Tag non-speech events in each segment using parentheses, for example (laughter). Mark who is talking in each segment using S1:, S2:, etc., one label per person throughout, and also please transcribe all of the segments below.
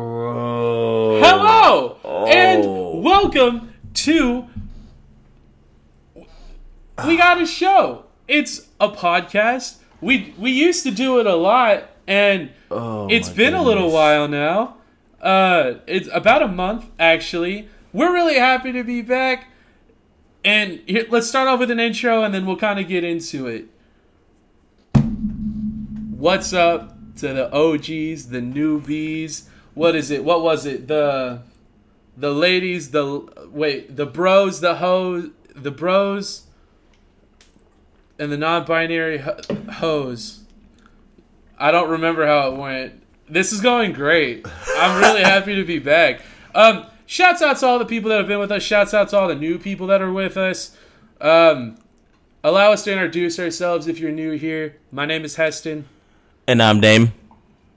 S1: Bro.
S2: Hello
S1: Oh.
S2: and welcome to. We got a show. It's a podcast. We we used to do it a lot, and
S1: Oh,
S2: it's
S1: my
S2: been a little
S1: goodness.
S2: while now. Uh, it's about a month actually. We're really happy to be back. And here, let's start off with an intro, and then we'll kind of get into it. What's up to the OGs, the newbies? What is it? What was it? The the ladies, the wait, the bros, the hoes, the bros, and the non-binary ho- hoes. I don't remember how it went. This is going great. I'm really happy to be back. Um, shouts out to all the people that have been with us. Shouts out to all the new people that are with us. Um, allow us to introduce ourselves if you're new here. My name is Heston,
S1: And I'm Dame.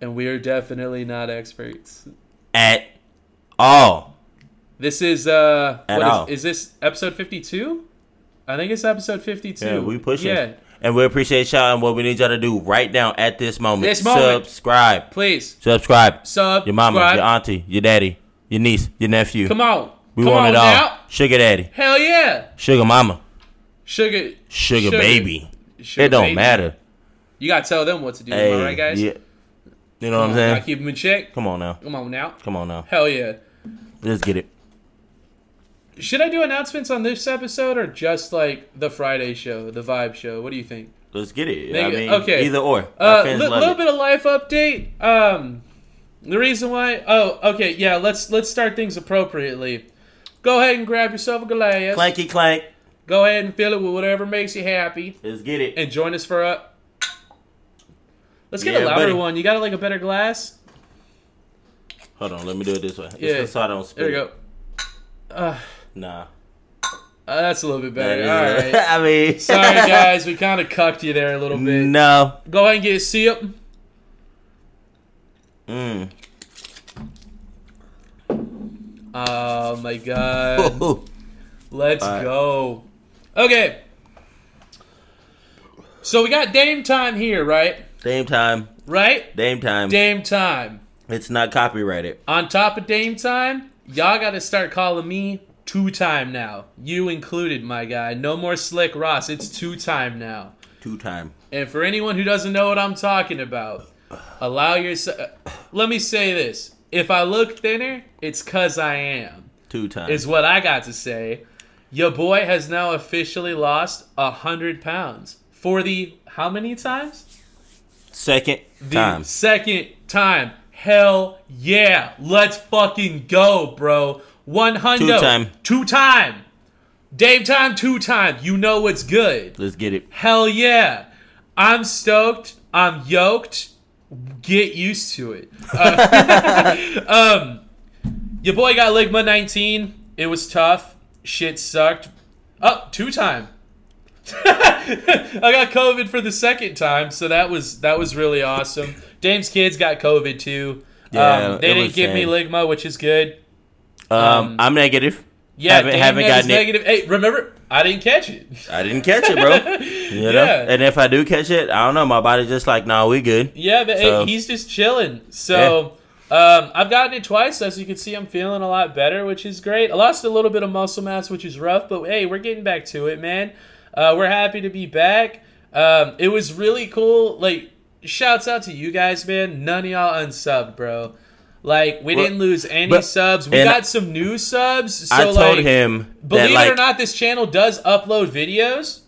S2: and we are definitely not experts.
S1: At all.
S2: This is uh,
S1: At
S2: what is-
S1: all.
S2: is, this episode 52? I think it's episode 52.
S1: Yeah, we pushing.
S2: Yeah,
S1: And we appreciate y'all and what we need y'all to do right now at this moment.
S2: This moment.
S1: Subscribe.
S2: please
S1: Subscribe.
S2: sub.
S1: Your mama,
S2: subscribe.
S1: your auntie, your daddy, your niece, your nephew.
S2: Come on,
S1: We
S2: Come
S1: want
S2: on
S1: it all.
S2: now.
S1: Sugar daddy.
S2: Hell yeah,
S1: Sugar mama.
S2: sugar,
S1: Sugar, baby.
S2: Sugar
S1: it don't
S2: baby.
S1: matter.
S2: You gotta tell them what to do,
S1: Hey,
S2: am I right, guys?
S1: yeah. You know what I'm
S2: Gotta
S1: saying?
S2: keep them in check.
S1: Come on now.
S2: Come on now.
S1: Come on now.
S2: Hell yeah.
S1: Let's get it.
S2: Should I do announcements on this episode or just like the Friday show, the vibe show? What do you think?
S1: Let's get it. I
S2: Nigga,
S1: mean,
S2: okay.
S1: either or. Our
S2: Uh,
S1: fans
S2: li-
S1: love
S2: little
S1: it.
S2: bit of life update. Um, the reason why. Oh, okay, yeah. Let's let's start things appropriately. Go ahead and grab yourself a glass.
S1: Clanky clank.
S2: Go ahead and fill it with whatever makes you happy,
S1: Let's get it.
S2: and join us for a. Let's get
S1: Yeah,
S2: a louder
S1: buddy.
S2: one. You got like a better glass.
S1: Hold on, let me do it this way. It's
S2: Yeah.
S1: just so I don't spit.
S2: There we go. Uh,
S1: Nah.
S2: uh, that's a little bit
S1: That
S2: better.
S1: is-
S2: All
S1: (laughs)
S2: right.
S1: I mean,
S2: Sorry, guys. We kind of cucked you there a little bit.
S1: no.
S2: Go ahead and get a sip.
S1: Mm.
S2: Oh
S1: (laughs)
S2: my god.
S1: Ooh.
S2: Let's
S1: All right.
S2: go. Okay. So we got Dame time here, right?
S1: Dame time.
S2: Right?
S1: Dame time.
S2: Dame time.
S1: It's not copyrighted.
S2: On top of Dame time, y'all got to start calling me two time now. You included, my guy. No more slick Ross. It's two time now.
S1: Two time.
S2: And for anyone who doesn't know what I'm talking about, allow yourself. Let me say this. If I look thinner, it's because I am,
S1: Two time.
S2: is what I got to say. Your boy has now officially lost 100 pounds for the how many times?
S1: Second
S2: The
S1: time.
S2: second time. Hell yeah. Let's fucking go, bro. 100.
S1: Two time.
S2: Two time. Dave time, two time. You know what's good.
S1: Let's get it.
S2: Hell yeah. I'm stoked. I'm yoked. Get used to it. Uh, (laughs) um, your boy got Ligma 19. It was tough. Shit sucked. Oh, two time. (laughs) I got COVID for the second time, so that was that was really awesome. Dame's kids got COVID too.
S1: Yeah,
S2: um,
S1: it
S2: they didn't
S1: was
S2: give me
S1: sad.
S2: Ligma, which is good.
S1: Um,
S2: Um,
S1: I'm negative.
S2: Yeah,
S1: Haven't-
S2: Dame
S1: haven't
S2: has
S1: gotten it.
S2: negative. Hey, remember I didn't catch it. (laughs)
S1: I didn't catch it, bro. You know?
S2: Yeah.
S1: And if I do catch it, I don't know. My body's just like, nah, we good.
S2: Yeah, but hey,
S1: So-
S2: he's just chilling. So um, I've gotten it twice, as you can see. I'm feeling a lot better, which is great. I lost a little bit of muscle mass, which is rough, but hey, we're getting back to it, man. Uh, we're happy to be back. Um, it was really cool. Like, shouts out to you guys, man. None of y'all unsubbed, bro. Like, we
S1: Well,
S2: didn't lose any
S1: but-
S2: subs. We
S1: and
S2: got some new subs. So
S1: I told
S2: like,
S1: him that,
S2: believe
S1: like,
S2: it or not, this channel does upload videos,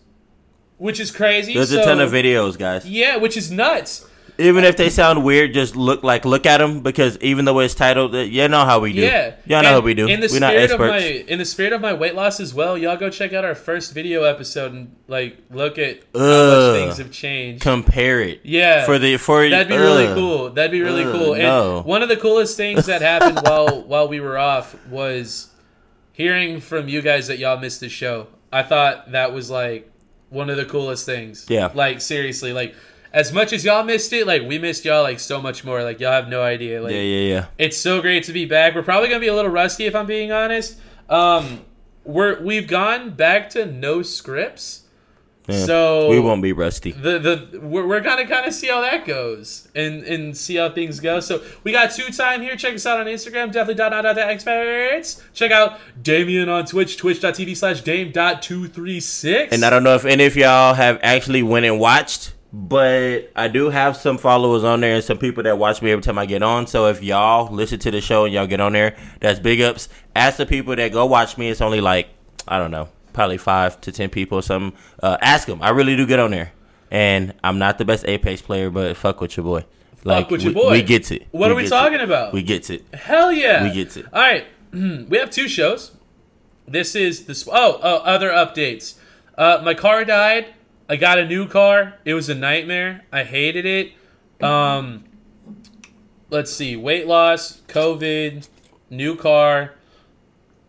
S2: which is crazy.
S1: there's
S2: so-
S1: a ton of videos, guys.
S2: Yeah, which is nuts.
S1: Even if they sound weird, just look like look at them because even though it's titled, uh, you know how we do.
S2: Yeah,
S1: y'all know
S2: And
S1: how we do.
S2: In the
S1: We're
S2: spirit
S1: not
S2: of
S1: experts.
S2: my in the spirit of my weight loss as well, y'all go check out our first video episode and like look at
S1: Ugh.
S2: things have changed.
S1: Compare it.
S2: Yeah.
S1: For the for
S2: That'd be really
S1: ugh.
S2: cool. That'd be really
S1: Ugh,
S2: cool. And
S1: Uh, no.
S2: one of the coolest things that happened
S1: (laughs)
S2: while while we were off was hearing from you guys that y'all missed the show. I thought that was like one of the coolest things.
S1: Yeah.
S2: Like seriously, like as much as y'all missed it, like we missed y'all like so much more. Like y'all have no idea. Like
S1: Yeah, yeah, yeah.
S2: it's so great to be back. We're probably gonna be a little rusty if I'm being honest. Um, we're we've gone back to no scripts,
S1: Yeah,
S2: So
S1: we won't be rusty.
S2: the the we're, we're gonna kind of see how that goes and and see how things go. So we got two time here. Check us out on Instagram, definitely dot dot dot dot experts. Check out Damien on Twitch, twitch.tv slash dame dot two three six.
S1: And I don't know if any of y'all have actually went and watched, but I do have some followers on there and some people that watch me every time I get on. So if y'all listen to the show and y'all get on there, that's big ups. Ask the people that go watch me. It's only like I don't know, probably five to ten people or something. Uh, ask them. I really do get on there, and I'm not the best Apex player, but fuck with your boy. Like,
S2: with your
S1: we-
S2: boy.
S1: We gets it.
S2: What are we
S1: gets
S2: talking
S1: it.
S2: about?
S1: We gets it.
S2: Hell yeah.
S1: We get it.
S2: All right. (clears throat) we have two shows. This is the. Sp- oh, oh, other updates. Uh, my car died. I got a new car. It was a nightmare. I hated it. Um, let's see. Weight loss, COVID, new car.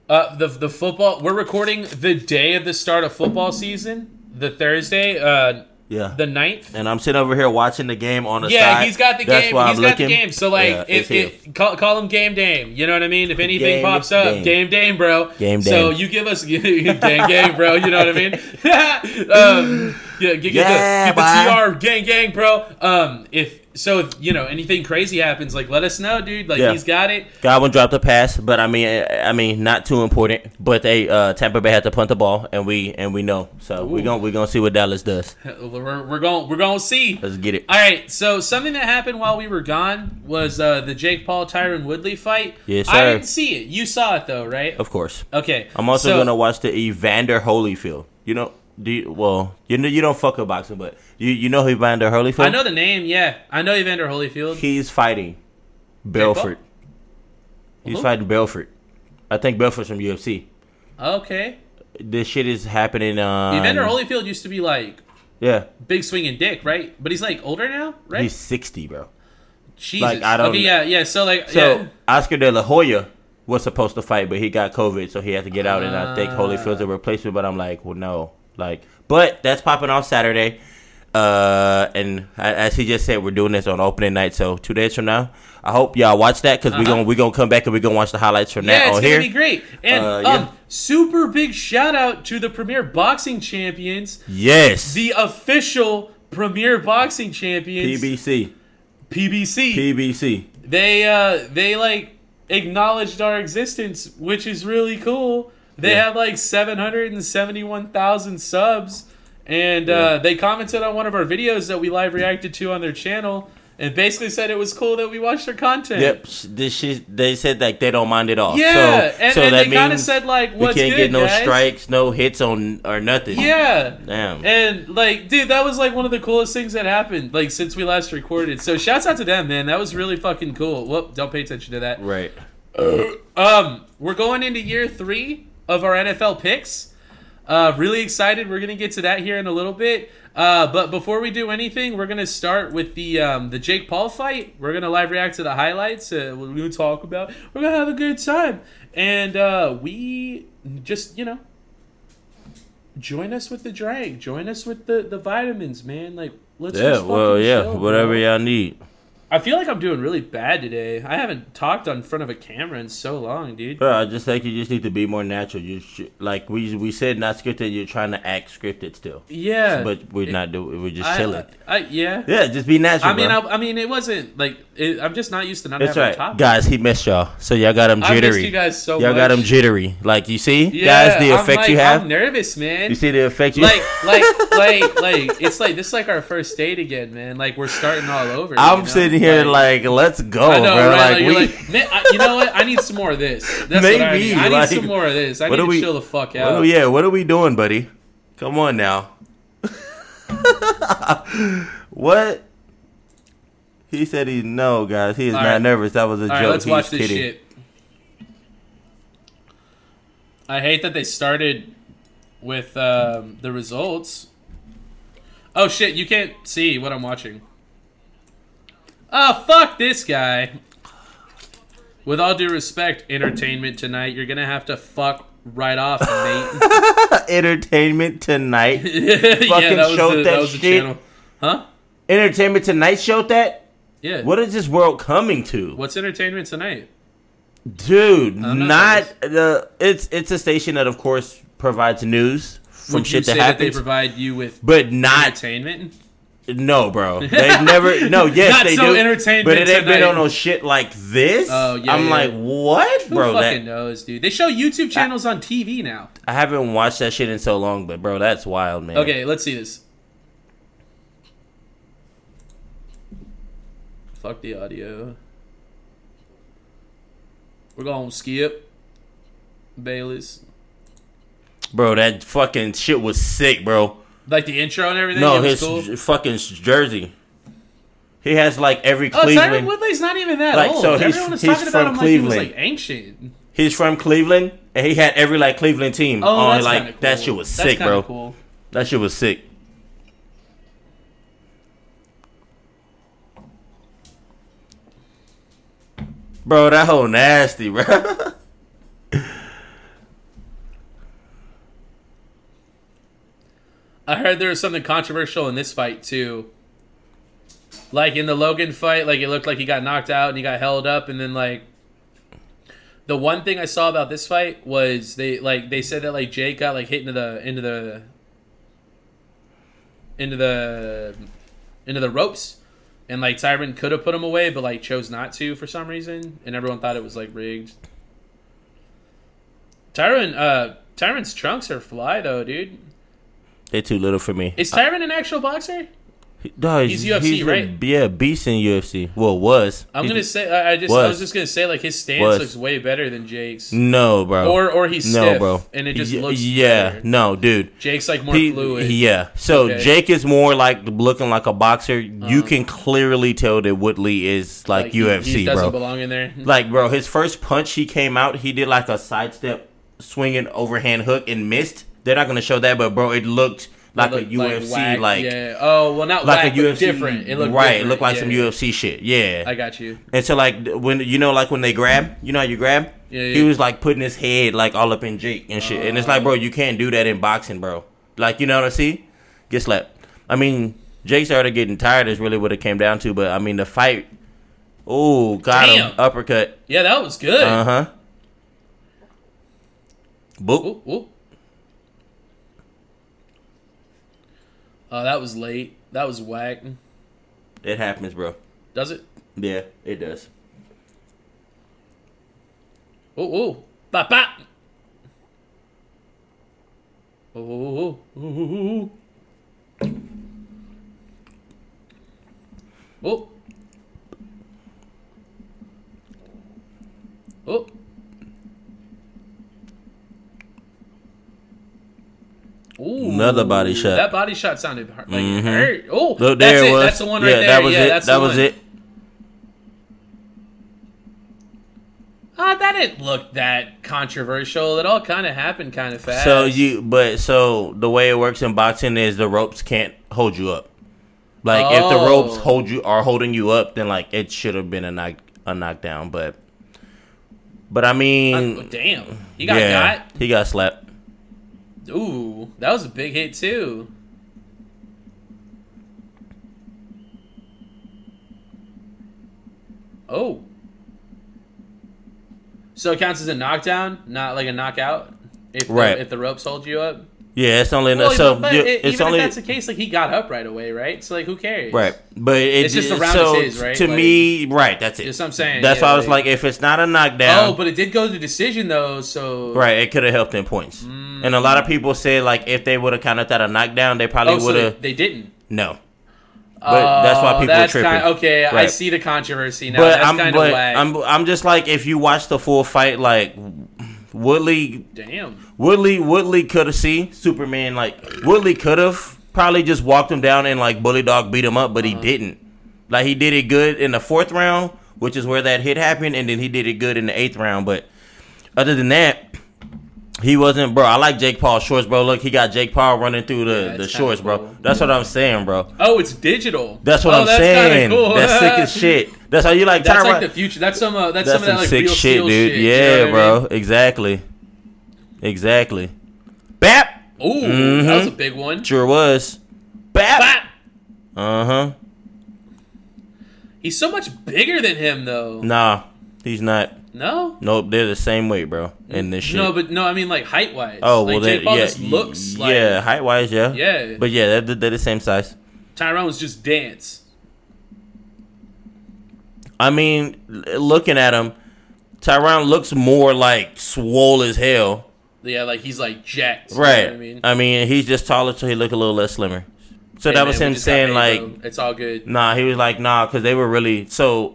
S2: Uh, the, the football. We're recording the day of the start of football season, the Thursday, uh,
S1: Yeah.
S2: the 9th.
S1: and I'm sitting over here watching the game on the
S2: Yeah,
S1: side.
S2: he's got the
S1: That's
S2: game.
S1: why
S2: He's
S1: I'm
S2: got
S1: looking.
S2: the game. So like,
S1: Yeah, it's
S2: if,
S1: here.
S2: if call, call him Game Dame, you know what I mean? If anything
S1: Game
S2: pops up,
S1: Dame.
S2: Game Dame, bro.
S1: Game
S2: So
S1: Dame.
S2: you give us (laughs) Game Game, bro. You know what I mean? (laughs) um, yeah, get, get
S1: Yeah,
S2: the,
S1: boy.
S2: get the TR Gang Gang, bro. Um, if so, if, you know anything crazy happens, like let us know, dude. Like
S1: Yeah.
S2: he's got it.
S1: Godwin dropped a pass, but I mean, I I mean, not too important. But they uh, Tampa Bay had to punt the ball, and we and we know. So we're
S2: Ooh.
S1: gonna we're gonna see what Dallas does.
S2: We're, we're going we're going to see.
S1: Let's get it.
S2: All right, so something that happened while we were gone was uh, the Jake Paul Tyron Woodley fight.
S1: Yes,
S2: I
S1: sir.
S2: didn't see it. You saw it though, right?
S1: Of course,
S2: Okay.
S1: I'm also
S2: so-
S1: gonna watch the Evander Holyfield. You know, do you, well, you know, you don't fuck with boxing, but you you know who Evander Holyfield.
S2: I know the name, yeah. I know Evander Holyfield.
S1: he's fighting Belfort. He's
S2: Who?
S1: fighting Belfort. I think Belfort's from UFC.
S2: okay.
S1: This shit is happening. Um,
S2: Evander Holyfield used to be like
S1: yeah,
S2: big swinging dick, right? But he's like older now, right?
S1: he's 60, bro.
S2: Jesus.
S1: like, I don't-
S2: okay, yeah, yeah. So like,
S1: So
S2: yeah.
S1: Oscar De La Hoya was supposed to fight, but he got COVID, so he had to get out. and I think
S2: Ah.
S1: Holyfield's a replacement, but I'm like, well, no, like, but that's popping off Saturday. Uh, and I- as he just said, we're doing this on opening night, so two days from now, I hope y'all watch that because we're
S2: Uh-huh.
S1: gonna we're gonna come back and we're gonna watch the highlights from
S2: Yeah,
S1: that
S2: it's
S1: on
S2: gonna
S1: here.
S2: be great. And
S1: Uh, yeah.
S2: um, super big shout out to the Premier Boxing Champions,
S1: Yes,
S2: the official Premier Boxing Champions,
S1: PBC,
S2: PBC.
S1: PBC.
S2: they uh they like acknowledged our existence, which is really cool. They
S1: Yeah.
S2: have like 771,000 subs and uh, they commented on one of our videos that we live reacted to on their channel and basically said it was cool that we watched their content.
S1: Yep, sh- this shit, they said like they don't mind at all.
S2: Yeah,
S1: so,
S2: and,
S1: so
S2: and
S1: that
S2: they kind of
S1: means
S2: said like
S1: we
S2: what's
S1: can't
S2: good,
S1: get no
S2: guys?
S1: strikes, no hits on or nothing.
S2: Yeah.
S1: damn.
S2: And like, dude, that was like one of the coolest things that happened like since we last recorded. So shouts out to them, man. That was really fucking cool. Whoop, don't pay attention to that.
S1: right.
S2: Um, we're going into year three of our NFL picks. Uh, really excited. We're gonna get to that here in a little bit. Uh, but before we do anything, we're gonna start with the um, the Jake Paul fight. We're gonna live react to the highlights. Uh, we're gonna talk about. We're gonna have a good time, and uh, we just you know join us with the drag. Join us with the the vitamins, man. Like let's
S1: Yeah,
S2: just
S1: well,
S2: fucking
S1: yeah,
S2: chill,
S1: whatever
S2: bro.
S1: y'all need.
S2: I feel like I'm doing really bad today. I haven't talked on front of a camera in so long, dude.
S1: Bro, I just think you just need to be more natural. You sh- like we we said not scripted. You're trying to act scripted still,
S2: Yeah,
S1: but we're not doing. We're just
S2: I,
S1: chilling.
S2: I, yeah.
S1: Yeah, just be natural.
S2: I mean,
S1: bro.
S2: I, I mean, it wasn't like it, I'm just not used to not
S1: that's
S2: having a
S1: right,
S2: topic.
S1: guys. He missed y'all, so y'all got him
S2: I missed
S1: jittery.
S2: you guys so
S1: all
S2: much.
S1: got him jittery. Like you see,
S2: Yeah,
S1: guys, the
S2: I'm
S1: effect
S2: like-
S1: you have.
S2: I'm nervous, man.
S1: you see the effect you.
S2: (laughs) Like, like, like, like, it's like this is like our first date again, man. Like we're starting all over.
S1: (laughs) I'm
S2: you know?
S1: sitting here like, let's go,
S2: I know,
S1: bro.
S2: right?
S1: Like,
S2: Like,
S1: we,
S2: you're like, man, I, you know what? I need some more of this. That's what
S1: (laughs)
S2: I
S1: Maybe,
S2: need. I need
S1: like,
S2: some more of this. I
S1: what do
S2: need to
S1: we-
S2: chill the fuck
S1: what
S2: out.
S1: are- yeah, what are we doing, buddy? Come on now. (laughs) what? He said he no, guys. He is
S2: All
S1: not
S2: right.
S1: nervous. That was a
S2: All
S1: joke.
S2: right, let's
S1: He's
S2: watch this
S1: kidding.
S2: shit. I hate that they started with um, the results. Oh shit, you can't see what I'm watching. Oh fuck this guy. With all due respect, entertainment tonight, you're gonna have to fuck
S1: (laughs)
S2: right off, mate. (laughs)
S1: Entertainment tonight.
S2: yeah, that was,
S1: showed
S2: the,
S1: that
S2: that was the
S1: shit.
S2: channel. Huh?
S1: Entertainment tonight showed that.
S2: Yeah.
S1: What is this world coming to,
S2: What's entertainment tonight?
S1: dude?
S2: know
S1: Not the. It's it's a station that of course provides news from
S2: Would you
S1: shit
S2: say
S1: that
S2: that they
S1: happens.
S2: provide you with
S1: but not
S2: entertainment?
S1: no, bro. They've
S2: (laughs)
S1: never no. Yes,
S2: Not
S1: they
S2: so
S1: do.
S2: entertainment
S1: but it ain't been
S2: tonight.
S1: on no shit like this.
S2: Oh, yeah,
S1: I'm
S2: yeah.
S1: like, what,
S2: Who
S1: bro? That
S2: fucking knows, dude? They show YouTube channels on TV now.
S1: I haven't watched that shit in so long, but bro, that's wild, man.
S2: Okay, let's see this. Fuck the audio. We're gonna skip Bayless.
S1: bro, that fucking shit was sick, bro.
S2: Like the intro and everything.
S1: No,
S2: it was
S1: his
S2: cool.
S1: j- fucking jersey. He has like every
S2: Oh, Tyron
S1: Cleveland.
S2: Woodley's not even that
S1: Like,
S2: old.
S1: so he's-
S2: Everyone was
S1: he's
S2: talking
S1: from
S2: about him like he was
S1: Cleveland.
S2: like ancient.
S1: He's from Cleveland, and he had every like Cleveland team
S2: Oh,
S1: on.
S2: that's
S1: Like
S2: kinda cool.
S1: that shit was
S2: That's
S1: sick,
S2: kinda
S1: bro.
S2: Cool.
S1: That shit was sick. Bro, that whole nasty, bro. (laughs)
S2: I heard there was something controversial in this fight too. Like in the Logan fight, like it looked like he got knocked out and he got held up, and then like the one thing I saw about this fight was they like they said that like Jake got like hit into the into the into the into the ropes, and like Tyron could have put him away, but like chose not to for some reason, and everyone thought it was like rigged. Tyron, uh, Tyron's trunks are fly though, dude.
S1: They too little for me.
S2: Is Tyron an actual boxer?
S1: Dog,
S2: he's UFC,
S1: a-
S2: right?
S1: yeah, beast in UFC. Well, was.
S2: I'm
S1: He-
S2: gonna say I I just I
S1: Was.
S2: was just gonna say like his stance
S1: Was.
S2: looks way better than Jake's,
S1: No, bro.
S2: or or he's
S1: no,
S2: stiff,
S1: bro.
S2: and it just
S1: Y-
S2: looks
S1: Yeah,
S2: better.
S1: no, dude.
S2: Jake's like more
S1: He-
S2: fluid.
S1: Yeah. So
S2: Okay. Uh-huh.
S1: Jake is more like looking like a boxer. you can clearly tell that Woodley is like,
S2: Like, he-
S1: UFC,
S2: he,
S1: bro.
S2: doesn't belong in there.
S1: Like, bro, his first punch he came out, he did like a sidestep swinging overhand hook and missed. They're not gonna show that, but bro, it looked like a
S2: Look
S1: UFC, like
S2: whack, yeah. oh well, not
S1: like
S2: whack,
S1: a
S2: but
S1: UFC
S2: different. It looked
S1: right. It
S2: different,
S1: looked like
S2: yeah.
S1: some UFC shit. Yeah.
S2: I got you.
S1: and so like th- when you know like when they grab, you know how you grab.
S2: Yeah, yeah.
S1: He was like putting his head like all up in Jake and shit, and it's like, bro, you can't do that in boxing, bro. Like you know what I see? Get slapped. I mean, Jake's already getting tired. Is really what it came down to. But I mean, the fight. Oh, got
S2: Damn.
S1: him uppercut.
S2: Yeah, that was good.
S1: Uh huh. (laughs) Boop.
S2: Ooh, ooh. Oh, that was late. That was whack.
S1: It happens, bro.
S2: Does it?
S1: Yeah, it does.
S2: Oh, oh, bop, bop. Oh, oh, oh, oh, oh, oh. Oh. Oh. Ooh,
S1: Another body shot.
S2: That body shot sounded hard. Like it
S1: Mhm.
S2: hurt. Oh,
S1: Look,
S2: that's
S1: there
S2: it.
S1: it was.
S2: That's the one right there.
S1: that was
S2: yeah,
S1: it.
S2: That's
S1: that
S2: the
S1: was
S2: one.
S1: it.
S2: Ah, that didn't look that controversial. It all kind of happened kind of fast.
S1: So you, but so the way it works in boxing is the ropes can't hold you up. Like if the
S2: Oh.
S1: ropes hold you are holding you up, then like it should have been a knock a knockdown. But but I mean,
S2: Oh, damn. He got
S1: mm, yeah,
S2: got.
S1: he got slapped.
S2: Ooh, that was a big hit too. Oh. So it counts as a knockdown, not like a knockout. If the,
S1: Right.
S2: if the ropes hold you up.
S1: Yeah, it's only
S2: Well,
S1: so
S2: but
S1: you-
S2: it-
S1: it's
S2: even
S1: only
S2: if that's the case, like he got up right away, right? So like, who cares?
S1: right. But it,
S2: It's just the round
S1: so
S2: it is, right?
S1: to
S2: Like-
S1: me, right. That's it.
S2: That's what I'm saying,
S1: That's
S2: yeah,
S1: why I was
S2: like-
S1: like, if it's not a knockdown,
S2: Oh, but it did go to decision though. So
S1: Right, it could have helped in points.
S2: Mm.
S1: And a lot of people said like if they would have counted that a knockdown, they probably
S2: Oh, so
S1: would
S2: they,
S1: have
S2: they didn't.
S1: no. But that's why
S2: Oh,
S1: people are
S2: that's
S1: tripping.
S2: Kind okay, I
S1: Right.
S2: see the controversy now.
S1: But
S2: that's
S1: I'm
S2: kind of
S1: but
S2: whack.
S1: I'm I'm just like if you watch the full fight, like Woodley
S2: Damn.
S1: Woodley Woodley could have seen Superman like Woodley could have probably just walked him down and like bully dog beat him up, but
S2: Uh-huh.
S1: he didn't. Like he did it good in the fourth round, which is where that hit happened, and then he did it good in the eighth round. But other than that, he wasn't bro. I like Jake Paul shorts, bro. Look, he got Jake Paul running through the,
S2: it's
S1: the
S2: kinda
S1: shorts,
S2: cool.
S1: bro. That's what I'm saying, bro.
S2: Oh, it's digital.
S1: That's what
S2: Oh,
S1: I'm
S2: kinda
S1: saying. That's sick
S2: (laughs)
S1: as shit. That's how you like
S2: That's
S1: Tyron.
S2: like the future. That's some. Uh, that's,
S1: That's
S2: some of
S1: some
S2: that like
S1: sick
S2: real
S1: shit,
S2: steel
S1: dude.
S2: shit. you
S1: yeah,
S2: know what I
S1: bro.
S2: mean?
S1: Exactly. Exactly. Bap!
S2: Ooh, that
S1: Mm-hmm.
S2: was a big one.
S1: Sure was. Bap!
S2: Bap!
S1: Uh huh.
S2: He's so much bigger than him, though.
S1: Nah, he's not.
S2: No.
S1: Nope, they're the same weight, bro. In this shit.
S2: No, but no, I mean like height wise.
S1: oh well,
S2: like, Jake
S1: that,
S2: Paul
S1: yeah,
S2: just looks like
S1: yeah, height wise, yeah,
S2: Yeah.
S1: But yeah, they're, they're the same size.
S2: Tyrone was just dance.
S1: I mean, l- looking at him, Tyron looks more like swole as hell.
S2: Yeah, like he's like jacked. you know
S1: Right.
S2: what I mean,
S1: he's just taller, so he look a little less slimmer. So
S2: Hey,
S1: that
S2: man,
S1: was
S2: we
S1: him
S2: just got
S1: saying
S2: paid,
S1: like,
S2: bro. it's all good.
S1: nah. He was like, nah, because they were really so.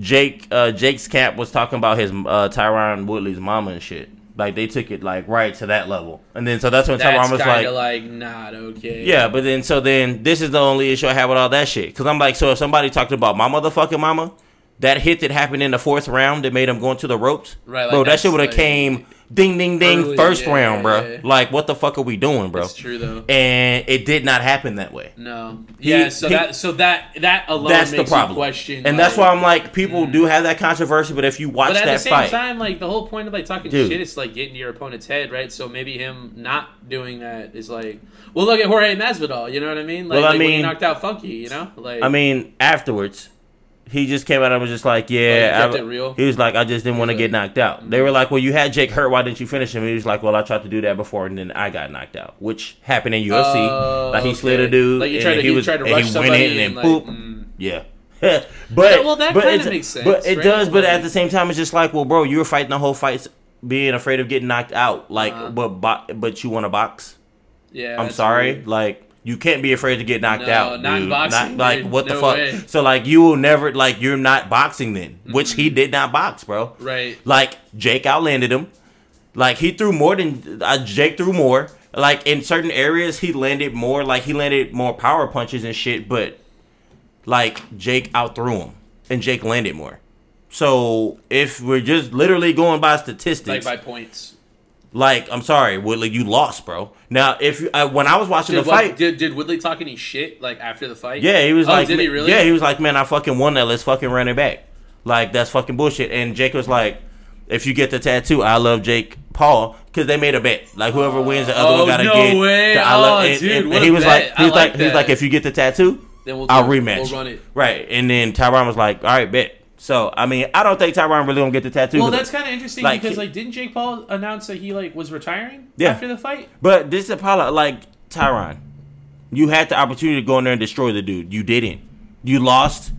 S1: Jake, uh, Jake's camp was talking about his uh, Tyron Woodley's mama and shit. Like they took it like right to that level, and then so that's when
S2: That's
S1: Tyron was
S2: kind
S1: like,
S2: of like, not okay.
S1: yeah. But then so then this is the only issue I have with all that shit because I'm like, so if somebody talked about my motherfucking mama, that hit that happened in the fourth round that made him go into the ropes,
S2: Right, like,
S1: bro, that
S2: that's,
S1: shit would have
S2: like,
S1: came ding ding ding
S2: early,
S1: first
S2: yeah,
S1: round, bro.
S2: yeah, yeah.
S1: Like what the fuck are we doing, bro?
S2: It's true though.
S1: and it did not happen that way.
S2: No. Yeah. So
S1: he-
S2: that so that that alone
S1: That's the
S2: makes
S1: problem.
S2: you question.
S1: and
S2: like- mm-hmm.
S1: that's why I'm like, people do have that controversy, but if you watch
S2: But at the
S1: that
S2: same
S1: fight,
S2: time, like the whole point of like talking
S1: Dude.
S2: shit is like getting to your opponent's head, right? So maybe him not doing that is like, well, look at Jorge Masvidal. You know what I mean? Like,
S1: Well, I
S2: like, when he
S1: mean-
S2: knocked out Funky. You know, like
S1: I mean, afterwards, he just came out and was just like,
S2: Oh,
S1: yeah,
S2: you kept
S1: I-
S2: it real?
S1: he was like, I just didn't want to
S2: Really?
S1: get knocked out. They were like, well, you had Jake hurt, why didn't you finish him? He was like, well, I tried to do that before, and then I got knocked out, which happened in UFC.
S2: Oh,
S1: like he slid a
S2: okay.
S1: dude,
S2: Like you
S1: and
S2: tried to,
S1: then he
S2: you
S1: was,
S2: tried to
S1: and
S2: rush
S1: he went
S2: somebody
S1: in and,
S2: and, like,
S1: boop,
S2: mm. (laughs)
S1: yeah. but well,
S2: that
S1: but
S2: kinda
S1: it's-
S2: makes sense,
S1: But it
S2: right?
S1: does. But
S2: Like-
S1: at the same time, it's just like, well, bro, you were fighting the whole fight, being afraid of getting knocked out. Like,
S2: Uh-huh.
S1: but bo- but you want to box?
S2: yeah.
S1: I'm
S2: that's
S1: sorry.
S2: weird.
S1: Like, you can't be afraid to get knocked
S2: No,
S1: out.
S2: not
S1: dude.
S2: boxing,
S1: like,
S2: dude.
S1: what the
S2: No
S1: fuck?
S2: way.
S1: So like, you will never like you're not boxing then, which he
S2: Mm-hmm.
S1: did not box, bro.
S2: Right.
S1: Like Jake outlanded him. Like he threw more than uh, Jake threw more. Like in certain areas, he landed more. Like he landed more power punches and shit. But like Jake outthrew him, and Jake landed more. So if we're just literally going by
S2: Like
S1: statistics,
S2: by
S1: like,
S2: points.
S1: I'm sorry, Woodley, you lost, bro. Now if you, uh, when I was watching
S2: Did,
S1: the
S2: what-
S1: fight,
S2: did did Woodley talk any shit like after the fight?
S1: yeah, he was
S2: Oh,
S1: like,
S2: did he really?
S1: Yeah, he was like, man, I fucking won that. Let's fucking run it back. Like that's fucking bullshit. And Jake was like, if you get the tattoo, I love Jake Paul because they made a bet. Like whoever wins, the other
S2: Oh,
S1: one gotta
S2: no
S1: get.
S2: way.
S1: The,
S2: Oh,
S1: and-
S2: dude,
S1: and-
S2: what
S1: and
S2: a
S1: he was
S2: bet.
S1: like, he was
S2: I
S1: like,
S2: like
S1: he was like,
S2: that.
S1: if you get the tattoo,
S2: Then we'll do
S1: I'll
S2: it.
S1: rematch.
S2: We'll run it.
S1: Right. And then Tyron was like, all right, bet. So I mean, I don't think Tyron really gonna get the tattoo.
S2: Well,
S1: but-
S2: that's kind of interesting
S1: Like,
S2: because
S1: he-
S2: like didn't Jake Paul announce that he like was retiring
S1: Yeah.
S2: after the fight?
S1: But this is a problem. Like Tyron, you had the opportunity to go in there and destroy the dude. You didn't. You lost.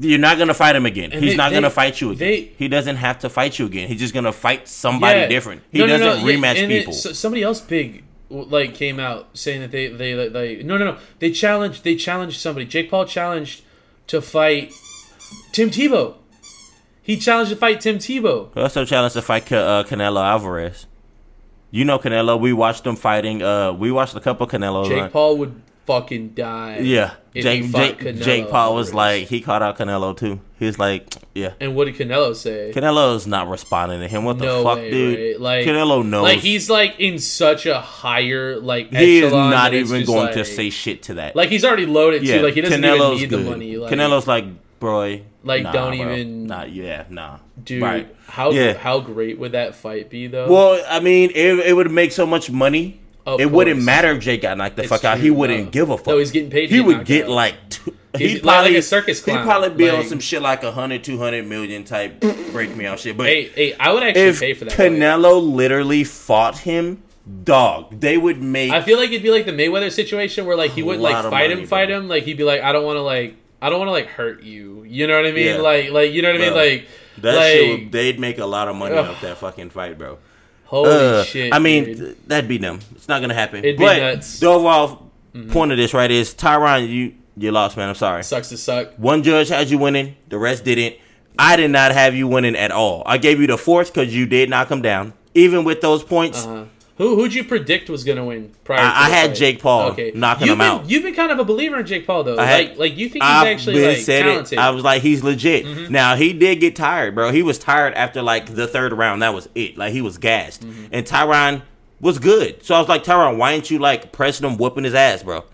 S1: You're not gonna fight him again.
S2: And
S1: He's
S2: they-
S1: not gonna
S2: they-
S1: fight you again.
S2: they-
S1: he doesn't have to fight you again. He's just gonna fight somebody different. He
S2: No, no,
S1: doesn't
S2: no, yeah,
S1: rematch
S2: and it-
S1: people.
S2: so- somebody else big like came out saying that they they like, like no no no they challenged they challenged somebody. Jake Paul challenged to fight Tim Tebow. He challenged to fight Tim Tebow.
S1: He also challenged to fight Ca- uh, Canelo Alvarez. You know Canelo. We watched them fighting. Uh, we watched a couple Canelo.
S2: Jake Paul would fucking die.
S1: Yeah,
S2: if he
S1: Jake
S2: fought
S1: Jake, Jake Paul was
S2: Alvarez.
S1: like he called out Canelo too. He was like, yeah.
S2: And what did Canelo say?
S1: Canelo's not responding to him. What the
S2: no
S1: fuck,
S2: way,
S1: dude?
S2: right? Like
S1: Canelo knows.
S2: Like he's like in such a higher like
S1: he is
S2: echelon
S1: not
S2: that it's
S1: even
S2: just,
S1: going to
S2: like-
S1: say shit to that.
S2: like he's already loaded
S1: yeah,
S2: too. Like he doesn't
S1: Canelo's
S2: even need
S1: good.
S2: the money. Like,
S1: Canelo's like, bro,
S2: Like,
S1: nah,
S2: don't
S1: bro.
S2: even-
S1: nah, yeah, nah,
S2: dude,
S1: Right.
S2: how
S1: Yeah.
S2: how great would that fight be though?
S1: Well, I mean, it, it would make so much money.
S2: Of
S1: it wouldn't
S2: course.
S1: matter if Jake got knocked the
S2: It's
S1: fuck out.
S2: true,
S1: He wouldn't
S2: no.
S1: give a fuck.
S2: No, he's getting paid to
S1: He
S2: get
S1: would
S2: knocked
S1: get
S2: out.
S1: like. Two,
S2: He's
S1: he
S2: like- like
S1: probably
S2: a circus
S1: He
S2: clown,
S1: probably be on
S2: like-
S1: some shit like a hundred, two hundred million type break me out shit. But
S2: hey, hey, I would actually
S1: if
S2: pay for that. fight.
S1: Canelo literally fought him, dog, they would make
S2: I feel like it'd be like the Mayweather situation where like he wouldn't
S1: lot
S2: like
S1: of
S2: fight
S1: money,
S2: him, fight
S1: bro.
S2: him. Like he'd be like, I don't want to like, I don't want to like hurt you. You know what I mean?
S1: Yeah.
S2: Like, like you know what I mean?
S1: Bro.
S2: Like,
S1: that
S2: like
S1: shit. Would, they'd make a lot of money
S2: Ugh.
S1: off that fucking fight, bro.
S2: holy
S1: Ugh.
S2: shit.
S1: I mean,
S2: dude.
S1: th- that'd be dumb. It's not gonna happen.
S2: It'd be
S1: but
S2: nuts. Mm-hmm.
S1: the overall point of this, right, is Tyron, you you lost, man. I'm sorry.
S2: sucks to suck.
S1: One judge had you winning, the rest didn't. I did not have you winning at all. I gave you the fourth because you did knock him down. Even with those points,
S2: Uh, who who'd you predict was gonna win?
S1: I-
S2: Prior, to
S1: I
S2: the
S1: had
S2: fight?
S1: Jake Paul knocking
S2: you've
S1: him
S2: been,
S1: out.
S2: You've been kind of a believer in Jake Paul though.
S1: I had-
S2: like, like you think he's
S1: I've
S2: actually
S1: been
S2: like
S1: said
S2: talented. Mm-hmm.
S1: it. I was like, he's legit. Now he did get tired, bro. He was tired after like the third round. That was it. Like he was gassed.
S2: Mm-hmm.
S1: And Tyron was good. So I was like, Tyron, why ain't you like pressing him, whooping his ass, bro?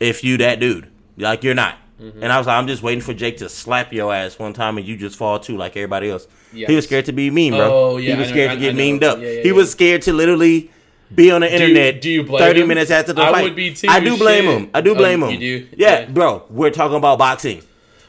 S1: If you that dude, like you're not.
S2: Mm-hmm.
S1: And I was like, I'm just waiting for Jake to slap your ass one time and you just fall too, like everybody else. He
S2: Yikes.
S1: was scared to be mean, bro.
S2: Oh, yeah,
S1: he was
S2: I know-
S1: scared
S2: I-
S1: to get
S2: I know.
S1: memed up.
S2: Yeah, yeah,
S1: he
S2: yeah.
S1: was scared to literally be on the
S2: you-
S1: internet
S2: do you blame
S1: 30
S2: him?
S1: minutes after the
S2: I
S1: fight.
S2: would be too,
S1: I do blame
S2: shit.
S1: him. I do
S2: Oh,
S1: blame
S2: you
S1: him.
S2: do?
S1: Yeah,
S2: Okay.
S1: bro, we're talking about boxing.
S2: Well,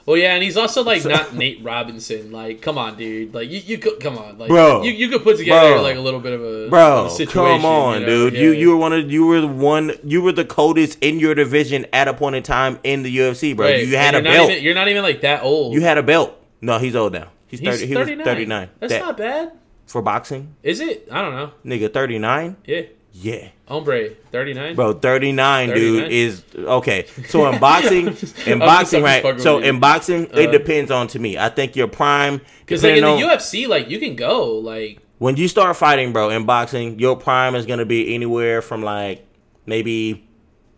S2: Oh, yeah, and he's also like
S1: (laughs)
S2: not Nate Robinson. Like, come on, dude. Like, you, you could come on, like,
S1: Bro.
S2: you, you could put together
S1: Bro.
S2: like a little bit of a
S1: Bro,
S2: a situation,
S1: come on,
S2: you know?
S1: dude.
S2: Yeah.
S1: You you were one of you were the one you were the coldest in your division at a point in time in the UFC, bro.
S2: Wait,
S1: you had a
S2: you're not
S1: belt.
S2: even- you're not even like that old.
S1: you had a belt. No, he's old now. He's,
S2: He's
S1: 30, he was 39.
S2: That's
S1: That-
S2: not bad,
S1: for boxing.
S2: is it? I don't know.
S1: Nigga, 39?
S2: Yeah,
S1: Yeah.
S2: hombre, thirty nine.
S1: Bro, 39, dude
S2: 39?
S1: is okay. So in
S2: (laughs)
S1: boxing, in
S2: I'm just-
S1: boxing,
S2: I'm just
S1: right?
S2: fucking
S1: So
S2: with you.
S1: in boxing, it
S2: Uh,
S1: depends on to me. I think your prime
S2: Because like in
S1: depending
S2: the
S1: on-
S2: UFC, like you can go like
S1: when you start fighting, bro, in boxing, your prime is gonna be anywhere from like maybe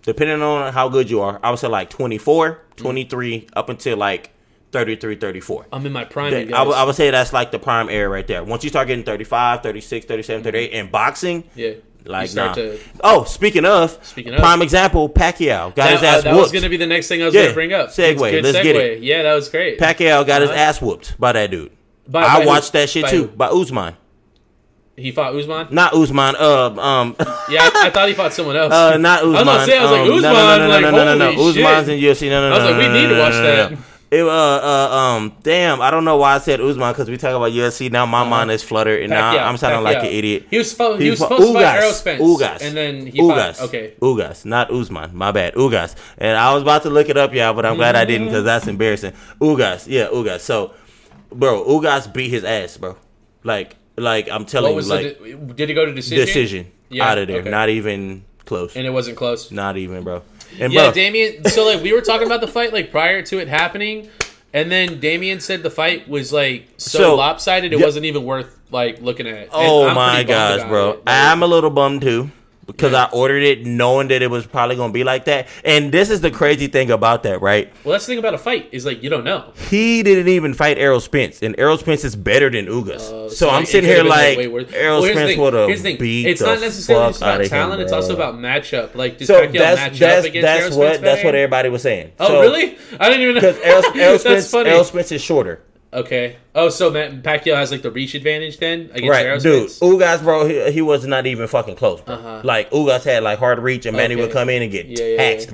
S1: depending on how good you are, I would say like 24,
S2: Mm-hmm.
S1: 23, up until like 33, 34.
S2: I'm in my prime.
S1: That-
S2: you
S1: I
S2: guys.
S1: would- I would say that's like the prime area right there. Once you start getting 35, 36, 37, 38 in boxing,
S2: yeah,
S1: like
S2: Mm-hmm. you start
S1: nah.
S2: to.
S1: Oh, speaking of,
S2: Speaking of.
S1: prime example, Pacquiao got his
S2: That, uh,
S1: ass
S2: that was
S1: whooped.
S2: gonna be the next thing I was
S1: Yeah,
S2: gonna bring up.
S1: segue.
S2: Good
S1: Let's
S2: segue.
S1: get it.
S2: Yeah, that was great.
S1: Pacquiao got his
S2: Huh?
S1: ass whooped by that dude.
S2: By- by
S1: I
S2: who?
S1: watched that shit
S2: By
S1: too
S2: who?
S1: by Usman,
S2: He fought Usman.
S1: not Usman. Uh, um, (laughs)
S2: Yeah, I, I thought he fought someone else. (laughs)
S1: uh, not Usman.
S2: was gonna say, I was like,
S1: um, no, no, no, no,
S2: Usman,
S1: no,
S2: like,
S1: no, no, no,
S2: holy shit.
S1: Usman's in UFC. No, no, no.
S2: I was like, we
S1: no,
S2: need
S1: no,
S2: to watch
S1: no, no, no.
S2: that.
S1: It, uh, uh, um, damn, I don't know why I said Usman because we talk about UFC now.
S2: Uh-huh.
S1: My mind is fluttered, and now
S2: Pacquiao,
S1: I'm sounding like an
S2: Pacquiao.
S1: idiot.
S2: He was, spo- he
S1: He
S2: was
S1: fought
S2: supposed to fight
S1: Ugas.
S2: Errol Spence.
S1: Ugas.
S2: And then he
S1: Ugas.
S2: fought. Okay.
S1: Ugas, not Usman. My bad. Ugas. And I was about to look it up, y'all, but I'm glad I didn't because that's embarrassing. Ugas. Yeah, Ugas. So, bro, Ugas beat his ass, bro. Like, like I'm telling
S2: What
S1: you,
S2: was
S1: like
S2: the, de- did he go to decision?
S1: decision
S2: Yeah,
S1: out of there.
S2: okay.
S1: Not even close.
S2: And it wasn't close.
S1: Not even, bro. And
S2: Yeah,
S1: bro,
S2: Damien. So like we were talking about the fight like prior to it happening, and then Damien said the fight was like so,
S1: So-
S2: lopsided it
S1: Yeah.
S2: wasn't even worth like looking at. And
S1: oh
S2: I'm
S1: my
S2: pretty
S1: gosh,
S2: bummed about
S1: bro.
S2: it. Like,
S1: I'm a little bummed too. Because I ordered it knowing that it was probably gonna be like that, and this is the crazy thing about that, right?
S2: well, that's the thing about a fight is like you don't know.
S1: he didn't even fight Errol Spence, and Errol Spence is better than Ugas. so,
S2: Uh,
S1: I'm
S2: it
S1: sitting
S2: could've
S1: here
S2: been,
S1: like,
S2: way worse.
S1: Errol
S2: Well, here's the
S1: Spence
S2: thing.
S1: would
S2: Here's the
S1: have
S2: thing.
S1: beat
S2: It's
S1: the
S2: not necessarily
S1: fuck
S2: just
S1: out
S2: about
S1: of
S2: talent.
S1: him,
S2: it's
S1: bro.
S2: also about matchup. Like does
S1: so
S2: Pacquiao
S1: that's
S2: match up
S1: that's
S2: against
S1: that's
S2: Errol
S1: what
S2: Spence
S1: that's what
S2: better?
S1: everybody was saying.
S2: Oh
S1: So-
S2: really? I didn't even know.
S1: Because
S2: (laughs)
S1: Errol, Errol Spence,
S2: that's funny.
S1: Errol Spence is shorter,
S2: Okay. Oh, so Matt Pacquiao has like the reach advantage then against
S1: right,
S2: Errol
S1: dude?
S2: Spence?
S1: Ugas, bro, he, he was not even fucking close, bro.
S2: Uh-huh.
S1: Like Ugas had like hard reach, and Manny
S2: Okay.
S1: would come in and get
S2: Yeah, yeah,
S1: taxed,
S2: yeah. Mm-hmm.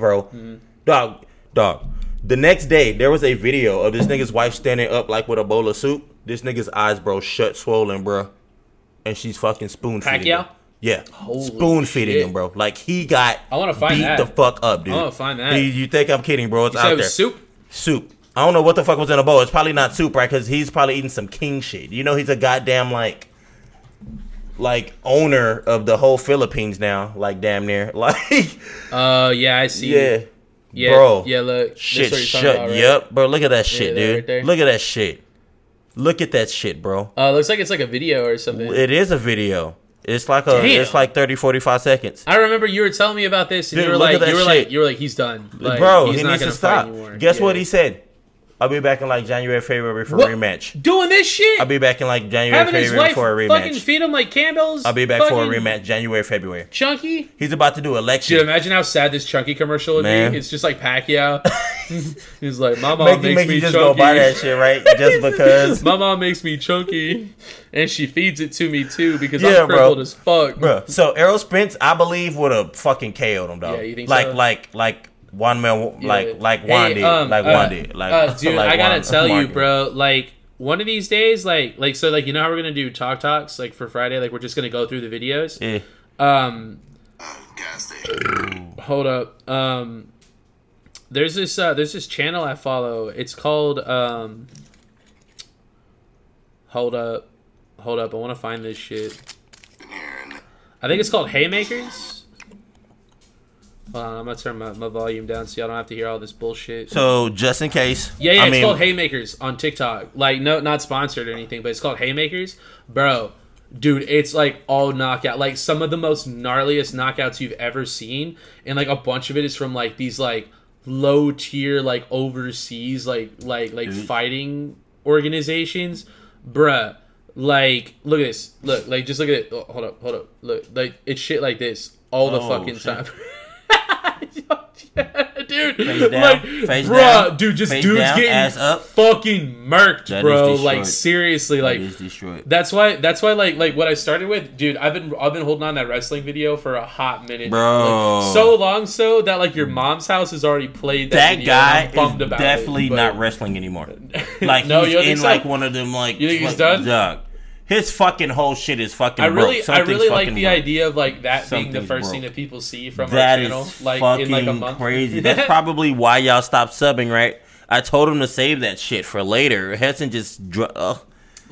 S1: bro. Dog, dog. The next day, there was a video of this nigga's wife standing up like with a bowl of soup. This nigga's eyes, bro, shut swollen, bro, and she's fucking spoon feeding.
S2: Pacquiao?
S1: him. Yeah,
S2: Holy
S1: spoon feeding
S2: shit.
S1: him, bro. Like he got.
S2: I wanna find
S1: beat
S2: that.
S1: the fuck up, dude.
S2: wanna find that.
S1: You, you think I'm kidding, bro? It's
S2: You
S1: out
S2: said it
S1: there.
S2: was soup.
S1: Soup. I don't know what the fuck was in a bowl. It's probably not soup, right? Because he's probably eating some king shit. You know, he's a goddamn like, like owner of the whole Philippines now. Like damn near, (laughs) like
S2: Uh, yeah, I see.
S1: yeah,
S2: yeah,
S1: bro.
S2: Yeah, look.
S1: shit,
S2: that's what you're
S1: shut.
S2: talking about, right?
S1: Yep, bro. Look at that shit,
S2: that right
S1: dude.
S2: there.
S1: look at that shit. Look at that shit, bro.
S2: Uh, looks like it's like a video or something.
S1: It is a video. It's like a.
S2: Damn.
S1: It's like 30, 45 seconds.
S2: I remember you were telling me about this, and
S1: Dude,
S2: you were
S1: look at
S2: like,
S1: that
S2: you were
S1: shit.
S2: like, you were like, he's done, like,
S1: bro,
S2: He's
S1: he
S2: not
S1: needs to
S2: gonna fight
S1: stop.
S2: anymore.
S1: Guess
S2: Yeah.
S1: what he said? I'll be back in like January, February for
S2: What?
S1: rematch.
S2: doing this shit.
S1: I'll be back in like January,
S2: having his
S1: February
S2: wife
S1: for a
S2: fucking
S1: rematch.
S2: feed him like Campbell's.
S1: I'll be back for a
S2: fucking
S1: rematch January, February.
S2: Chunky,
S1: He's about to do election.
S2: dude, imagine how sad this Chunky commercial would
S1: Man.
S2: be. It's just
S1: (laughs)
S2: like Pacquiao. (laughs) he's like, my mom
S1: Make,
S2: makes
S1: make
S2: me
S1: you just go
S2: chunky.
S1: buy
S2: (laughs)
S1: that shit, right? Just because.
S2: My mom makes me chunky, and she feeds it to me too because
S1: Yeah,
S2: I'm
S1: bro.
S2: crippled as fuck.
S1: Bruh, so Errol Spence, I believe, would have fucking KO'd him, dog.
S2: Yeah, you think
S1: like,
S2: so?
S1: like, like one man, like, like
S2: Hey,
S1: Juan did,
S2: um,
S1: like
S2: uh,
S1: Juan did, like,
S2: uh,
S1: (laughs)
S2: dude,
S1: like
S2: I gotta
S1: Juan-
S2: tell
S1: Juan
S2: you,
S1: did.
S2: bro. Like one of these days, like, like so, like you know how we're gonna do talk talks like for Friday. Like we're just gonna go through the videos.
S1: Yeah.
S2: Um,
S3: gas station.
S2: hold up. Um, there's this uh, there's this channel I follow. It's called um. Hold up, hold up. I want to find this shit.
S3: Been here and
S2: I think it's called Haymakers. Hold on, I'm gonna turn my, my volume down so y'all don't have to hear all this bullshit.
S1: So just in case,
S2: Yeah, yeah,
S1: I
S2: it's
S1: mean,
S2: called Haymakers on TikTok. Like, no, not sponsored or anything, but it's called Haymakers, bro. Dude, it's like all knockout, like some of the most gnarliest knockouts you've ever seen, and like a bunch of it is from like these like low tier like overseas like like like fighting organizations, bruh. Like, look at this. Look, like, just look at it. Oh, hold up, hold up. (laughs) Look, like it's shit like this all the
S1: Oh,
S2: fucking
S1: shit.
S2: time. dude, (laughs) dude.
S1: Face down,
S2: like,
S1: face
S2: bruh,
S1: down,
S2: dude, just
S1: face
S2: dudes
S1: down,
S2: getting
S1: ass up.
S2: fucking murked,
S1: That is
S2: bro.
S1: Detroit.
S2: Like seriously, like
S1: It is destroyed.
S2: that's why. That's why. Like, like what I started with, dude. I've been I've been holding on that wrestling video for a hot minute,
S1: Bro.
S2: Like, so long, so that like your mom's house has already played that.
S1: That
S2: video, and I'm
S1: guy
S2: bummed
S1: is
S2: about it,
S1: definitely
S2: but-
S1: not wrestling
S2: (laughs)
S1: anymore. Like
S2: No, you
S1: he's
S2: don't
S1: in
S2: think so?
S1: like one of them like.
S2: You think he's
S1: fuck-
S2: done?
S1: Dog. His fucking whole shit is fucking
S2: I really,
S1: broke.
S2: I
S1: Something's
S2: really like
S1: fucking
S2: the
S1: broke.
S2: idea of like that being the
S1: Something's
S2: first
S1: broke.
S2: thing that people see from
S1: That
S2: our
S1: is
S2: channel, like
S1: fucking
S2: in like a month. (laughs)
S1: crazy. That's probably why y'all stopped subbing, right? I told him to save that shit for later. Hudson just. Dr- ugh.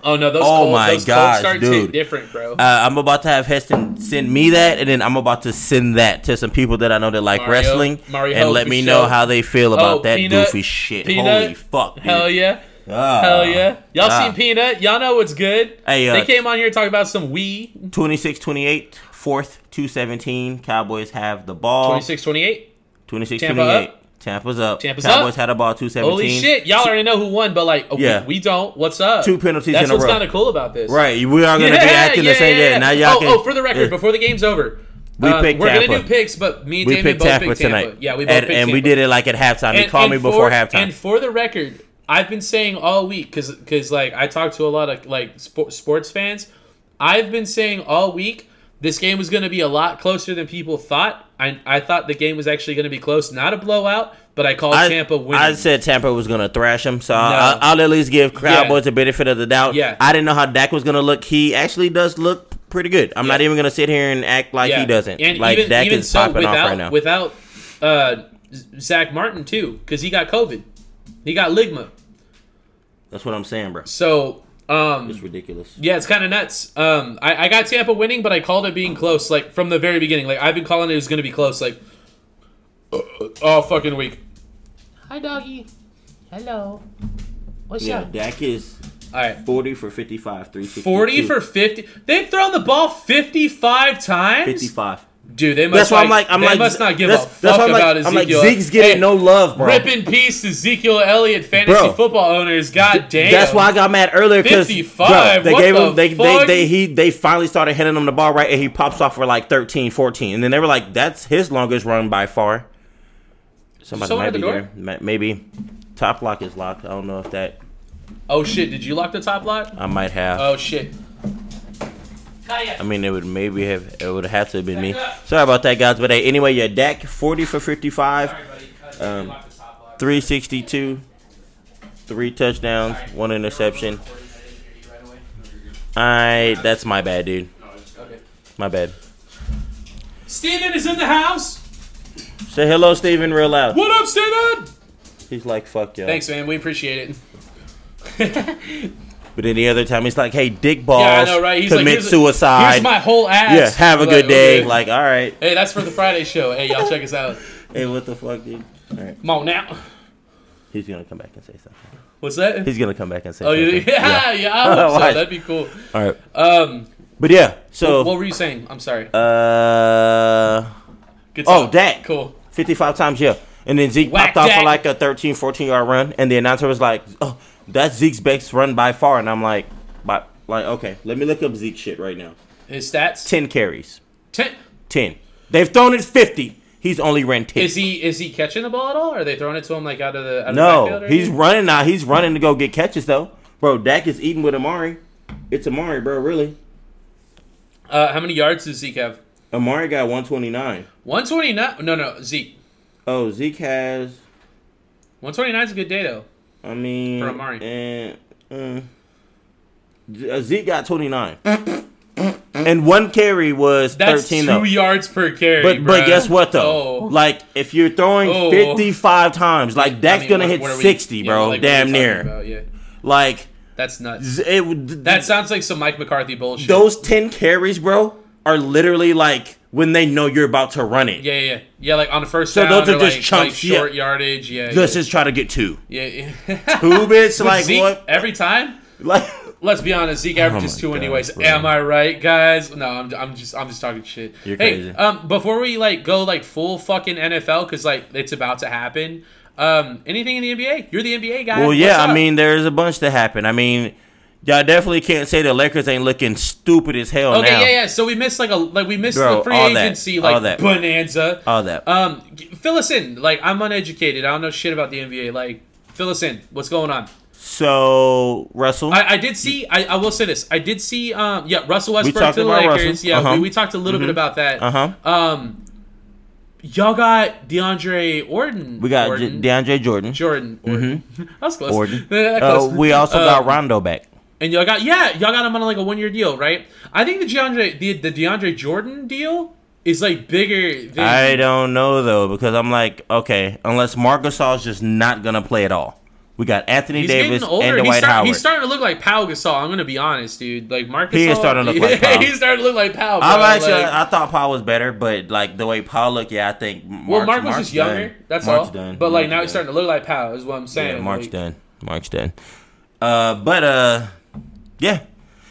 S2: oh no, those
S1: Oh
S2: cold,
S1: my
S2: those
S1: gosh,
S2: cold starts
S1: dude.
S2: hit different, bro.
S1: Uh, I'm about to have Heston send me that, and then I'm about to send that to some people that I know that like
S2: Mario-
S1: wrestling,
S2: Mario
S1: and let
S2: for
S1: me
S2: sure.
S1: know how they feel about
S2: Oh,
S1: that
S2: Peanut-
S1: goofy shit.
S2: Peanut,
S1: Holy fuck, dude.
S2: Hell yeah.
S1: Ah.
S2: Hell yeah. Y'all
S1: Ah.
S2: seen Peanut? Y'all know what's good.
S1: Hey, uh,
S2: they came on here talking about some Wii
S1: 26 28, fourth, 217. Cowboys have the ball.
S2: 26 28.
S1: 26
S2: Tampa
S1: 28. Tampa's up.
S2: Tampa's
S1: Cowboys
S2: up.
S1: had a ball 217.
S2: Holy shit. Y'all already know who won, but like, oh, we-
S1: Yeah.
S2: we, don't. What's up?
S1: Two penalties
S2: That's
S1: in a
S2: what's
S1: row.
S2: kind of cool about this.
S1: Right, we are going to be acting the same day. Now y'all
S2: oh,
S1: can.
S2: oh, for the record,
S1: Yeah.
S2: before the game's over,
S1: We
S2: uh,
S1: picked
S2: we're
S1: Tampa.
S2: gonna do picks, but me and
S1: we
S2: Damon
S1: picked
S2: both
S1: Tampa
S2: picked Tampa.
S1: tonight.
S2: Yeah, we both
S1: and,
S2: picked
S1: and we
S2: Tampa.
S1: did it like at halftime. He
S2: And-
S1: called
S2: and
S1: me before
S2: for-
S1: halftime.
S2: And for the record, I've been saying all week because like I talked to a lot of like spo- sports fans, I've been saying all week this game was going to be a lot closer than people thought. I I thought the game was actually going to be close, not a blowout, but I called
S1: I,
S2: Tampa winning.
S1: I said Tampa was going to thrash him, so I'll, I'll at least give Cowboys the benefit of the doubt.
S2: Yeah.
S1: I didn't know how Dak was going to look. He actually does look pretty good. I'm not even going to sit here and act like he doesn't.
S2: And
S1: like
S2: even,
S1: Dak
S2: even
S1: is
S2: so,
S1: popping
S2: without,
S1: off right now.
S2: Without uh, Z- Zach Martin too, because he got COVID, he got ligma.
S1: That's what I'm saying, bro.
S2: So um,
S1: It's ridiculous.
S2: Yeah, it's kind of nuts. Um, I, I got Tampa winning, but I called it being close, like from the very beginning. Like I've been calling it was going to be close, like uh, all fucking week. Hi, doggy. Hello. What's
S1: Yeah,
S2: up?
S1: Dak is
S2: All right,
S1: 40 for 55, 362.
S2: forty for fifty. They've thrown the ball fifty-five times.
S1: 55.
S2: Dude, they
S1: That's
S2: must.
S1: why I'm like, I'm
S2: they
S1: like,
S2: must not give
S1: that's,
S2: a
S1: that's
S2: fuck
S1: why I'm like,
S2: about
S1: I'm like,
S2: Ezekiel.
S1: Zeke's getting
S2: Hey,
S1: no love, bro.
S2: Rip in peace, Ezekiel Elliott, fantasy
S1: Bro.
S2: football owners. God damn.
S1: That's why I got mad earlier because they
S2: 55, what
S1: gave
S2: the
S1: him they, they
S2: fuck?
S1: they he they finally started hitting him the ball right and he pops off for like 13, 14. and then they were like, "That's his longest run by far." Somebody
S2: Someone
S1: might
S2: at the
S1: be
S2: door?
S1: there, Ma- maybe. Top lock is locked. I don't know if that
S2: Oh shit! Did you lock the top lot?
S1: I might have.
S2: Oh shit.
S1: I mean, it would maybe have it would have to have been me. Sorry about that, guys. But hey, anyway, yeah, Dak forty for fifty five. Um, 362, three touchdowns, one interception. I that's my bad, dude. My bad.
S2: Steven is in the house.
S1: Say hello, Steven, real loud.
S2: What up, Steven?
S1: He's like, fuck y'all.
S2: Thanks, man. We appreciate it.
S1: But any other time, he's like, hey, dick balls,
S2: yeah, I know, right? He's like,
S1: Oh, commit
S2: here's-
S1: suicide.
S2: Here's my whole ass.
S1: yeah, have a
S2: Like,
S1: good day.
S2: okay.
S1: Like, all right.
S2: hey, that's for the Friday show. Hey, y'all check us out.
S1: Hey, what the fuck, dude? All right.
S2: Come on now.
S1: He's gonna come back and say something.
S2: What's that?
S1: He's gonna come back and say
S2: oh,
S1: something.
S2: yeah, (laughs) yeah,
S1: (laughs)
S2: yeah. I hope so.
S1: Watch.
S2: That'd be cool.
S1: All right.
S2: Um,
S1: But yeah, so
S2: what were you saying? I'm sorry.
S1: Uh,
S2: Good
S1: oh,
S2: talk.
S1: that.
S2: Cool.
S1: 55 times, yeah. And then Zeke
S2: Whack
S1: popped off for
S2: that.
S1: like a 13, 14 yard run. And the announcer was like, oh, that's Zeke's best run by far. And I'm like, but, like, okay, let me look up Zeke shit right now.
S2: His stats.
S1: 10 carries.
S2: Ten.
S1: 10. They've thrown it 50. He's only ran 10.
S2: Is he is he catching the ball at all? Or are they throwing it to him like out of the out of The
S1: no,
S2: backfield or
S1: he's
S2: anything?
S1: running now. He's running to go get catches, though. Bro, Dak is eating with Amari. It's Amari, bro, really.
S2: Uh, how many yards does Zeke have?
S1: Amari got 129.
S2: 129. No, no, Zeke.
S1: Oh, Zeke has,
S2: 129 is a good day though.
S1: I mean,
S2: For Amari.
S1: And, uh, Z- uh, Zeke got 29. and one carry was
S2: That's
S1: 13,
S2: two
S1: though.
S2: yards per carry.
S1: But, but
S2: bruh.
S1: guess what, though?
S2: Oh.
S1: Like, if you're throwing
S2: Oh.
S1: 55 times, like,
S2: I
S1: Dak's
S2: mean,
S1: going to
S2: what-
S1: hit
S2: what are we-
S1: 60,
S2: yeah,
S1: bro.
S2: like, what are
S1: damn
S2: we talking
S1: near.
S2: about? Yeah.
S1: Like,
S2: That's nuts.
S1: z- it, would-
S2: That sounds like some Mike McCarthy bullshit.
S1: those 10 carries, bro, are literally like when they know you're about to run it.
S2: yeah, yeah, yeah. Yeah, like on the first.
S1: So
S2: down,
S1: those are
S2: or,
S1: just
S2: like,
S1: chunks,
S2: like short yardage. Yeah,
S1: Let's just try to get two.
S2: yeah, yeah. yeah.
S1: Two bitch,
S2: (laughs)
S1: (laughs)
S2: With
S1: like,
S2: Zeke,
S1: what?
S2: Every time.
S1: Like,
S2: Let's be honest. Zeke averages
S1: my
S2: two
S1: God,
S2: anyways.
S1: bro.
S2: Am I right, guys? No, I'm, I'm just I'm just talking shit.
S1: You're
S2: hey,
S1: crazy.
S2: um, before we like go like full fucking NFL because like it's about to happen. Um, anything in the NBA? You're the NBA guy.
S1: well,
S2: What's
S1: yeah, I
S2: up?
S1: mean, there's a bunch that happened. I mean, Y'all definitely can't say the Lakers ain't looking stupid as hell
S2: Okay,
S1: now.
S2: yeah, yeah. So we missed like a like we missed
S1: Bro,
S2: the free
S1: all that,
S2: agency
S1: all
S2: like
S1: that.
S2: bonanza.
S1: All that.
S2: Um, g- fill us in. Like I'm uneducated. I don't know shit about the NBA. Like fill us in. What's going on?
S1: so Russell,
S2: I, I did see. I, I will say this. I did see. Um, yeah, Russell Westbrook
S1: talked
S2: to the
S1: about
S2: Lakers.
S1: Russell.
S2: Yeah,
S1: Uh-huh.
S2: we, we talked a little bit about that.
S1: uh huh.
S2: Um, y'all got DeAndre Orton.
S1: We got J-
S2: Orton.
S1: DeAndre Jordan.
S2: Jordan. Orton. (laughs) That was close.
S1: Orton.
S2: That
S1: Uh,
S2: close.
S1: we also
S2: Uh,
S1: got Rondo back.
S2: And y'all got yeah, y'all got him on like a one year deal, right? I think the DeAndre the, the DeAndre Jordan deal is like bigger than
S1: I don't know though because I'm like, okay, unless Marc Gasol's just not gonna play at all. We got Anthony
S2: he's
S1: Davis
S2: getting older.
S1: and
S2: he's,
S1: Dwight
S2: start-
S1: Howard.
S2: he's starting to look like Pau Gasol. I'm gonna be honest, dude. Like Marcus,
S1: He is starting
S2: (laughs)
S1: to look like Pau.
S2: he's starting to look like Pau.
S1: I'm
S2: bro.
S1: actually,
S2: Like-
S1: I thought Paul was better, but like the way Paul looked, yeah, I think. Mark's,
S2: well, Mark was
S1: Mark's
S2: just younger.
S1: done.
S2: That's
S1: Mark's
S2: all.
S1: done.
S2: But like
S1: Mark's
S2: now he's
S1: done.
S2: starting to look like Pau. Is what I'm saying.
S1: Yeah, Mark's
S2: Like,
S1: done. Mark's done. Uh, but uh, yeah.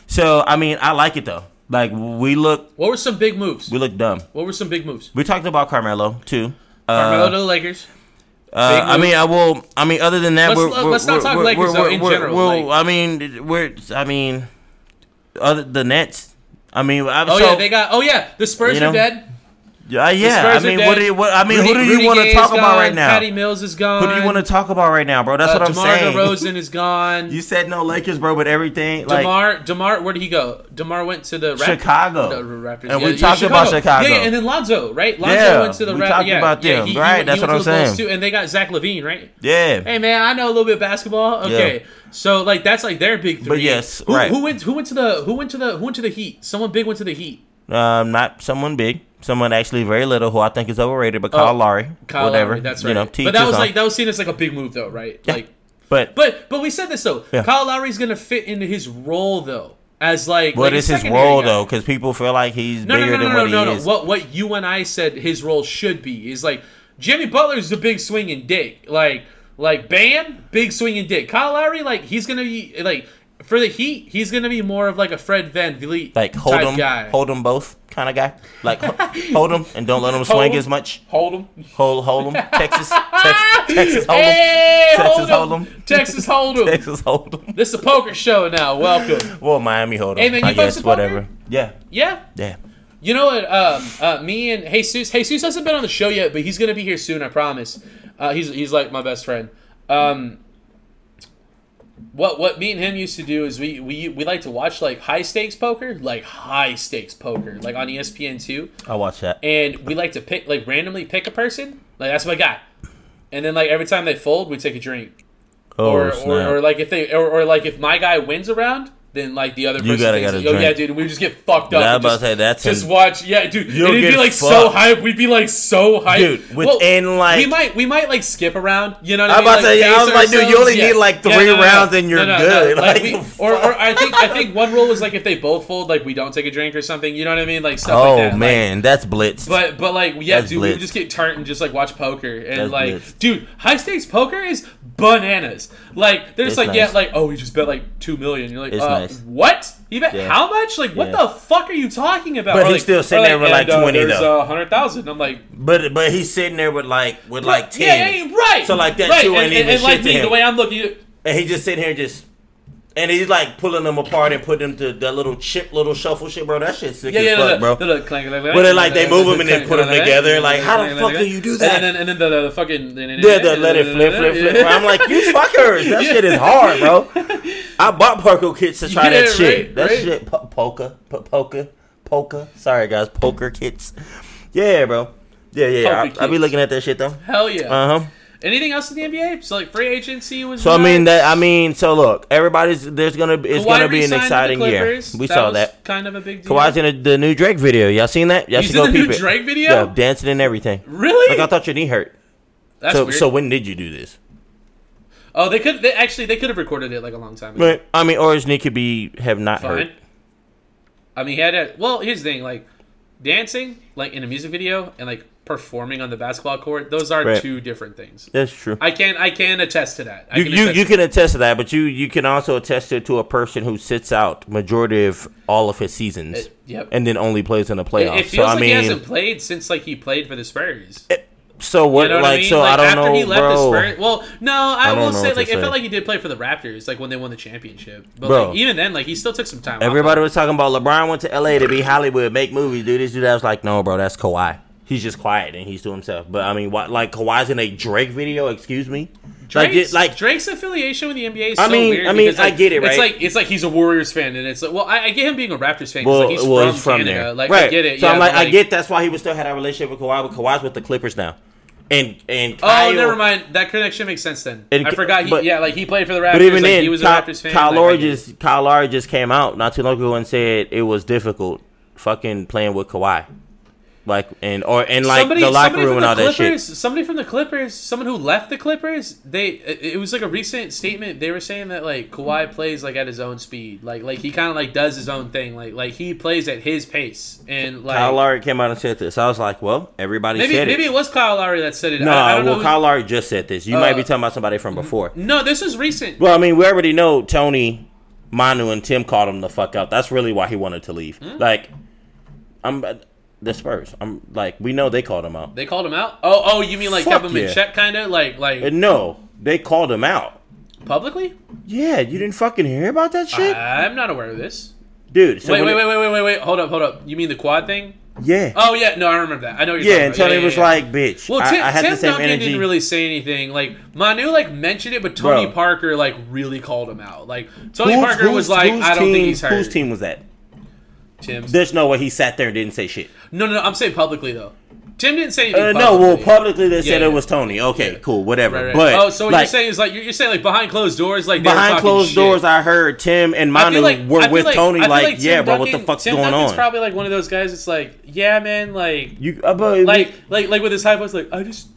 S1: So I mean, I like it though. Like we look,
S2: What were some big moves?
S1: we look dumb.
S2: What were some big moves?
S1: We talked about Carmelo too. Uh,
S2: Carmelo to the Lakers.
S1: Uh, I
S2: move.
S1: mean, I will. I mean, other than that,
S2: Let's-
S1: we're,
S2: let-
S1: we're-
S2: let's not
S1: we're-
S2: talk
S1: we're-
S2: Lakers,
S1: we're-
S2: though, in
S1: we're-
S2: general,
S1: we're-
S2: like-
S1: I mean, we're. I mean, other the Nets. I mean, I'm,
S2: Oh
S1: so,
S2: yeah, they got. Oh yeah, the Spurs
S1: You know,
S2: are dead.
S1: uh, yeah. I
S2: Spurs are
S1: mean, what
S2: dead.
S1: do you? What, I mean,
S2: Rudy-
S1: who do you
S2: Rudy
S1: want to
S2: Gay's
S1: talk about
S2: gone,
S1: right now?
S2: Patty Mills is gone.
S1: Who do you want to talk about right now, bro? That's
S2: Uh,
S1: what I'm
S2: DeMar
S1: saying.
S2: DeRozan is gone.
S1: (laughs) You said no Lakers, bro, but everything like
S2: Demar, Demar, where did he go? Demar went to the Raptors.
S1: Chicago.
S2: The Raptors.
S1: And we talked about Chicago.
S2: Yeah, yeah, and then Lonzo, right? Lonzo
S1: Yeah,
S2: went to the
S1: we
S2: Raptors.
S1: talked
S2: yeah,
S1: about
S2: yeah,
S1: them,
S2: he- he
S1: right?
S2: went-
S1: That's
S2: he went
S1: what
S2: to
S1: I'm
S2: the Bulls
S1: saying.
S2: Too, and they got Zach Levine, right?
S1: yeah.
S2: Hey man, I know a little bit of basketball. Okay, so like that's like their big three.
S1: But yes,
S2: who,
S1: right.
S2: Who went? Who went to the? Who went to the? Who went to the Heat? Someone big went to the Heat.
S1: Um, not someone big, someone actually very little who I think is overrated, but Kyle
S2: Oh,
S1: Lowry,
S2: Kyle
S1: whatever.
S2: Lowry, that's right.
S1: You know,
S2: but that was
S1: on.
S2: like that was seen as like a big move though, right?
S1: Yeah.
S2: Like,
S1: but
S2: but but we said this though.
S1: Yeah.
S2: Kyle Lowry's gonna fit into his role though, as like
S1: what
S2: like a
S1: is his
S2: secondary
S1: role
S2: guy.
S1: though? Because people feel like he's
S2: No, no,
S1: bigger
S2: no, no,
S1: than
S2: no,
S1: what
S2: no,
S1: he
S2: no.
S1: is.
S2: What what you and I said his role should be is like Jimmy Butler's the big swinging dick, like like Bam, big swinging dick. Kyle Lowry, like he's gonna be like for the Heat, he's gonna be more of like a Fred Van Vliet
S1: like hold
S2: type
S1: them,
S2: guy.
S1: hold them both kind of guy. Like
S2: (laughs)
S1: ho- hold them and don't let them swing
S2: 'em.
S1: as much.
S2: hold him.
S1: Hold hold them, Texas,
S2: (laughs)
S1: Texas, Texas, hold them,
S2: Hey,
S1: Texas
S2: hold
S1: hold
S2: 'em.
S1: 'em.
S2: Texas hold
S1: (laughs)
S2: 'em.
S1: Texas, hold them.
S2: This is a poker show now. Welcome.
S1: Well, Miami, hold them.
S2: Hey, man,
S1: I
S2: you folks
S1: guess
S2: support me?
S1: whatever. Yeah,
S2: Yeah.
S1: yeah.
S2: You know what? Um, uh, me and Jesus, Jesus hasn't been on the show yet, but he's gonna be here soon. I promise. Uh, he's he's like my best friend. Um, what what me and him used to do is we we we like to watch like high stakes poker, like high stakes poker, like on E ESPN two,
S1: I watch that.
S2: and we like to pick like randomly pick a person, like that's my guy, and then like every time they fold, we take a drink,
S1: Oh
S2: or
S1: snap!
S2: or, or like if they or, or like if my guy wins around. Then like the other person,
S1: gotta
S2: thinks,
S1: get a
S2: oh yeah,
S1: drink."
S2: dude, we just get fucked up.
S1: Yeah, I was
S2: and
S1: about to
S2: just-
S1: say that's
S2: just
S1: an-
S2: watch, yeah, dude.
S1: You'll
S2: It'd be
S1: get
S2: like so
S1: fucked.
S2: hype. We'd be like so hype,
S1: Dude, within, like-
S2: we might we might like skip around. You know what I
S1: I'm
S2: mean?
S1: about to say, yeah, I
S2: pace
S1: was like, dude, you
S2: ourselves.
S1: only need, like, three rounds and you're good. (laughs) Like,
S2: we-
S1: the
S2: or, or I think I think one rule was like if they both fold, like we don't take a drink or something. You know what I mean? Like stuff
S1: oh
S2: like that. like-
S1: man, that's blitz.
S2: but but like yeah,
S1: That's
S2: dude, we
S1: blitzed.
S2: would just get turned and just like watch poker and
S1: That's
S2: like
S1: blitzed.
S2: dude, high stakes poker is bananas. Like there's
S1: It's
S2: like yeah,
S1: nice.
S2: like oh, you just bet like two million. You're like
S1: It's
S2: uh,
S1: nice.
S2: what? You bet
S1: Yeah.
S2: how much? Like what
S1: Yeah.
S2: the fuck are you talking about?
S1: But
S2: Or,
S1: he's
S2: like-
S1: still sitting
S2: or,
S1: there with, like,
S2: and,
S1: 20
S2: there's,
S1: though.
S2: uh, hundred thousand. I'm like
S1: but but he's sitting there with like with like ten.
S2: yeah, yeah, yeah, right.
S1: So, like, that
S2: right.
S1: two
S2: and,
S1: ain't
S2: and-
S1: even
S2: and, like
S1: shit to
S2: me,
S1: him.
S2: the way I'm looking. you-
S1: and he just sitting here just and he's like pulling them apart and putting them to that little chip, little shuffle shit, bro. That shit's sick
S2: Yeah,
S1: as
S2: yeah,
S1: fuck,
S2: no,
S1: bro.
S2: no, no, no, clank, clank, clank,
S1: But then, like, they
S2: clank,
S1: move
S2: clank,
S1: 'em and then
S2: clank,
S1: put 'em
S2: clank,
S1: together,
S2: clank,
S1: like,
S2: clank,
S1: how the
S2: clank,
S1: fuck
S2: clank.
S1: do you do that?
S2: And then, and then the, the fucking
S1: yeah, the let it flip, flip, flip. bro. I'm like, you fuckers,
S2: (laughs)
S1: that shit is hard, bro. I bought parkour kits to try
S2: Yeah,
S1: that shit.
S2: right,
S1: that
S2: right.
S1: shit, po- polka, po- polka, polka. Sorry, guys, poker kits. Yeah, bro. Yeah, yeah.
S2: Polka
S1: I, I be
S2: kits.
S1: looking at that shit though.
S2: Hell yeah.
S1: Uh huh.
S2: Anything else in the NBA? So like free agency was.
S1: So I mean
S2: nuts.
S1: that I mean so look everybody's there's gonna be it's
S2: Kawhi
S1: gonna be an
S2: re-signed with
S1: exciting
S2: the
S1: year.
S2: Clippers.
S1: We saw
S2: was
S1: that.
S2: Kind of a big deal.
S1: Kawhi's in a, the new Drake video. Y'all seen that? Y'all
S2: He's
S1: should
S2: in
S1: go
S2: the
S1: peep
S2: new
S1: it.
S2: Drake video?
S1: Yeah, dancing and everything.
S2: really?
S1: Like I thought your knee hurt.
S2: That's
S1: So
S2: weird.
S1: so when did you do this?
S2: oh, they could. They actually they could have recorded it like a long time ago.
S1: But I mean, or his knee could be have not
S2: Fine.
S1: hurt.
S2: I mean, he had a, well. Here's the thing: like dancing, like in a music video, and like performing on the basketball court. Those are
S1: Right.
S2: two different things.
S1: That's true.
S2: I can I can attest to that. I
S1: you
S2: can
S1: you,
S2: attest
S1: you can attest to that, but you you can also attest it to a person who sits out majority of all of his seasons.
S2: Uh, yep.
S1: And then only plays in the
S2: It,
S1: playoffs.
S2: it feels
S1: so I
S2: like
S1: mean,
S2: he hasn't played since like he played for the Spurs.
S1: So what?
S2: You know what
S1: like
S2: I mean?
S1: so,
S2: like,
S1: I don't
S2: after
S1: know,
S2: he left
S1: bro.
S2: the Spurs, well, no, I,
S1: I don't know
S2: will say
S1: what
S2: like
S1: to
S2: it felt
S1: say.
S2: like he did play for the Raptors, like when they won the championship. But
S1: Bro.
S2: like, even then, like he still took some time. off.
S1: Everybody was talking about LeBron went to LA to be Hollywood, make movies, do this, do that. I was like, no, bro, that's Kawhi. He's just quiet and he's to himself. But I mean, what, like Kawhi's in a Drake video? Excuse me. Like,
S2: Drake's,
S1: it- like
S2: Drake's affiliation with the NBA. Is
S1: I
S2: so
S1: mean-
S2: weird
S1: I mean,
S2: because, like,
S1: I get it,
S2: It's
S1: right?
S2: like it's like he's a Warriors fan, and it's like, well, I, I get him being a Raptors fan. 'cause,
S1: well,
S2: like, he's,
S1: well,
S2: from
S1: he's from
S2: Canada.
S1: there,
S2: Like
S1: right?
S2: I get it.
S1: So
S2: yeah,
S1: I'm
S2: but,
S1: like, I get that's why he would still had that relationship with Kawhi. But Kawhi's with the Clippers now, and and
S2: Oh,
S1: Kyle,
S2: never mind. That connection makes sense then.
S1: And-
S2: I forgot. He,
S1: but-
S2: yeah, like he played for the Raptors.
S1: But even
S2: like,
S1: then,
S2: he was
S1: Kyle,
S2: a Raptors fan.
S1: Kyle
S2: like, I
S1: Lowry
S2: get it.
S1: just Kyle Lowry just came out not too long ago and said it was difficult, fucking playing with Kawhi, like and or and like
S2: somebody,
S1: the locker
S2: somebody
S1: room
S2: from
S1: and all
S2: the
S1: that shit.
S2: Clippers, Somebody from the Clippers, someone who left the Clippers, they it it was like a recent statement. They were saying that like Kawhi plays like at his own speed, like like he kind of like does his own thing, like like he plays at his pace, and like
S1: Kyle Lowry came out and said this. I was like, well, everybody
S2: maybe
S1: said
S2: maybe
S1: it.
S2: it was Kyle Lowry that said it.
S1: No,
S2: I, I don't
S1: well,
S2: know. who-
S1: Kyle Lowry just said this. You might
S2: Uh,
S1: be talking about somebody from before.
S2: no, this is recent.
S1: Well, I mean, we already know Tony, Manu, and Tim called him the fuck out. That's really why he wanted to leave.
S2: Hmm?
S1: Like, I'm uh, the Spurs. I'm like, we know they called him out.
S2: They called him out. Oh, oh, you mean like
S1: Fuck
S2: kept him in
S1: yeah.
S2: check, kind of like like
S1: And no, they called him out.
S2: publicly?
S1: Yeah, you didn't fucking hear about that shit,
S2: I'm not aware of this.
S1: dude. So
S2: Uh, wait,
S1: when
S2: wait,
S1: it-
S2: wait, wait, wait, wait, wait. Hold up, hold up. You mean the quad thing?
S1: Yeah.
S2: Oh yeah, no, I remember that. I know. What you're
S1: yeah, and
S2: talking about.
S1: Tony
S2: yeah,
S1: was
S2: yeah.
S1: like, bitch.
S2: Well,
S1: I,
S2: Tim,
S1: I had
S2: Tim
S1: the same
S2: Duncan
S1: energy.
S2: didn't really say anything. Like Manu, like mentioned it, but Tony
S1: Bro.
S2: Parker like really called him out. Like Tony
S1: Whose-
S2: Parker was
S1: whose-
S2: like,
S1: whose
S2: I don't
S1: team,
S2: think he's hurt.
S1: Whose team was that?
S2: Tim's.
S1: There's no way he sat there and didn't say shit.
S2: No, no, no. I'm saying publicly though. Tim didn't say anything.
S1: Uh, no,
S2: publicly.
S1: well, publicly they said
S2: Yeah,
S1: it
S2: yeah.
S1: was Tony. Okay, cool, whatever.
S2: Right, right.
S1: But
S2: oh, so what
S1: like,
S2: you're saying is like you're, you're saying like behind closed doors, like they were
S1: behind
S2: talking
S1: closed
S2: shit.
S1: doors, I heard Tim and
S2: I
S1: Manu
S2: feel like-
S1: were
S2: I feel
S1: with
S2: like-
S1: Tony.
S2: I feel
S1: Like,
S2: Tim
S1: yeah, bro, what the
S2: Duncan-
S1: fuck's
S2: Tim
S1: going
S2: Duncan's
S1: on?
S2: probably like one of those guys. that's like, yeah, man, like
S1: you, uh, but,
S2: like like like with his high voice, like I just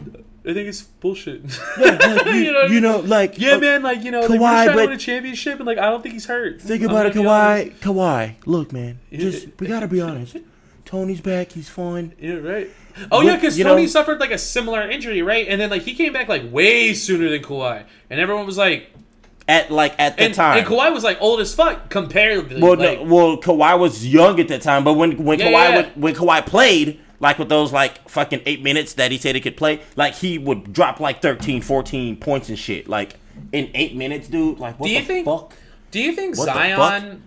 S2: I think it's bullshit. (laughs) you know, what I
S1: you
S2: mean?
S1: know, like,
S2: yeah,
S1: uh,
S2: man, like you know, like, we're
S1: Kawhi,
S2: just trying
S1: but-
S2: to win a championship, and like I don't think he's hurt.
S1: Think
S2: I'm
S1: about it,
S2: gonna be honest.
S1: Kawhi. Kawhi, look, man, just we gotta be
S2: (laughs)
S1: honest. Tony's back. He's fine.
S2: Yeah, right. Oh
S1: Look,
S2: yeah, because
S1: you
S2: Tony
S1: know-
S2: suffered like a similar injury, right? And then like he came back like way sooner than Kawhi, and everyone was like,
S1: At like at the
S2: and,
S1: time,
S2: and Kawhi was like old as fuck comparatively.
S1: Well,
S2: like,
S1: no, well, Kawhi was young at that time, but when when
S2: Yeah,
S1: Kawhi
S2: yeah, yeah.
S1: Would, when Kawhi played, like with those like fucking eight minutes that he said he could play, like he would drop like 13, 14 points and shit, like in eight minutes, dude. Like, what
S2: Do you
S1: the
S2: think-
S1: fuck?
S2: do you think
S1: What the
S2: Zion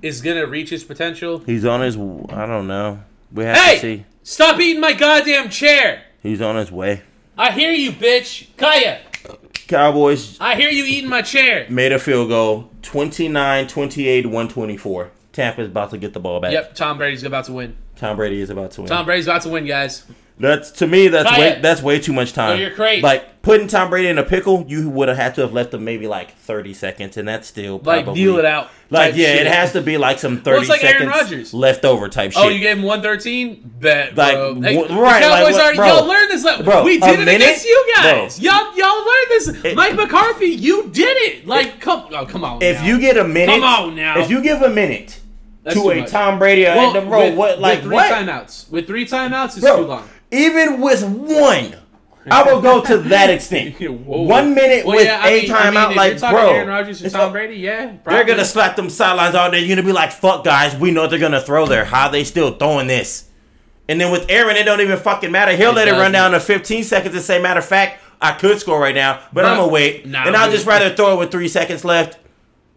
S2: is gonna reach his potential?
S1: He's on his. I don't know. We have to
S2: Hey,
S1: see.
S2: stop eating my goddamn chair!
S1: He's on his way.
S2: I hear you, bitch, Kaya.
S1: Cowboys
S2: I hear you eating my chair.
S1: made a field goal, 29, 28, 124. Tampa's about to get the ball back.
S2: Yep, Tom Brady's about to win.
S1: Tom Brady is about to win.
S2: Tom Brady's about to win, guys.
S1: That's to me. That's
S2: Try
S1: way
S2: it.
S1: that's way too much time.
S2: No, you're crazy.
S1: Like putting Tom Brady in a pickle, you would have had to have left him maybe like 30 seconds, and that's still
S2: Like,
S1: probably-
S2: deal it out.
S1: Like
S2: type
S1: yeah,
S2: shit.
S1: it has to be like some 30
S2: it's like Aaron
S1: seconds
S2: Rodgers.
S1: left over type shit.
S2: Oh, you gave him one thirteen. Bet,
S1: Like,
S2: bro.
S1: wh-
S2: Hey, the
S1: right, like,
S2: Cowboys
S1: what-
S2: already.
S1: bro.
S2: y'all learned this. Like,
S1: Bro,
S2: we
S1: a
S2: did it
S1: minute?
S2: against you guys.
S1: Bro.
S2: Y'all, y'all learned this.
S1: It-
S2: Mike McCarthy, you did it. Like, come, oh, come on.
S1: if
S2: now.
S1: you get a minute,
S2: Come on now.
S1: If you give a minute
S2: That's
S1: to
S2: too
S1: a
S2: much.
S1: Tom Brady or
S2: Well,
S1: random bro,
S2: with-
S1: what like
S2: with three
S1: what?
S2: timeouts? With three timeouts, it's
S1: Bro,
S2: too
S1: (laughs)
S2: long.
S1: even with one. I will go to
S2: (laughs)
S1: that extent.
S2: Whoa.
S1: One minute
S2: Well,
S1: with
S2: yeah, I
S1: a
S2: mean- I mean,
S1: timeout,
S2: if
S1: like
S2: you're talking
S1: bro,
S2: Aaron Rodgers and
S1: it's
S2: Tom
S1: a-
S2: Brady, yeah,
S1: They're
S2: probably.
S1: gonna slap them sidelines all day. You're gonna be like, "Fuck, guys, we know they're gonna throw there. How they still throwing this?" And then with Aaron, it don't even fucking matter. He'll let it
S2: doesn't.
S1: run down to 15 seconds and say, "Matter of fact, I could score right now, but,
S2: But-
S1: I'm gonna wait,
S2: Nah,
S1: and I'll
S2: dude.
S1: just rather throw it with three seconds left.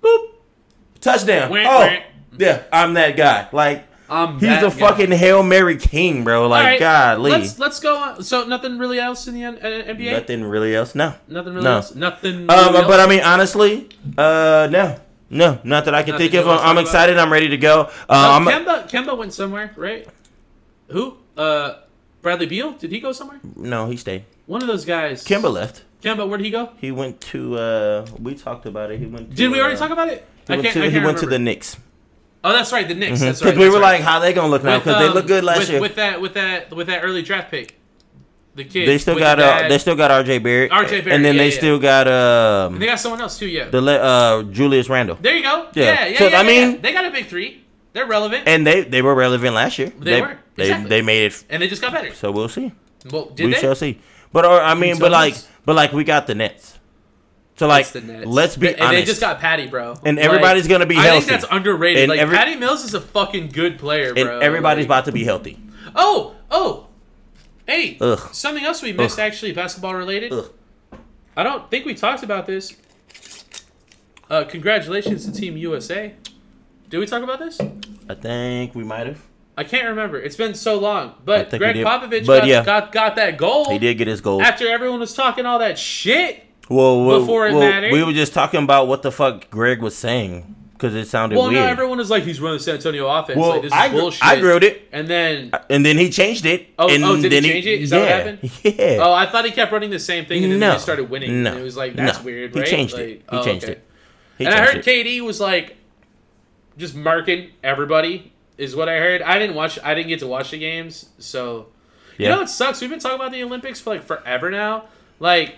S1: Boop, touchdown.
S2: Wah,
S1: oh,
S2: wah.
S1: yeah, I'm that guy. Like,
S2: I'm
S1: he's
S2: that
S1: a
S2: guy.
S1: fucking hail mary king, bro.
S2: All
S1: Like,
S2: right,
S1: golly,
S2: Let's let's go on. So nothing really else in the N- uh, NBA.
S1: nothing really else. No,
S2: Nothing really
S1: No.
S2: else. Nothing.
S1: Um,
S2: really
S1: but
S2: else?
S1: I mean, honestly, uh, no, no, not that I can
S2: Nothing
S1: think
S2: you
S1: of.
S2: wanna talk
S1: I'm
S2: about?
S1: excited. I'm ready to go. Uh, I'm,
S2: Oh, Kemba Kemba went somewhere, right? Who? Uh, Bradley Beal? Did he go somewhere?
S1: no, he stayed.
S2: One of those guys.
S1: Kimba left.
S2: Kemba, where did he go?
S1: He went to. Uh, we talked about it. He went. To,
S2: Did we already
S1: uh,
S2: talk about it?
S1: He went, to, he went to the Knicks Hmm.
S2: Oh, that's right, the Knicks. That's
S1: because
S2: right.
S1: we
S2: that's
S1: were
S2: right.
S1: like, "How they gonna look now?"
S2: With,
S1: Because they
S2: um,
S1: looked good last
S2: with,
S1: year.
S2: With that, with that, with that early draft pick, the kid.
S1: they still
S2: with
S1: got.
S2: the
S1: Uh,
S2: dad.
S1: they still got R.J. Barrett.
S2: R.J. Barrett,
S1: And then
S2: yeah,
S1: they
S2: yeah.
S1: still got um
S2: They got someone else too. Yeah.
S1: the le- uh Julius Randle.
S2: there you go.
S1: Yeah.
S2: Yeah. Yeah. yeah,
S1: So, I
S2: yeah, yeah.
S1: mean-
S2: they got a big three. They're relevant, and,
S1: And they they were relevant last year.
S2: They were.
S1: They,
S2: Exactly.
S1: they made it.
S2: they just got better.
S1: So we'll see.
S2: Well, did
S1: we
S2: they?
S1: shall see. But or, I mean,
S2: so
S1: but like,
S2: much.
S1: but like, we got the Nets. So like,
S2: It's the Nets.
S1: let's be
S2: and
S1: honest.
S2: they just got Patty, bro.
S1: And everybody's gonna be
S2: I
S1: healthy.
S2: think that's underrated.
S1: And
S2: like
S1: every-
S2: Patty Mills is a fucking good player,
S1: and
S2: bro.
S1: everybody's
S2: like,
S1: about to be healthy.
S2: Oh, oh. Hey,
S1: Ugh.
S2: something else we missed actually basketball related.
S1: Ugh.
S2: I don't think we talked about this. Uh, congratulations to Team USA. Did we talk about this?
S1: I think we might have.
S2: I can't remember. It's been so long.
S1: I
S2: But
S1: think we
S2: Greg
S1: did.
S2: Popovich
S1: But
S2: got,
S1: yeah.
S2: got got that goal
S1: He did get his goal.
S2: after everyone was talking all that shit.
S1: well, well,
S2: before it
S1: well,
S2: mattered.
S1: we were just talking about what the fuck Greg was saying because it sounded
S2: Well,
S1: weird.
S2: now everyone is like, he's running the San Antonio offense.
S1: well,
S2: like, this is
S1: I, gr-
S2: bullshit.
S1: I grilled it,
S2: And then,
S1: and then he changed it.
S2: Oh,
S1: and
S2: oh, did he
S1: then
S2: change it? Is that what
S1: yeah, (laughs)
S2: happened?
S1: Yeah.
S2: oh, I thought he kept running the same thing, and then
S1: no,
S2: they started winning.
S1: No,
S2: and it was like, that's
S1: no.
S2: weird,
S1: He
S2: right?
S1: changed
S2: Like,
S1: it. He
S2: oh,
S1: changed
S2: okay.
S1: it. He
S2: and I
S1: changed it.
S2: heard KD was like just marking everybody is what I heard. I didn't watch. I didn't get to watch the games, so
S1: Yeah.
S2: you know it sucks. We've been talking about the Olympics for like forever now. Like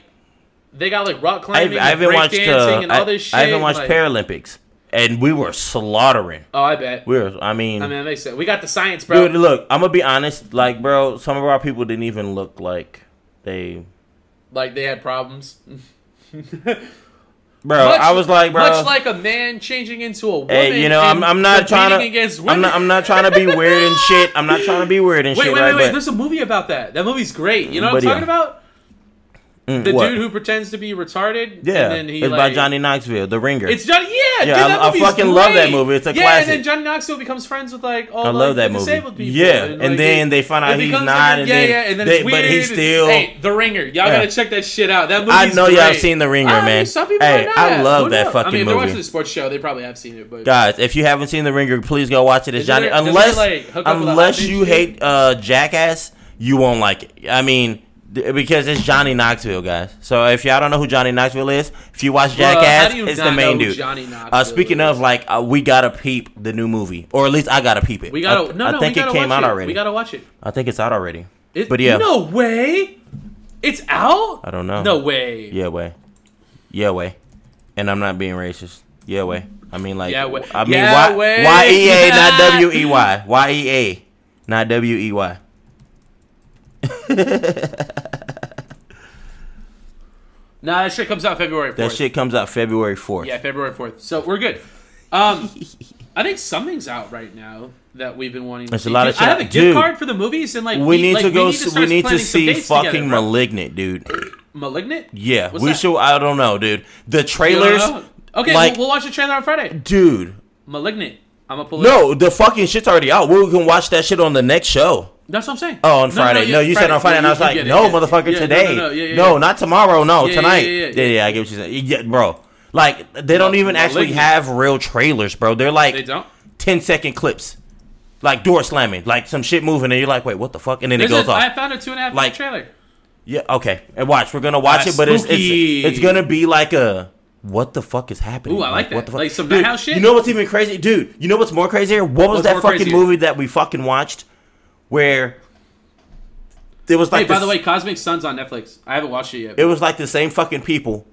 S2: they got like rock
S1: I've,
S2: climbing,
S1: I haven't
S2: break
S1: watched.
S2: dancing,
S1: Uh,
S2: and all
S1: I,
S2: this shit.
S1: I haven't watched
S2: like-
S1: Paralympics, and we were slaughtering.
S2: Oh, I bet.
S1: We were. I mean,
S2: I mean, that makes sense. We got the science, bro.
S1: dude, look. I'm gonna be honest. Like, bro, some of our people didn't even look like they.
S2: Like they had problems.
S1: Bro,
S2: Much-
S1: I was like, bro.
S2: Much like a man changing into a woman.
S1: Hey, you know, I'm,
S2: and
S1: I'm not trying
S2: competing against
S1: to.
S2: women.
S1: I'm not, I'm not trying to be weird and shit. I'm not trying to be weird and
S2: Wait,
S1: shit.
S2: wait,
S1: right?
S2: wait, wait.
S1: But-
S2: There's a movie about that. That movie's great. You know what
S1: But
S2: I'm
S1: yeah.
S2: talking about?
S1: Mm,
S2: The
S1: what?
S2: dude who pretends to be retarded.
S1: Yeah,
S2: and then he,
S1: it's by
S2: like-
S1: Johnny Knoxville, The Ringer.
S2: It's Johnny. Yeah, dude,
S1: I-
S2: that
S1: I
S2: movie's
S1: fucking love that
S2: great.
S1: movie. It's a
S2: yeah,
S1: classic.
S2: and then Johnny Knoxville becomes friends with like all
S1: I love
S2: like,
S1: that
S2: the
S1: movie.
S2: disabled people.
S1: Yeah, and
S2: like,
S1: then
S2: it-
S1: they find out
S2: it
S1: he's
S2: becomes
S1: not,
S2: a-
S1: and
S2: yeah,
S1: then-
S2: yeah, and then
S1: they-
S2: it's
S1: but
S2: weird.
S1: he's still-
S2: Hey, The Ringer. Y'all
S1: Yeah.
S2: gotta check that shit out. That movie.
S1: I know y'all
S2: great.
S1: have seen The Ringer,
S2: I
S1: man.
S2: Some people
S1: Hey,
S2: are not.
S1: I love
S2: Who
S1: that
S2: knows? I
S1: fucking
S2: mean, if they're watching
S1: movie.
S2: the sports show. They probably have seen it, but
S1: Guys, if you haven't seen The Ringer, please go watch it. It's
S2: Isn't
S1: Johnny.
S2: it- doesn't it,
S1: unless
S2: like, hook up with a
S1: unless
S2: hot bitch
S1: you
S2: dude?
S1: hate uh, Jackass, you won't like it. I mean, th- because it's Johnny Knoxville, guys. So if y'all don't know who Johnny Knoxville is, if you watch
S2: Bruh, how
S1: Jackass,
S2: do you
S1: it's
S2: not
S1: the main
S2: know who
S1: dude.
S2: Johnny Knoxville
S1: Uh, speaking
S2: is?
S1: of, like, uh, we gotta peep the new movie, or at least I gotta peep it.
S2: we gotta.
S1: I,
S2: no,
S1: I
S2: no,
S1: think
S2: we gotta
S1: it came
S2: watch
S1: out
S2: it.
S1: already.
S2: We gotta watch it.
S1: I think it's out already.
S2: It-
S1: but yeah,
S2: no way. It's out.
S1: I don't know.
S2: No way.
S1: yeah way, yeah way, and I'm not being racist. Yeah way. I mean like
S2: Yeah way.
S1: I mean
S2: Yeah
S1: why
S2: way.
S1: why E A not
S2: (laughs)
S1: W E Y Y E A not W E Y.
S2: Nah, that shit comes out February. 4th.
S1: That shit comes out February fourth.
S2: Yeah, February fourth. So we're good.
S1: (laughs)
S2: Um, I think something's out right now that we've been wanting. to
S1: There's a
S2: see.
S1: lot of
S2: Dude, I
S1: shit.
S2: have a gift
S1: Dude,
S2: card for the movies, and like
S1: We need
S2: like,
S1: to go. We
S2: We need to,
S1: we
S2: start
S1: need to
S2: planning some
S1: see
S2: dates together,
S1: fucking
S2: bro.
S1: malignant, dude.
S2: malignant.
S1: Yeah,
S2: What's
S1: we
S2: that?
S1: should. I don't know, dude. The
S2: You don't
S1: trailers,
S2: know? Okay,
S1: like-
S2: we'll, we'll watch the trailer on Friday.
S1: dude.
S2: Malignant. I'm gonna pull it. up.
S1: No, the fucking shit's already out. We can watch that shit on the next show.
S2: that's what I'm saying.
S1: Oh, on Friday. No,
S2: yeah,
S1: you said on Friday, and I was
S2: you
S1: like,
S2: get it,
S1: no,
S2: yeah.
S1: motherfucker,
S2: Yeah, no,
S1: today.
S2: No,
S1: No,
S2: no, yeah, yeah, yeah.
S1: not tomorrow. No,
S2: yeah,
S1: tonight.
S2: yeah,
S1: Yeah
S2: yeah,
S1: yeah,
S2: yeah.
S1: I get what you said. Yeah, bro. Like they don't even
S2: Well,
S1: actually
S2: listen.
S1: have real trailers, bro. They're like
S2: They don't.
S1: 10 second clips, like door slamming, like some shit moving, and you're like, wait, what the fuck? And then
S2: There's
S1: it goes
S2: a,
S1: off.
S2: I found a two and a half minute
S1: Like-
S2: trailer.
S1: yeah, okay. And watch, we're gonna watch
S2: Ah,
S1: it, but it's,
S2: spooky.
S1: it's it's gonna be like a. What the fuck is happening?
S2: Ooh, I like
S1: What
S2: that.
S1: the fuck?
S2: Like some
S1: dude,
S2: Nighthouse shit?
S1: You know what's even crazy, dude? You know what's more crazier? What was
S2: What's
S1: that
S2: more
S1: fucking
S2: crazier?
S1: movie that we fucking watched, where there was like
S2: Hey, by
S1: this-
S2: the way, Cosmic Sun's on Netflix. I haven't watched it yet.
S1: It was like the same fucking people,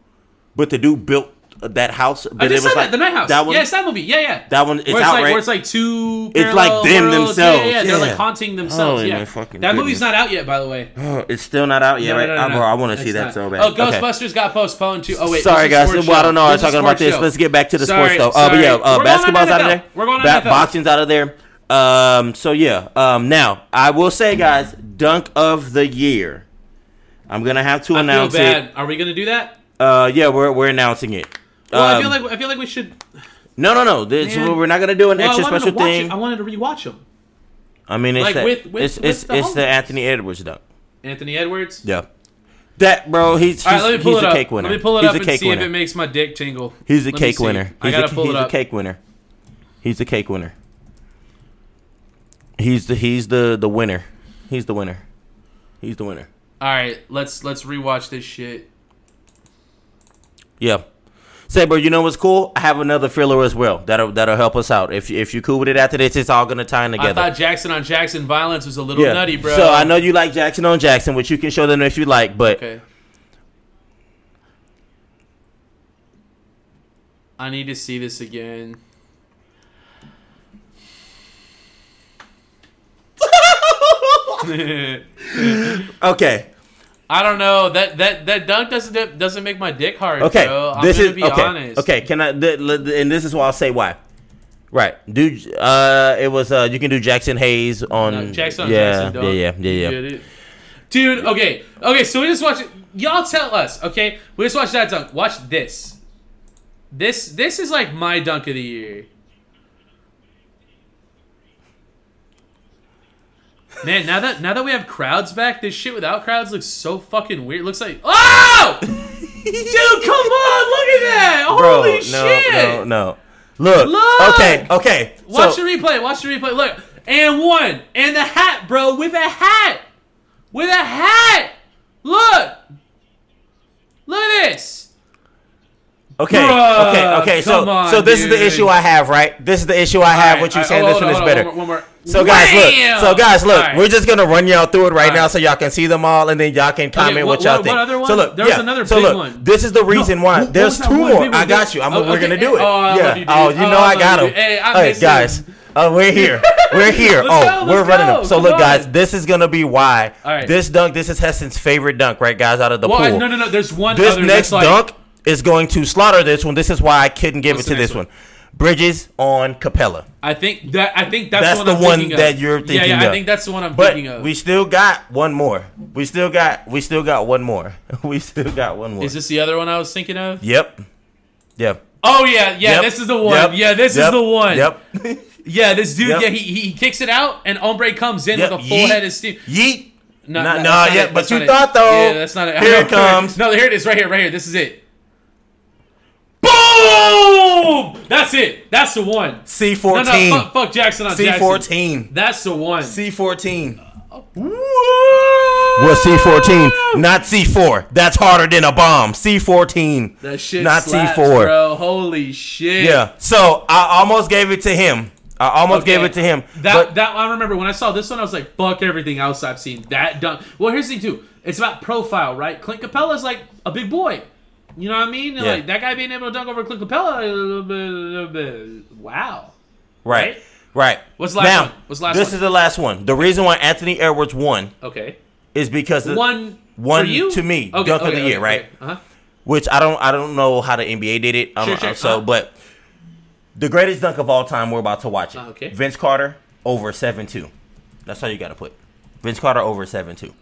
S1: but the dude built that house. But
S2: I just
S1: it was
S2: saw
S1: like
S2: that the Night House.
S1: That one,
S2: yeah, it's that movie. Yeah, yeah.
S1: that one is
S2: where it's
S1: out,
S2: like
S1: right?
S2: where it's like two.
S1: It's like
S2: parallel
S1: them
S2: worlds.
S1: themselves.
S2: Yeah, yeah, they're like
S1: Yeah.
S2: haunting themselves.
S1: Holy
S2: yeah,
S1: my
S2: that
S1: fucking
S2: movie's
S1: goodness.
S2: not out yet, by the way.
S1: Oh, it's still not out yet,
S2: No,
S1: right?
S2: no, no,
S1: I'm-
S2: no.
S1: I want
S2: It's
S1: to see that
S2: not.
S1: so bad.
S2: Oh,
S1: Okay.
S2: Ghostbusters got postponed too. Oh wait,
S1: Sorry,
S2: this is
S1: guys.
S2: a sports
S1: Well, I
S2: show.
S1: don't know. I'm
S2: This is a
S1: talking about
S2: sports
S1: this.
S2: show.
S1: Let's get back to the
S2: Sorry,
S1: sports though. Uh, but
S2: sorry.
S1: yeah,
S2: We're going
S1: uh,
S2: on
S1: basketball's out of
S2: NFL.
S1: there.
S2: We're going on
S1: Ba-
S2: NFL.
S1: Boxing's out of there. Um, so yeah. Um, now I will say, guys, dunk of the year. I'm gonna have to
S2: I feel
S1: announce
S2: bad.
S1: it.
S2: Are we gonna do that?
S1: Uh, yeah, we're we're announcing it.
S2: Well, I feel
S1: Um,
S2: like I feel like we should.
S1: no, no, no. This,
S2: Man.
S1: we're not gonna do an
S2: Well, I
S1: extra
S2: wanted to
S1: special
S2: watch
S1: thing.
S2: it. I wanted to rewatch them.
S1: I mean, it's
S2: Like,
S1: that,
S2: with- with-
S1: it's
S2: with
S1: it's,
S2: the
S1: it's the
S2: homies.
S1: Anthony Edwards dunk.
S2: Anthony Edwards.
S1: Yeah, that bro. He's he's,
S2: All right, let me pull
S1: he's
S2: it
S1: a
S2: up.
S1: cake winner.
S2: Let me pull it
S1: he's
S2: up
S1: a
S2: and
S1: cake
S2: see
S1: winner.
S2: if it makes my dick tingle.
S1: he's a
S2: Let me
S1: cake
S2: see.
S1: winner.
S2: I
S1: He's
S2: gotta
S1: a,
S2: pull
S1: he's
S2: it
S1: a
S2: up.
S1: cake winner. He's a cake winner. He's the he's the the winner. He's the winner. He's the winner.
S2: All right, let's let's rewatch this shit.
S1: Yeah. Say, bro, you know what's cool? I have another filler as well. That'll that'll help us out. If you- if you're cool with it after this, it's all gonna tie in together.
S2: I thought Jackson on Jackson violence was a little
S1: yeah.
S2: nutty, bro.
S1: So I know you like Jackson on Jackson, which you can show them if you like. But
S2: Okay. I need to see this again. (laughs) I
S1: okay.
S2: don't know that that that dunk doesn't doesn't make my dick hard.
S1: Okay,
S2: bro. I'm
S1: this
S2: gonna
S1: is
S2: be
S1: okay.
S2: honest.
S1: Okay, can I? Th- l- th- and this is why I'll say why. Right, dude. Uh, it was uh, you can do Jackson Hayes on
S2: No, Jackson, on
S1: Yeah,
S2: Jackson, dog.
S1: yeah, yeah, yeah,
S2: You
S1: yeah.
S2: get it? Dude, okay. Okay, so we just watch Y'all tell us, okay? We just watched that dunk. Watch this. This this is like my dunk of the year. Man, now that now that we have crowds back, this shit without crowds looks so fucking weird. Looks like
S1: (laughs)
S2: Oh! Dude, come on, look at that!
S1: Bro,
S2: Holy
S1: no,
S2: shit!
S1: no, no. Look,
S2: Look!
S1: Okay, okay.
S2: Watch
S1: so,
S2: the replay. Watch the replay. Look, and one, and the hat, bro, with a hat, with a hat. Look, look at this.
S1: Okay,
S2: Bruh,
S1: okay, okay. So,
S2: come on,
S1: so this is
S2: dude.
S1: the issue I have, right? This is the issue I have.
S2: All
S1: with you
S2: right,
S1: saying
S2: all right,
S1: this
S2: hold
S1: one is
S2: on,
S1: better.
S2: hold on, one more-
S1: So guys,
S2: Wham!
S1: look. So guys, look.
S2: All right.
S1: we're just gonna run y'all through it right
S2: All
S1: now,
S2: right.
S1: so y'all can see them all, and then y'all can comment
S2: what-
S1: what, y'all
S2: what-
S1: think.
S2: what other one?
S1: So look,
S2: There was
S1: yeah.
S2: another
S1: so
S2: big
S1: look,
S2: one.
S1: this is the reason why.
S2: what- what
S1: There's
S2: was that
S1: two
S2: one?
S1: more.
S2: Wait, wait,
S1: I got
S2: wait.
S1: you. I'm,
S2: Oh,
S1: We're
S2: okay,
S1: gonna
S2: eh,
S1: do it.
S2: oh, I love
S1: yeah.
S2: you, dude.
S1: Oh, you
S2: Oh,
S1: know
S2: I
S1: I
S2: love
S1: got
S2: you.
S1: him.
S2: Hey, I
S1: Hey,
S2: miss him.
S1: guys. Uh, we're here. We're here.
S2: Let's go,
S1: Oh,
S2: let's
S1: we're running
S2: go.
S1: them. So
S2: Come
S1: look,
S2: on.
S1: guys, this is gonna be why
S2: All right.
S1: this dunk. This is Heston's favorite dunk, right, guys? Out of the
S2: Well, I-
S1: pool
S2: no, no, no. There's one.
S1: this
S2: other
S1: next
S2: that's like,
S1: dunk is going to slaughter this one. This is why I couldn't give
S2: What's
S1: it to
S2: the next
S1: this one. Bridges on Capella.
S2: I think that. I think that's,
S1: That's
S2: the
S1: the
S2: one, I'm
S1: one
S2: thinking of.
S1: that you're
S2: Yeah,
S1: thinking
S2: yeah. I
S1: of.
S2: think that's the one I'm
S1: But
S2: thinking of.
S1: we still got one more. We still got we still got one more. (laughs) We still got one more.
S2: is this the other one I was thinking of?
S1: yep. Yep.
S2: Oh yeah, yeah.
S1: Yep.
S2: This is the one.
S1: Yep.
S2: Yeah, this is
S1: Yep.
S2: the one.
S1: Yep.
S2: (laughs) Yeah, this dude.
S1: Yep.
S2: Yeah, he, he he kicks it out, and Ombre comes in
S1: yep.
S2: with a full
S1: Yeet.
S2: head of steam.
S1: Yeet.
S2: No,
S1: Nah,
S2: no,
S1: nah,
S2: that's not
S1: yeah,
S2: it.
S1: but
S2: That's
S1: you
S2: not it.
S1: thought, though.
S2: Yeah, that's not it. (laughs)
S1: Here it comes.
S2: No, here it is, right here, right here. This is it. Boom! That's it. That's the one.
S1: C
S2: No, no,
S1: fourteen.
S2: fuck, fuck Jackson on
S1: C
S2: Jackson.
S1: fourteen.
S2: That's the one.
S1: C fourteen.
S2: Whoa!
S1: Well, C fourteen, not C four. That's harder than a bomb. C fourteen.
S2: That shit
S1: Not
S2: slaps,
S1: C4.
S2: bro. Holy shit.
S1: Yeah. So I almost gave it to him. I almost
S2: Okay.
S1: gave it to him.
S2: That
S1: but-
S2: that I remember when I saw this one, I was like, "Fuck everything else I've seen." That dunk. Well, here's the thing too. It's about profile, right? Clint Capella's like a big boy. You know what I mean? And,
S1: Yeah.
S2: Like that guy being able to dunk over Clint Capella, a little bit, a little bit. Wow.
S1: Right.
S2: Right?
S1: Right.
S2: What's the last one? What's the last
S1: this
S2: one?
S1: is the last one. The reason why Anthony Edwards won
S2: Okay.
S1: is because the,
S2: One.
S1: Uh, one
S2: for you?
S1: to me, dunk of the year, right?
S2: Uh-huh.
S1: which I don't I don't know how the NBA did it. Um,
S2: Sure, sure.
S1: uh, So,
S2: Uh-huh.
S1: but the greatest dunk of all time, we're about to watch it.
S2: Uh, okay.
S1: Vince Carter over seven two. That's all you got to put. Vince Carter over seven two.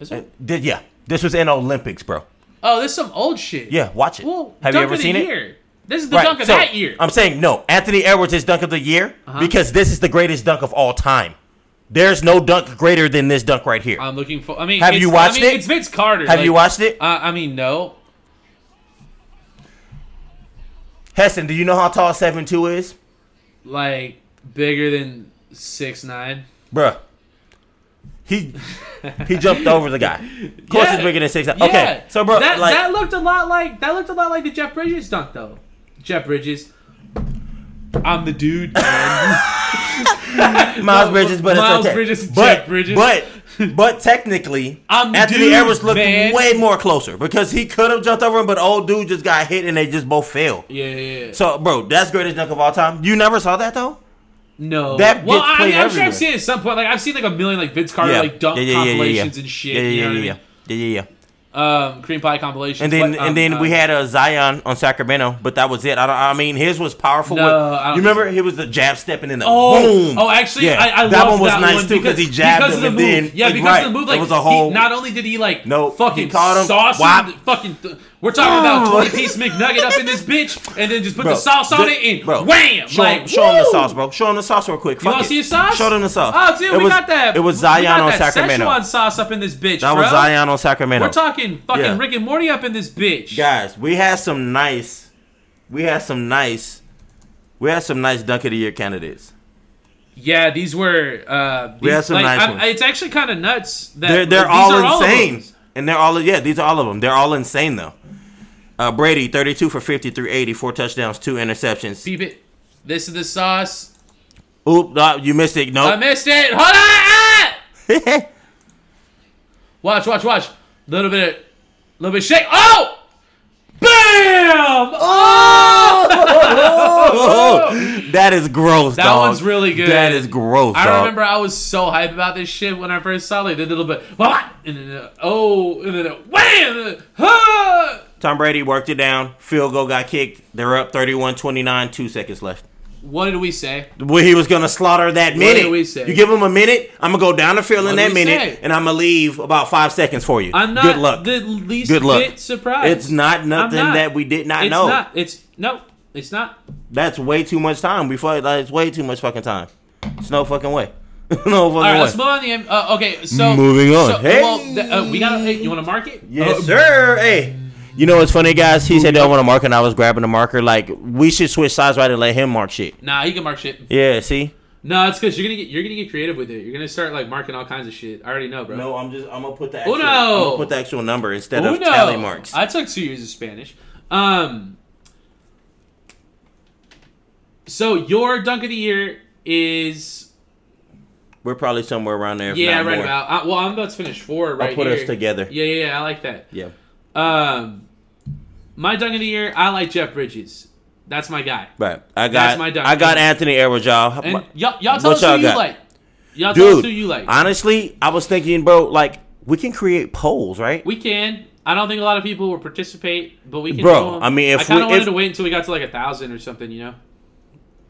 S2: Is it?
S1: Did yeah? This was in Olympics, bro.
S2: Oh, this is some old shit.
S1: Yeah, watch it.
S2: Well,
S1: Have you
S2: dunk
S1: ever
S2: of
S1: seen
S2: the
S1: it?
S2: year. This is the dunk of
S1: so,
S2: that year. Uh-huh.
S1: I'm saying no. Anthony Edwards is dunk of the year because this is the greatest dunk of all time. There's no dunk greater than this dunk right here.
S2: I'm looking for. I mean,
S1: Have
S2: it's-
S1: you watched
S2: I mean,
S1: it?
S2: It's Vince Carter.
S1: Have
S2: Uh, like,
S1: you watched it?
S2: Uh, I mean, no.
S1: Heston, do you know how tall seven two is?
S2: Like bigger than six nine.
S1: Bruh. He he jumped over the guy. Of course
S2: Yeah.
S1: it's bigger than six.
S2: Yeah.
S1: Okay. So bro,
S2: that,
S1: like
S2: that looked a lot like that looked a lot like the Jeff Bridges dunk though. Jeff Bridges. I'm the dude. Man.
S1: (laughs) Miles Bridges, but
S2: Miles
S1: it's okay.
S2: Bridges and
S1: but,
S2: Jeff Bridges. (laughs)
S1: But but technically
S2: I'm the
S1: Anthony
S2: dude,
S1: Edwards looked
S2: man.
S1: way more closer because he could have jumped over him, but old dude just got hit and they just both fell.
S2: yeah, yeah, yeah.
S1: So bro, that's greatest dunk of all time. You never saw that though?
S2: No.
S1: That
S2: well,
S1: gets
S2: I
S1: played
S2: mean, I'm sure
S1: everywhere.
S2: I've seen it at some point. Like I've seen like a million like Vince Carter like dunk compilations and shit.
S1: Yeah, yeah,
S2: you know
S1: yeah, yeah.
S2: what
S1: Yeah, yeah, yeah.
S2: I mean? Um, cream pie compilations.
S1: And then
S2: but, um,
S1: and then
S2: uh,
S1: we had a Zion on Sacramento, but that was it. I don't, I mean, his was powerful.
S2: No,
S1: with-
S2: I don't
S1: you remember he was the jab stepping in the
S2: Oh,
S1: boom.
S2: oh, actually,
S1: Yeah,
S2: I, I
S1: that
S2: love
S1: one was
S2: that
S1: nice
S2: one
S1: too
S2: because
S1: he jabbed
S2: because
S1: him
S2: of
S1: and
S2: the
S1: then
S2: move. yeah, because
S1: right,
S2: of the move, like
S1: it was a whole
S2: he, not only did he like
S1: Nope,
S2: fucking
S1: he caught him,
S2: sauce
S1: whop.
S2: him, fucking th- we're talking
S1: (laughs)
S2: about
S1: Bro.
S2: twenty piece McNugget up in this bitch, and then just put
S1: Bro,
S2: the sauce on
S1: the-
S2: it and
S1: bro,
S2: wham,
S1: Show,
S2: like
S1: show him the
S2: woo!
S1: sauce, bro. Show him the sauce real quick.
S2: You
S1: Fuck
S2: want
S1: it.
S2: to see the sauce?
S1: Show them the sauce.
S2: Oh, dude,
S1: It
S2: we
S1: was-
S2: got that.
S1: It was
S2: we got
S1: Zion on
S2: that
S1: Sacramento.
S2: Szechuan sauce up in this bitch.
S1: That was
S2: bro.
S1: Zion on Sacramento.
S2: We're talking fucking
S1: Yeah.
S2: Rick and Morty up in this bitch.
S1: Guys, we had some nice, we had some nice, we had some nice dunk of the year candidates.
S2: Yeah, these were. Uh, these,
S1: had some
S2: like,
S1: nice
S2: I'm-
S1: ones.
S2: It's actually kind of nuts that
S1: They're
S2: these
S1: they're all
S2: are of
S1: insane,
S2: them.
S1: and they're all yeah. These are all of them. They're all insane though. Uh, Brady, thirty-two for 53, 80, four touchdowns, two interceptions.
S2: Beep it. This is the sauce.
S1: Oop, no, you missed it. (laughs)
S2: I
S1: Nope.
S2: missed it. Hold on. Ah! Watch, watch, watch. Little bit, little bit shake. Oh, bam!
S1: oh, that is gross.
S2: That
S1: dog.
S2: one's really good.
S1: That is gross.
S2: (laughs) I
S1: dog.
S2: remember I was so hyped about this shit when I first saw it. The little bit, what? And then, uh, oh, and then, uh, wham! And then, huh!
S1: Tom Brady worked it down. Field goal got kicked. They're up 31-29. Two seconds left.
S4: What did we say?
S1: Well, he was gonna slaughter that minute.
S4: did we say?
S1: You give him a minute, I'm gonna go down the field in
S4: What did
S1: that
S4: we
S1: minute,
S4: say?
S1: and I'm gonna leave about five seconds for you.
S2: I'm not
S1: Good luck.
S2: the least
S1: Good luck.
S2: bit surprised.
S1: it's not nothing
S2: not.
S1: that we did not
S2: It's
S1: know.
S2: not. It's no. It's not.
S1: That's way too much time. We fuck. Like, it's way too much fucking time. It's no fucking way. (laughs) no fucking
S4: All right,
S1: way.
S4: let's move on. to The M- uh, okay, so
S1: Moving on.
S4: So,
S1: Hey.
S4: well, th- uh, we got. Hey, you want to mark it?
S1: Yes,
S2: Oh,
S1: sir. Hey. You know what's funny, guys? He said they don't want to mark, and I was grabbing the marker. Like we should switch sides right and let him mark shit.
S4: Nah, you can mark shit.
S1: Yeah. See.
S2: No, it's because you're gonna get you're gonna get creative with it. You're gonna start like marking all kinds of shit. I already know, bro.
S1: No, I'm just I'm gonna put the
S2: Uno. I'm gonna
S1: put
S2: put
S1: the actual number instead
S2: Who
S1: of tally
S2: knows?
S1: marks.
S2: I took two years of Spanish. Um.
S4: So your dunk of the year is
S1: We're probably somewhere around there. If
S2: Yeah,
S1: not
S2: right
S1: more.
S2: about. I, well, I'm about to finish four right
S1: I'll put
S2: here.
S1: us together.
S2: Yeah, yeah, yeah. I like that.
S1: Yeah.
S2: Um, my dunk of the year. I like Jeff Bridges. That's my guy.
S1: Right. I got
S2: That's my dunk.
S1: I got Anthony Edwards, y'all.
S2: And
S1: My-
S2: y'all, y'all tell
S1: what
S2: us who
S1: y'all
S2: you
S1: got?
S2: like. Y'all tell us
S1: Dude,
S2: who you like.
S1: honestly, I was thinking, bro, like we can create polls, right?
S2: we can. I don't think a lot of people will participate, but we can.
S1: Bro,
S2: do 'em.
S1: I mean, if
S2: I kind
S1: we-
S2: of wanted
S1: if-
S2: to wait until we got to like a thousand or something, you know,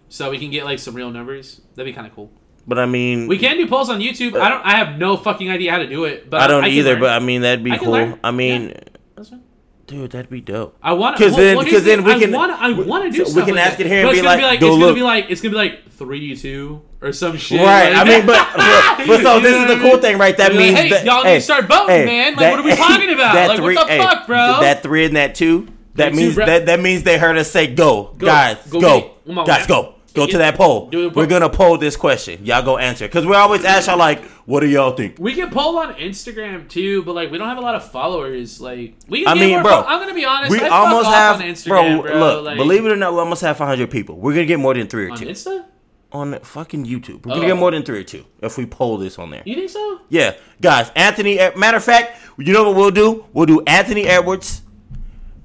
S2: so we can get like some real numbers. That'd be kind of cool.
S1: but I mean,
S2: We can do polls on YouTube. I don't. I have no fucking idea how to do it. But
S1: I don't
S2: can
S1: either.
S2: learn.
S1: But I mean, that'd be
S2: I can
S1: cool.
S2: learn.
S1: I mean,
S2: Yeah. That's fine.
S1: dude, that'd be dope.
S2: I want to
S1: 'Cause then- 'cause then we can-
S2: I want to. I want to do.
S1: so we
S2: stuff
S1: can
S2: like
S1: ask
S2: that.
S1: it here and
S2: But it's
S1: be
S2: gonna
S1: like, "Go
S2: it's
S1: look."
S2: gonna be like, it's gonna be like three two or some shit.
S1: Right. I
S2: like- (laughs)
S1: mean, but but, but so
S2: You
S1: this
S2: know
S1: is
S2: what
S1: the
S2: I
S1: cool
S2: mean?
S1: thing, right? That
S2: You're like,
S1: means
S2: "Hey,
S1: that-
S2: y'all need to start voting, man. Like,
S1: (laughs)
S2: what are we talking about?
S1: that
S2: Like, what the fuck, bro?
S1: That three and that two. That
S2: two,
S1: means
S2: bro.
S1: that that means they heard us say go, guys,
S2: Go
S1: go,
S2: get it. Come on,
S1: guys,
S2: man.
S1: go, go
S2: it.
S1: to that poll.
S2: Do the poll.
S1: We're gonna poll this question. Y'all go answer because we always ask y'all like, what do y'all think?
S2: we can poll on Instagram too, but like we don't have a lot of followers. Like we. Can
S1: I
S2: get
S1: mean,
S2: more
S1: bro,
S2: fo- I'm gonna be honest.
S1: We
S2: I fuck
S1: almost
S2: off
S1: have,
S2: on Instagram,
S1: bro,
S2: bro.
S1: Look,
S2: like,
S1: believe it or not, we almost have 500 people. We're gonna get more than three or
S2: on
S1: two
S2: Insta.
S1: on fucking YouTube. We're
S2: Oh.
S1: gonna get more than three or two if we poll this on there.
S2: You think so?
S1: Yeah, guys. Anthony. Ed- Matter of fact, you know what we'll do? We'll do Anthony Edwards.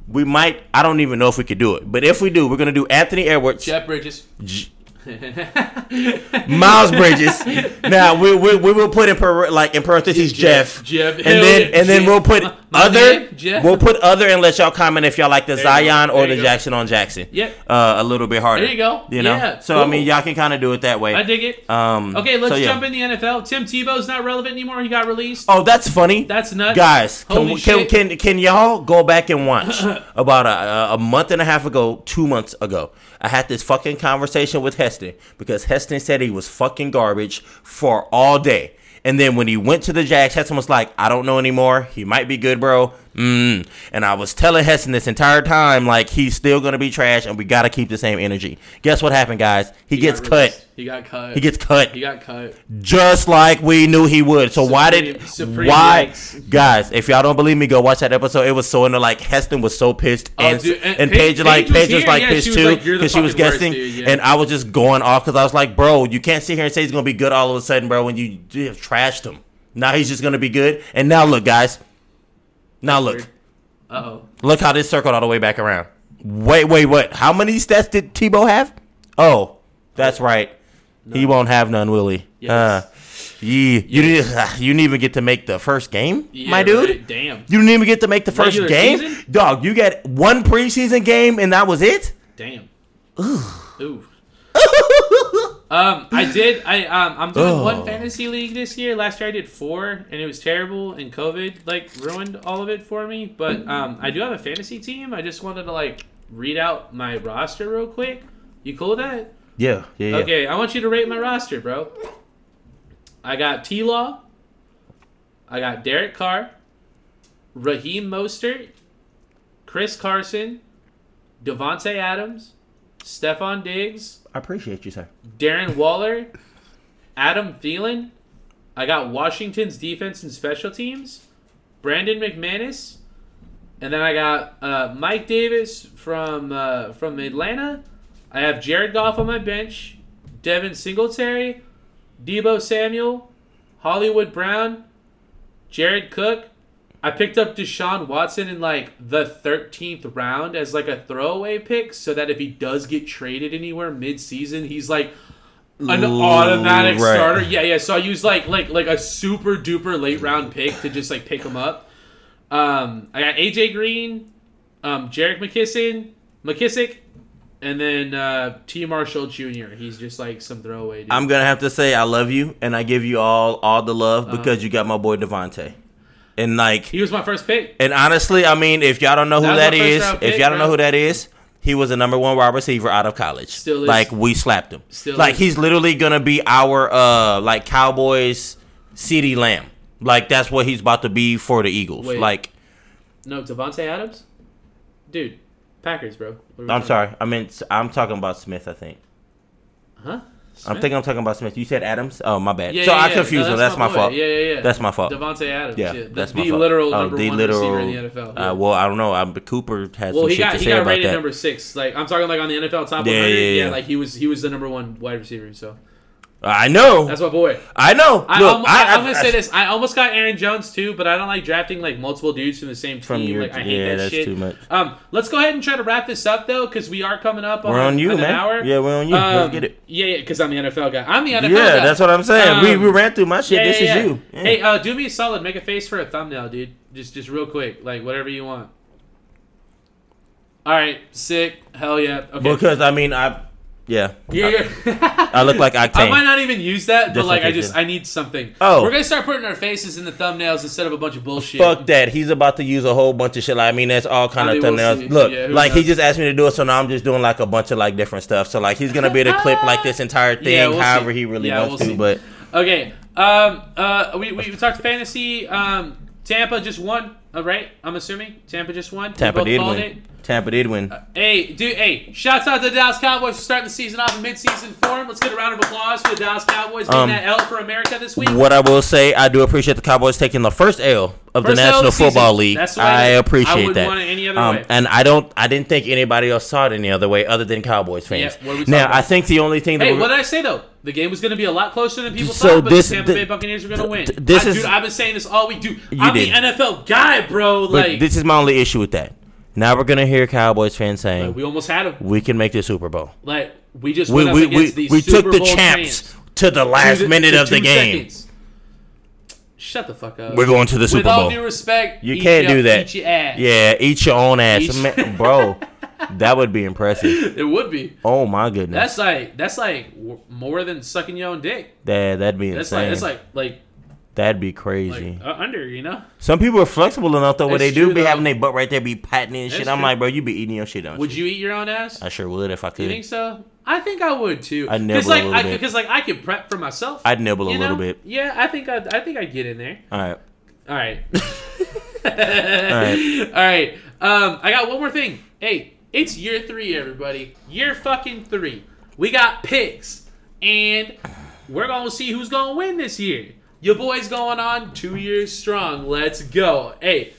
S1: We might. I don't even know if we could do it, but if we do, we're gonna do Anthony Edwards,
S2: Jeff Bridges.
S1: J- Miles Bridges.
S2: (laughs)
S1: now we, we we will put in per, like in parentheses Jeff.
S2: Jeff.
S1: And then and then we'll put other.
S2: Jeff.
S1: We'll put other and let y'all comment if y'all like the
S2: you go.
S1: Zion or
S2: There
S1: the
S2: you go.
S1: Jackson on Jackson.
S2: Yep.
S1: Uh, a little bit harder.
S2: There you go.
S1: You know.
S2: Yeah,
S1: so I
S2: cool.
S1: mean, y'all can kind of do it that way.
S2: I dig it.
S1: Um.
S2: Okay, let's
S1: so, yeah.
S2: jump in the NFL. Tim Tebow's not relevant anymore. He got released.
S1: Oh, that's funny.
S2: That's nuts.
S1: guys can,
S2: Holy
S1: we- can,
S2: shit.
S1: can, can y'all go back and
S2: (laughs)
S1: watch about a, a month and a half ago two months ago i had this fucking conversation with heston because heston said he was fucking garbage for all day and then when he went to the Jags, Heston was like, I don't know anymore. He might be good, bro. Mm. And I was telling Heston this entire time, like, he's still going to be trash and we got to keep the same energy. Guess what happened, guys? He, gets
S2: got
S1: cut.
S2: released. He got cut.
S1: He gets cut
S2: He got cut.
S1: just like we knew he would. So why
S2: Supreme-
S1: did
S2: Supreme
S1: why
S2: likes.
S1: guys? If y'all don't believe me, go watch that episode. It was so into like Heston was so pissed, and
S2: Oh, dude, and
S1: and,
S2: Paige-
S1: Paige, like
S2: Paige was
S1: Paige was
S2: here,
S1: like
S2: yeah,
S1: pissed
S2: she was
S1: too
S2: like, "You're the
S1: because she was
S2: fucking worst,
S1: guessing,
S2: dude, yeah.
S1: and I was just going off because I was like, bro, you can't sit here and say he's gonna be good all of a sudden, bro, when you, you have trashed him. Now he's just gonna be good, and now look, guys, now look,
S2: Uh oh.
S1: look how this circled all the way back around. Wait, wait, what? How many stats did Tebow have? Oh, that's right. He won't have none, will he?
S2: Yes.
S1: Uh, yeah, you didn't. ah, You didn't even get to make the first game, my dude.
S2: Damn.
S1: You didn't even get to make the first
S2: Regular
S1: game,
S2: season?
S1: dog. You got one preseason game, and that was it.
S2: Damn. Ooh. (laughs) um, I did. I um, I'm doing
S1: Oh.
S2: one fantasy league this year. Last year I did four, and it was terrible. And COVID like ruined all of it for me. But um, I do have a fantasy team. I just wanted to like read out my roster real quick. You cool with that?
S1: Yeah, yeah, yeah.
S2: Okay, I want you to rate my roster, bro. I got T Law. I got Derek Carr. Raheem Mostert. Chris Carson. Devontae Adams. Stefan Diggs.
S1: I appreciate you, sir.
S2: Darren Waller. Adam Thielen. I got Washington's defense and special teams. Brandon McManus. And then I got uh, Mike Davis from uh, from Atlanta. I have Jared Goff on my bench, Devin Singletary, Debo Samuel, Hollywood Brown, Jared Cook. I picked up Deshaun Watson in like the 13th round as like a throwaway pick so that if he does get traded anywhere mid-season, he's like an
S1: Ooh,
S2: automatic
S1: right.
S2: starter. Yeah, yeah. So I use like like like a super duper late round pick to just like pick him up. Um, I got AJ Green, um, Jarek McKissin, McKissick, and then uh, T. Marshall Jr. He's just like some throwaway dude.
S1: I'm gonna have to say I love you, and I give you all all the love
S2: Uh-huh.
S1: because you got my boy Devonte, and like
S2: he was my first pick.
S1: And honestly, I mean, if y'all don't know who that
S2: That was my first
S1: is,
S2: round
S1: if
S2: pick,
S1: y'all don't know
S2: bro.
S1: who that is, he was a number one wide receiver out of college.
S2: Still is.
S1: Like we slapped him.
S2: Still
S1: like
S2: is.
S1: he's literally gonna be our uh like Cowboys CD Lamb. Like that's what he's about to be for the Eagles.
S2: Wait.
S1: Like
S2: No, Devonte Adams, dude, Packers, bro. What are we
S1: I'm
S2: talking-
S1: sorry, I mean I'm talking about Smith. I think
S2: Huh?
S1: I'm thinking I'm talking about Smith. You said Adams. Oh my bad.
S2: Yeah,
S1: so
S2: yeah,
S1: I
S2: yeah.
S1: confused
S2: No,
S1: him. That's my,
S2: boy.
S1: fault.
S2: Yeah, yeah, yeah.
S1: That's my fault.
S2: Devonte Adams.
S1: yeah,
S2: Yeah, the,
S1: that's
S2: the
S1: my fault.
S2: literal
S1: Oh,
S2: number
S1: the
S2: one receiver in the NFL. Yeah.
S1: Uh, well, I don't know. I'm, Cooper had
S2: well,
S1: some
S2: he
S1: shit
S2: got
S1: to
S2: he
S1: say
S2: got
S1: about
S2: rated
S1: that.
S2: number six. Like I'm talking like on the NFL top
S1: Yeah,
S2: 100. Yeah,
S1: yeah, yeah.
S2: like he was he was the number one wide receiver. So
S1: I know.
S2: that's my boy.
S1: I know.
S2: I,
S1: Look,
S2: almo-
S1: I,
S2: I, am
S1: I-
S2: gonna say this. I almost got Aaron Jones too, but I don't like drafting like multiple dudes from the same
S1: From
S2: team.
S1: your-
S2: like I hate
S1: yeah,
S2: that
S1: that's
S2: shit.
S1: too much.
S2: Um, let's go ahead and try to wrap this up though, because we are coming up.
S1: We're on you,
S2: an
S1: man.
S2: Hour.
S1: Yeah, we're on you.
S2: Um,
S1: Let's get it.
S2: Yeah, yeah, because I'm the NFL guy. I'm the NFL.
S1: Yeah,
S2: guy.
S1: that's what I'm saying. we,
S2: Um,
S1: we ran through my shit.
S2: yeah,
S1: this is
S2: yeah, yeah.
S1: you. Yeah.
S2: Hey, uh, do me a solid. Make a face for a thumbnail, dude. Just, just real quick, like whatever you want. All right, sick. Hell yeah.
S1: (laughs)
S2: Okay.
S1: because I mean, I yeah,
S2: yeah, yeah.
S1: I, I look like
S2: I might
S1: Octane.
S2: not even use that, but
S1: Just
S2: like
S1: like
S2: I
S1: I
S2: just
S1: did.
S2: I need something.
S1: Oh.
S2: we're gonna start putting our faces in the thumbnails instead of a bunch of bullshit.
S1: Fuck that. He's about to use a whole bunch of shit. Like, I mean, that's all kind
S2: I mean,
S1: of
S2: we'll
S1: thumbnails.
S2: see.
S1: Look,
S2: Yeah, who
S1: like he
S2: knows?
S1: just asked me to do it, so now I'm just doing like a bunch of like different stuff. So like he's gonna be able to clip like this entire thing,
S2: (laughs) Yeah, we'll see.
S1: however he really
S2: Yeah,
S1: wants
S2: we'll
S1: to.
S2: see.
S1: But
S2: Okay. Um. Uh. We we talked fantasy. Um. Tampa just won. uh, right? I'm assuming Tampa just won. We
S1: Tampa
S2: both
S1: did
S2: called
S1: win.
S2: it.
S1: Tampa did win.
S2: Hey, dude, hey, shouts out to the Dallas Cowboys for starting the season off in midseason form. Let's get a round of applause for the Dallas Cowboys taking
S1: Um,
S2: that L for America this week.
S1: What I will say, I do appreciate the Cowboys taking the first L of the
S2: First L of
S1: National
S2: the season.
S1: Football League.
S2: That's what I-
S1: I
S2: I
S1: appreciate
S2: wouldn't
S1: that. Um,
S2: want it any other way.
S1: And I don't, I didn't think anybody else saw it any other way other than Cowboys fans.
S2: Yeah, what are we talking
S1: now,
S2: about?
S1: I think the only thing that
S2: Hey,
S1: we're-
S2: what did I say though? The game was going to be a lot closer than people
S1: So
S2: thought, but
S1: this-
S2: the Tampa
S1: th-
S2: Bay Buccaneers are going to win.
S1: th- this
S2: I,
S1: is-
S2: dude, I've been saying this all week, dude. I'm
S1: did.
S2: the NFL guy, bro.
S1: but
S2: like,
S1: this is my only issue with that. Now we're gonna hear Cowboys fans saying
S2: we
S1: we,
S2: almost had him.
S1: can make the Super Bowl.
S2: Like, we just
S1: We
S2: went
S1: we
S2: up
S1: we,
S2: against the
S1: we took
S2: Super
S1: the
S2: Bowl
S1: champs
S2: champs
S1: to the last
S2: to the-
S1: minute
S2: to
S1: of the
S2: two
S1: game.
S2: seconds. Shut the fuck up.
S1: We're going to the
S2: With
S1: Super
S2: all
S1: Bowl.
S2: due respect,
S1: You
S2: eat
S1: can't
S2: your-
S1: do that.
S2: Eat your ass.
S1: Yeah, eat your own ass,
S2: Eat-
S1: Man,
S2: (laughs)
S1: bro. that would be impressive.
S2: it would be.
S1: Oh my goodness.
S2: That's like that's like w- more than sucking your own dick.
S1: That that'd be
S2: That's
S1: insane.
S2: like that's like like
S1: that'd be crazy.
S2: like uh, under, you know.
S1: Some people are flexible enough though, where
S2: That's
S1: they do
S2: true,
S1: be
S2: though.
S1: having their butt right there, be patting it and
S2: That's
S1: shit. I'm
S2: true.
S1: like, bro, you be eating your shit, don't
S2: Would
S1: you?
S2: you eat your own ass?
S1: I sure would if I
S2: You
S1: could.
S2: think so? I think I would too.
S1: I'd nibble a
S2: like
S1: little
S2: I,
S1: bit.
S2: Because like I could prep for myself.
S1: I'd nibble a
S2: you
S1: little
S2: know?
S1: bit.
S2: Yeah, I think I'd, I think I'd get in there.
S1: All right.
S2: All right. All right. Um, I got one more thing. Hey, it's year three, everybody. Year fucking three. We got picks, and we're gonna see who's gonna win this year. Your boy's going on two years strong. Let's go. Hey,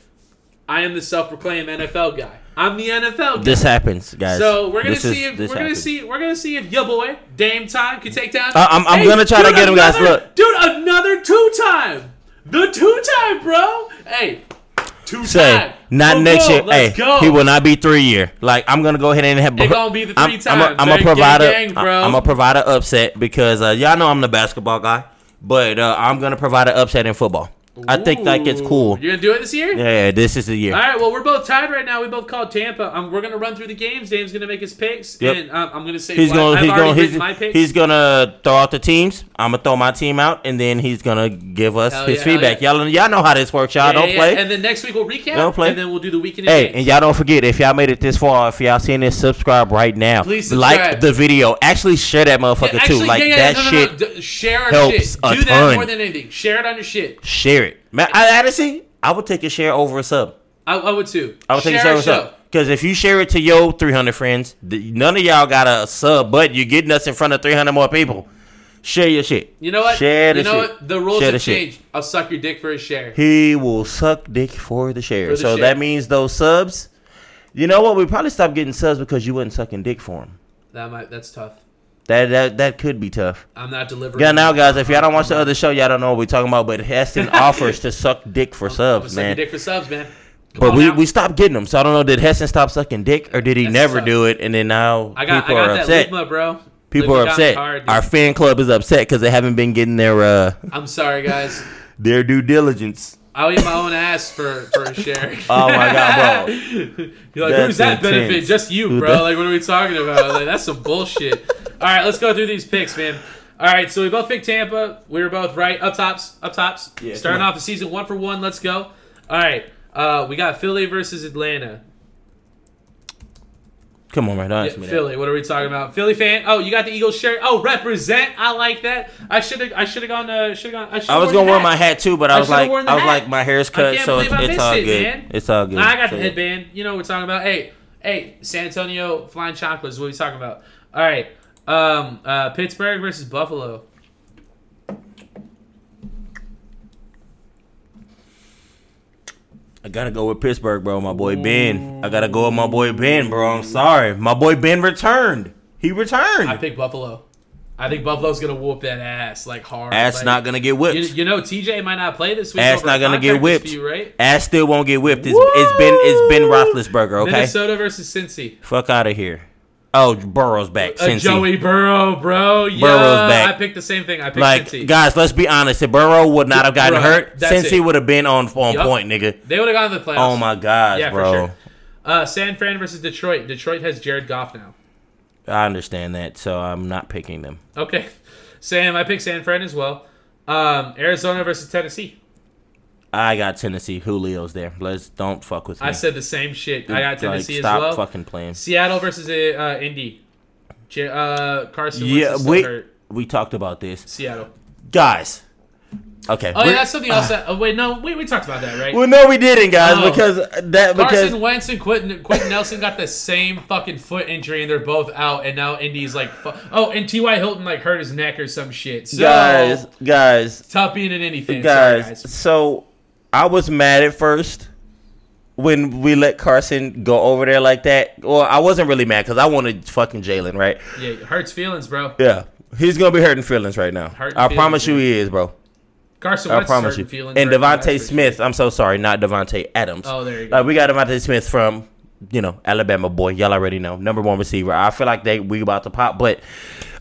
S2: I am the self-proclaimed NFL guy. I'm the NFL guy.
S1: This happens, guys.
S2: so we're gonna
S1: This is-
S2: see if we're
S1: this
S2: gonna
S1: happens.
S2: see we're gonna see if your boy Dame Time can take down.
S1: I- I'm- I'm gonna try to
S2: dude,
S1: get him, guys.
S2: another-
S1: Look.
S2: dude, another two time, the two time, bro. Hey, two
S1: Say
S2: time,
S1: not
S2: Let's
S1: next
S2: go,
S1: year.
S2: Let's
S1: Hey,
S2: go.
S1: he will not be three year. Like I'm gonna go ahead and have.
S2: It gonna be the
S1: I'm-
S2: three
S1: I'm,
S2: times,
S1: a, I'm a
S2: baby. Gang,
S1: provider.
S2: gang, bro.
S1: I'm a provider upset because uh, y'all know I'm the basketball guy, but uh, I'm gonna provide an upset in football. I think like it's
S2: Ooh.
S1: cool.
S2: You're gonna do it this year.
S1: Yeah, this is the year.
S2: All right, well, we're both tied right now. We both called Tampa. Um, we're gonna run through the games. Dame's gonna make his picks,
S1: Yep.
S2: and um, I'm gonna say
S1: He's
S2: why-
S1: gonna
S2: I've
S1: he's
S2: already
S1: gonna
S2: written
S1: he's,
S2: my picks.
S1: he's gonna throw out the teams. I'm gonna throw my team out, and then he's gonna give us
S2: Hell
S1: his
S2: yeah, hell
S1: feedback.
S2: yeah.
S1: Y'all y'all know how this works. Y'all
S2: Yeah,
S1: don't
S2: yeah,
S1: play.
S2: And then next week we'll recap.
S1: Don't play.
S2: And then we'll do the weekend. in
S1: Hey,
S2: games.
S1: and y'all don't forget if y'all made it this far, if y'all seeing this, subscribe right now.
S2: Please subscribe.
S1: like the video. Actually, share that motherfucker
S2: Yeah,
S1: too.
S2: actually,
S1: Like
S2: yeah, yeah,
S1: that
S2: no, no, no,
S1: shit.
S2: D- share our
S1: helps
S2: shit.
S1: a
S2: Do that
S1: ton.
S2: more than anything. Share it on your shit.
S1: Share it. Man, I honestly, I would take a share over a sub.
S2: I, I would too.
S1: I would take a share
S2: share
S1: over
S2: our
S1: a sub. Because if you share it to your 300 friends, th- none of y'all got a sub, but you're getting us in front of 300 more people. Share your shit.
S2: You know what?
S1: Share the
S2: you know
S1: shit.
S2: what? The rules
S1: Share the
S2: have
S1: shit.
S2: changed. I'll suck your dick for a share.
S1: He will suck dick for the share.
S2: For the
S1: so
S2: share.
S1: that means those subs. You know what? We probably stopped getting subs because you wasn't sucking dick for him.
S2: That might. That's tough.
S1: That that that could be tough.
S2: I'm not delivering.
S1: Yeah, now guys, if y'all don't watch the other show, y'all don't know what we're talking about. But
S2: (laughs)
S1: Heston offers to suck dick for
S2: I'm gonna
S1: subs,
S2: suck your
S1: man.
S2: dick for subs, man. Come
S1: But
S2: on
S1: we,
S2: now.
S1: we stopped getting them, so I don't know. Did Heston stop sucking dick, or did he
S2: Heston
S1: never
S2: sucks.
S1: do it? And then now
S2: I got. I
S1: people
S2: got
S1: are
S2: that
S1: upset.
S2: Ligma, bro.
S1: People
S2: Ligma
S1: are
S2: got
S1: upset.
S2: me hard, dude.
S1: Our fan club is upset because they haven't been getting their uh
S2: I'm sorry, guys.
S1: their due diligence.
S2: I'll eat my own ass for for a share.
S1: (laughs) Oh
S2: (laughs)
S1: my god, bro.
S2: You're like,
S1: That's
S2: who's that benefit?
S1: intense.
S2: Just you,
S1: Who
S2: bro.
S1: that-
S2: Like, what are we talking about? Like, that's some bullshit. All right, let's go through these picks, man. All right, so we both picked Tampa. We were both right. Up tops, up tops.
S1: Yeah,
S2: Starting
S1: come on.
S2: off the season one for one. Let's go. All right, uh, we got Philly versus Atlanta.
S1: Come on, man. Don't
S2: Yeah,
S1: ask me that.
S2: Philly. What are we talking about? Philly fan. Oh, you got the Eagles shirt. Oh, represent. I like that. I should have. I should have gone. Uh, should have gone. I, should've
S1: I was gonna
S2: worn the
S1: wear
S2: hat.
S1: my hat too, but I,
S2: I
S1: was
S2: should've
S1: like, I
S2: worn
S1: was
S2: the hat.
S1: like, my hair's cut,
S2: can't
S1: so it's,
S2: believe I
S1: it's
S2: missed
S1: all
S2: it,
S1: good.
S2: man.
S1: It's all good.
S2: Nah, I got
S1: So,
S2: the
S1: yeah.
S2: headband. You know what we're talking about. Hey, hey, San Antonio flying chocolates. is What we talking about? All right, um, uh, Pittsburgh versus Buffalo.
S1: I gotta go with Pittsburgh, bro. My boy Ben. I gotta go with my boy Ben, bro. I'm sorry. My boy Ben returned. He returned. (clears throat)
S2: I pick Buffalo. I think Buffalo's gonna whoop that ass like hard.
S1: Ass
S2: like,
S1: not gonna get whipped.
S2: You, you know, TJ might not play this week.
S1: Ass
S2: over
S1: not
S2: a
S1: gonna get
S2: contract
S1: whipped.
S2: dispute, right?
S1: Ass still won't get whipped. It's, it's been it's Ben Roethlisberger. Okay,
S2: Minnesota versus Cincy.
S1: fuck out of here. Oh, Burrow's back.
S2: Uh,
S1: Cincy.
S2: Joey Burrow, bro. Yeah,
S1: Burrow's back.
S2: I picked the same thing. I picked
S1: like
S2: Cincy.
S1: guys, let's be honest. If Burrow would not have gotten
S2: Bruh,
S1: hurt,
S2: that's
S1: since he
S2: it.
S1: would have been on on
S2: Yup.
S1: point, nigga.
S2: they would have gone to the playoffs.
S1: Oh my god,
S2: Yeah, for
S1: bro.
S2: sure. Uh, San Fran versus Detroit. Detroit has Jared Goff now.
S1: I understand that, so I'm not picking them.
S2: Okay. Sam, I picked San Fran as well. Um, Arizona versus Tennessee.
S1: I got Tennessee. Julio's there. Let's don't fuck with me.
S2: I said the same shit. I got
S1: Like,
S2: Tennessee
S1: stop
S2: as well.
S1: fucking playing.
S2: Seattle versus uh, uh, Indy. J- uh, Carson Wentz
S1: Yeah,
S2: is still
S1: we
S2: hurt.
S1: we talked about this,
S2: Seattle.
S1: guys. Okay.
S2: Oh, yeah,
S1: we're- Ah.
S2: that's something else. that, oh, wait, no, we, we talked about that, right?
S1: well, no, we didn't, guys,
S2: Oh.
S1: because that because
S2: Carson Wentz and Quentin, Quentin Nelson got the same fucking foot injury, and they're both out. And now Indy's like, fu- oh, and T.Y. Hilton like hurt his neck or some shit. So,
S1: guys, guys,
S2: tough being an Indy fan. Sorry,
S1: guys,
S2: guys.
S1: So I was mad at first when we let Carson go over there like that. Well, I wasn't really mad because I wanted fucking Jalen, right?
S2: Yeah, it hurts feelings, bro.
S1: Yeah, he's gonna be hurting feelings right now.
S2: Hurting
S1: I
S2: feelings,
S1: promise you,
S2: man.
S1: he is, bro.
S2: Carson
S1: I
S2: Wentz is
S1: promise you.
S2: hurting feelings.
S1: And
S2: right now, that's
S1: Devonte
S2: for sure.
S1: Smith. I'm so sorry, not Devonte Adams.
S2: Oh, there you go.
S1: Like we got Devontae Smith from you know Alabama boy. Y'all already know number one receiver. I feel like they we about to pop. But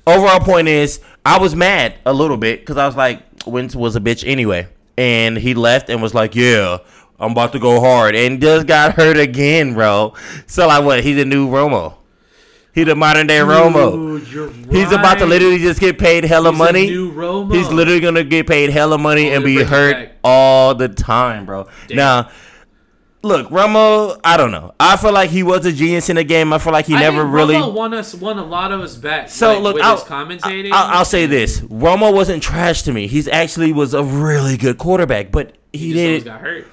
S1: overall point is, I was mad a little bit because I was like, Wentz was a bitch anyway, and he left and was like, yeah. I'm about to go hard and just got hurt again, bro. So like, what? He's a new Romo. He the modern day Romo.
S2: Dude, you're
S1: He's about to
S2: right.
S1: literally just get paid hella
S2: He's a
S1: money.
S2: new Romo.
S1: He's literally gonna get paid hella money and
S2: they're
S1: be
S2: bringing
S1: hurt
S2: back.
S1: all the time, bro. Now, look, Romo. I don't know. I feel like he was a genius in the game. I feel like he
S2: I
S1: never
S2: think
S1: really.
S2: Romo won us won a lot of us back.
S1: so
S2: like,
S1: look,
S2: with
S1: I'll,
S2: his commentating.
S1: I- I'll, I'll say this: Romo wasn't trash to me. He's actually was a really good quarterback, but he,
S2: he just always
S1: did.
S2: got hurt,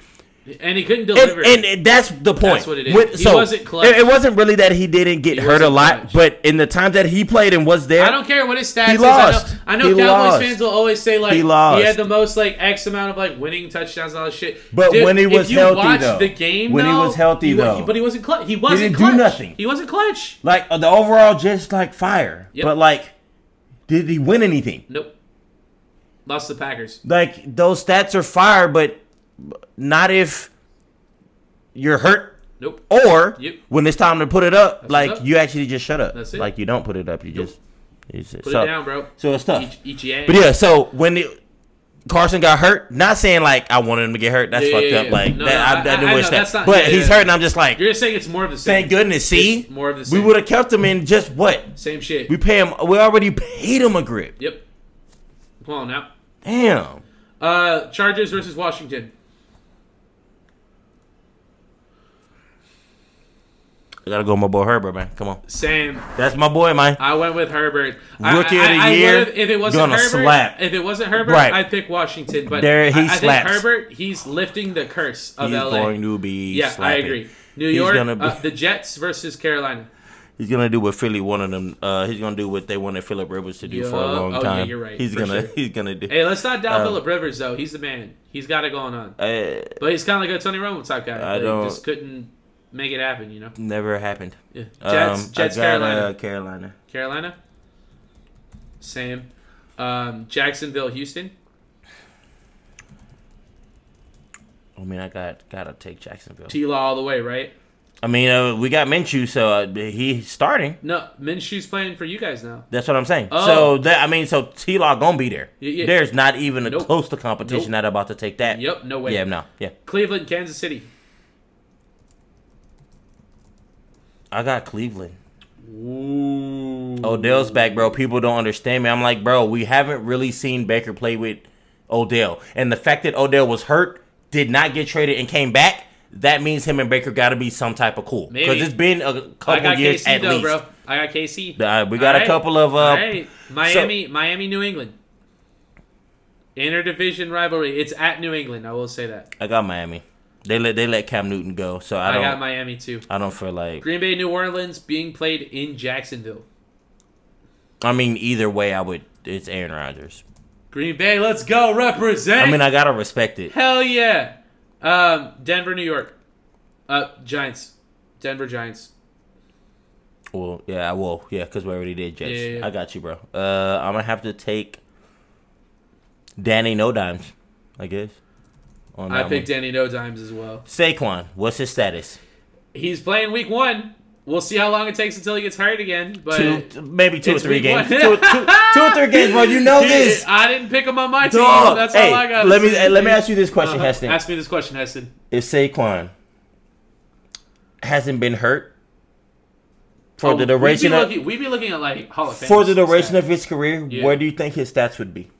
S2: and he couldn't
S1: And,
S2: deliver.
S1: and, and that's the point.
S2: what it is.
S1: With-
S2: He
S1: so
S2: wasn't clutch.
S1: It, it wasn't really that he didn't get hurt a
S2: wasn't
S1: lot,
S2: clutch.
S1: but in the time that he played and was there,
S2: I don't care what his stats.
S1: He
S2: is.
S1: lost.
S2: I know, I know
S1: He
S2: Cowboys
S1: lost.
S2: fans will always say like
S1: He
S2: he,
S1: lost.
S2: had the most like X amount of like winning touchdowns and all that shit.
S1: But
S2: Dude,
S1: when he was
S2: if you
S1: healthy,
S2: watched
S1: though.
S2: the game,
S1: When he
S2: though,
S1: was healthy,
S2: wa-
S1: though.
S2: but he wasn't clutch. He wasn't
S1: didn't do
S2: clutch.
S1: nothing.
S2: He wasn't clutch.
S1: like uh, the overall just like fire.
S2: Yep.
S1: But like, did he win anything?
S2: Nope. Lost to the Packers.
S1: Like those stats are fire, but not if you're hurt
S2: Nope.
S1: or
S2: Yep.
S1: when it's time to put it up. like
S2: what's up.
S1: you actually just shut up.
S2: That's it.
S1: Like you don't put it up. You just you sit.
S2: Put
S1: so,
S2: it down, bro.
S1: So it's tough.
S2: Each, each yay.
S1: But yeah, so when it, Carson got hurt, not saying like I wanted him to get hurt. That's
S2: Yeah,
S1: fucked
S2: yeah,
S1: up.
S2: yeah.
S1: Like
S2: No,
S1: that,
S2: no,
S1: I, I,
S2: I-
S1: didn't
S2: I
S1: wish
S2: know.
S1: that.
S2: That's not-
S1: but
S2: yeah,
S1: he's
S2: yeah.
S1: hurt, and I'm just like,
S2: You're just saying it's more of the same.
S1: thank goodness. See,
S2: It's more of the
S1: we
S2: same.
S1: would have kept him in just what
S2: Same shit.
S1: we pay him. We already paid him a grip.
S2: Yep. Come on now.
S1: Damn.
S2: Uh, Chargers versus Washington.
S1: I gotta go, with my boy Herbert, man. Come on,
S2: Same.
S1: that's my boy, man.
S2: I went with Herbert. I-
S1: Rookie
S2: I-
S1: of the
S2: I
S1: year,
S2: would've- if it wasn't
S1: gonna
S2: Herbert,
S1: slap.
S2: if it wasn't Herbert,
S1: Right.
S2: I'd pick Washington. But
S1: There, he
S2: I, I think
S1: slaps.
S2: Herbert, he's lifting the curse of
S1: He's
S2: LA.
S1: going to be.
S2: yeah,
S1: slapping.
S2: I agree. New York,
S1: gonna be-
S2: uh, the Jets versus Carolina.
S1: He's gonna do what Philly wanted him. Uh, he's gonna do what they wanted Philip Rivers to do for a
S2: Yeah.
S1: long
S2: Oh, yeah,
S1: time.
S2: you're right,
S1: He's
S2: for
S1: gonna.
S2: sure.
S1: (laughs) He's gonna do.
S2: Hey, let's not doubt
S1: Um,
S2: Philip Rivers though. He's the man. He's got it going on.
S1: Uh,
S2: But he's kind of like a Tony Romo type guy.
S1: I
S2: Like,
S1: don't-
S2: just couldn't make it happen. You know.
S1: never happened.
S2: Yeah.
S1: Um,
S2: Jets, Jets,
S1: I got,
S2: Carolina.
S1: Uh, Carolina.
S2: Carolina. Same. Um, Jacksonville, Houston.
S1: I mean, I got gotta take Jacksonville.
S2: T Law all the way, right?
S1: I mean, uh, we got Minshew, so uh, he's starting.
S2: No, Minshew's playing for you guys now.
S1: That's what I'm saying.
S2: Oh.
S1: So that I mean, so T Law gonna be there.
S2: Yeah, yeah.
S1: There's not even a
S2: Nope.
S1: close to competition
S2: Nope.
S1: that about to take that.
S2: Yep, no way.
S1: Yeah, no, yeah.
S2: Cleveland, Kansas City.
S1: I got Cleveland.
S2: Ooh.
S1: Odell's back, bro. People don't understand me. I'm like, bro, we haven't really seen Baker play with Odell, and the fact that Odell was hurt, did not get traded, and came back. That means him and Baker got to be some type of cool
S2: Maybe.
S1: because it's been a
S2: I
S1: couple
S2: got
S1: years
S2: KC
S1: at
S2: though,
S1: least.
S2: bro. I got KC.
S1: Uh, we got a
S2: Alright.
S1: couple of uh,
S2: Alright. Miami, Miami, New England. Interdivision rivalry. It's at New England. I will say that.
S1: I got Miami. They let they let Cam Newton go, so I
S2: I,
S1: don't. I,
S2: got Miami too.
S1: don't feel like.
S2: Green Bay, New Orleans being played in Jacksonville.
S1: I mean, either way, I would. It's Aaron Rodgers.
S2: Green Bay, let's go represent.
S1: I mean, I gotta respect it.
S2: Hell yeah. Um, Denver, New York. Uh, Giants. Denver Giants.
S1: Well, yeah, I will. Yeah, because we already did Jets.
S2: Yeah, yeah, yeah.
S1: I got you, bro. Uh, I'm gonna have to take Danny No Dimes, I guess. On
S2: I
S1: that
S2: picked
S1: one.
S2: Danny No Dimes as well.
S1: Saquon. What's his status?
S2: He's playing week one. We'll see how long it takes until he gets hired again. But
S1: Two, t- maybe two or
S2: Uh, it's
S1: three
S2: week one.
S1: games. two, two, two or three games, bro. You
S2: (laughs)
S1: know
S2: Dude,
S1: this.
S2: I didn't pick him on my team.
S1: Dog.
S2: That's
S1: hey,
S2: all I got.
S1: let me hey, let me ask you this question,
S2: Uh-huh.
S1: Heston.
S2: Ask me this question, Heston.
S1: if Saquon hasn't been hurt for
S2: Oh,
S1: the duration
S2: we'd be,
S1: of
S2: looking, we'd be looking at like Hall of Fame.
S1: for the duration
S2: stats.
S1: of his career,
S2: Yeah.
S1: where do you think his stats would be?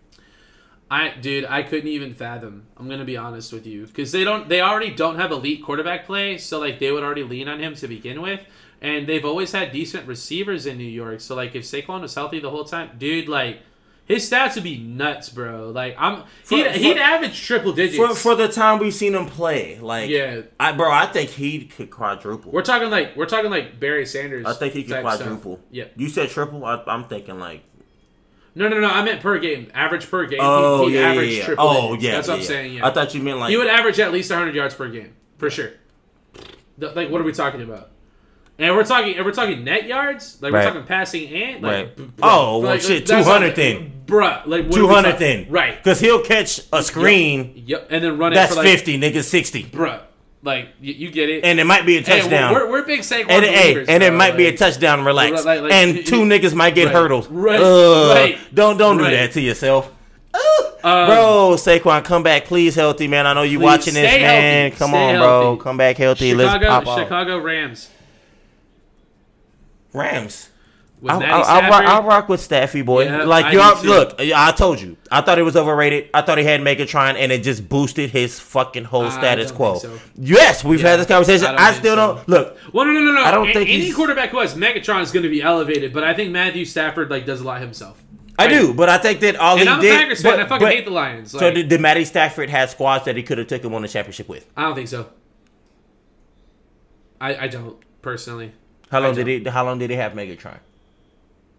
S2: I dude, I couldn't even fathom. I'm gonna be honest with you because they don't. They already don't have elite quarterback play, so like they would already lean on him to begin with. And they've always had decent receivers in New York. So like if Saquon was healthy the whole time, dude, like his stats would be nuts, bro. Like I'm, he'd,
S1: for-
S2: he'd average triple digits.
S1: For, for the time we've seen him play, like
S2: Yeah.
S1: I bro, I think he could quadruple.
S2: we're talking like we're talking like Barry Sanders.
S1: I think he could
S2: type stuff.
S1: quadruple.
S2: Yeah.
S1: you said triple. I, I'm thinking like
S2: No, no, no. I meant per game, average per game.
S1: oh
S2: he'd, he'd
S1: yeah,
S2: average
S1: yeah, yeah.
S2: triple
S1: oh
S2: digits.
S1: yeah.
S2: That's
S1: yeah,
S2: what I'm
S1: yeah.
S2: saying. Yeah,
S1: I thought you meant like
S2: He would average at least 100 yards per game for sure. Th- Like, what are we talking about? And we're talking, and we're talking net yards. Like
S1: Right.
S2: we're talking passing and like,
S1: Right.
S2: b- bruh,
S1: Oh, well, shit,
S2: that's
S1: 200
S2: not-
S1: then.
S2: bruh. Like what are we
S1: two hundred
S2: talking-
S1: then,
S2: right?
S1: Because he'll catch a screen
S2: Yep, and then run it
S1: that's
S2: for like,
S1: fifty, nigga sixty,
S2: bruh. Like you, you get it.
S1: and it might be a
S2: Hey, we're-
S1: touchdown.
S2: We're, we're big Saquon
S1: and, hey,
S2: believers,
S1: and it
S2: bro,
S1: might be a
S2: like-
S1: touchdown. Relax,
S2: Like- like-
S1: and two niggas might get
S2: Right.
S1: hurdled.
S2: Right.
S1: Ugh.
S2: Right.
S1: Don't don't do
S2: Right.
S1: that to yourself.
S2: um,
S1: bro, Saquon, come back, please, healthy man. I know you
S2: Please,
S1: watching this,
S2: stay
S1: man.
S2: healthy.
S1: Come
S2: Stay
S1: on, bro,
S2: healthy.
S1: come back healthy. Let's pop
S2: Chicago,
S1: off.
S2: Chicago Rams.
S1: Rams.
S2: With
S1: I,
S2: Matty
S1: I, I, rock,
S2: Stafford.
S1: I rock with Staffy boy.
S2: Yeah, I
S1: like you
S2: do
S1: all
S2: too.
S1: look, I told you. I thought it was overrated. I thought he had Megatron, and it just boosted his fucking whole
S2: I
S1: status
S2: don't
S1: quo.
S2: think so.
S1: Yes, we've had this conversation.
S2: I don't
S1: I,
S2: think
S1: still
S2: so.
S1: don't look.
S2: Well, no, no, no, no.
S1: I don't
S2: A-
S1: think
S2: any
S1: he's-
S2: quarterback who has Megatron is going to be elevated, but I think Matthew Stafford like does a lot himself.
S1: I do, but I think that all
S2: And
S1: he
S2: I'm
S1: did.
S2: a Packers fan.
S1: but-
S2: I fucking
S1: but-
S2: hate the Lions. Like,
S1: So did, did Matty Stafford have squads that he could have took him on the championship with?
S2: I don't think so. I, I don't personally.
S1: How long
S2: don't.
S1: did he? How long did he have Megatron?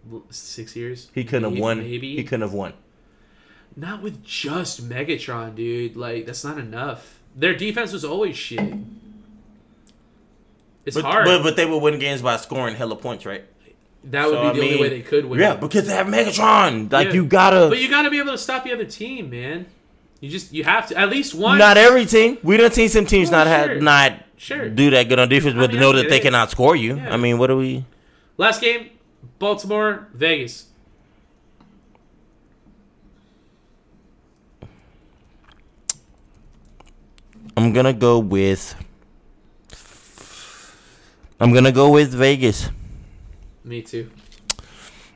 S2: L- Six years.
S1: He couldn't have
S2: Maybe-
S1: won.
S2: Maybe
S1: He couldn't have won.
S2: not with just Megatron, dude. Like that's not enough. Their defense was always shit. It's
S1: But,
S2: hard.
S1: but but they would win games by scoring hella points, right?
S2: that would
S1: So,
S2: be
S1: I
S2: the only
S1: mean,
S2: way they could win.
S1: Yeah, because they have Megatron. Like
S2: Yeah.
S1: you gotta.
S2: But you got to be able to stop the other team, man. You just you have to at least one.
S1: not every team. We done seen some teams
S2: Well,
S1: not
S2: Oh, sure.
S1: have not
S2: Sure.
S1: do that good on defense, but
S2: mean,
S1: to know
S2: I
S1: that
S2: get
S1: they
S2: it.
S1: can outscore you.
S2: Yeah.
S1: I mean, what do we?
S2: Last game, Baltimore, Vegas.
S1: I'm gonna go with. I'm gonna go with Vegas,
S2: Me too.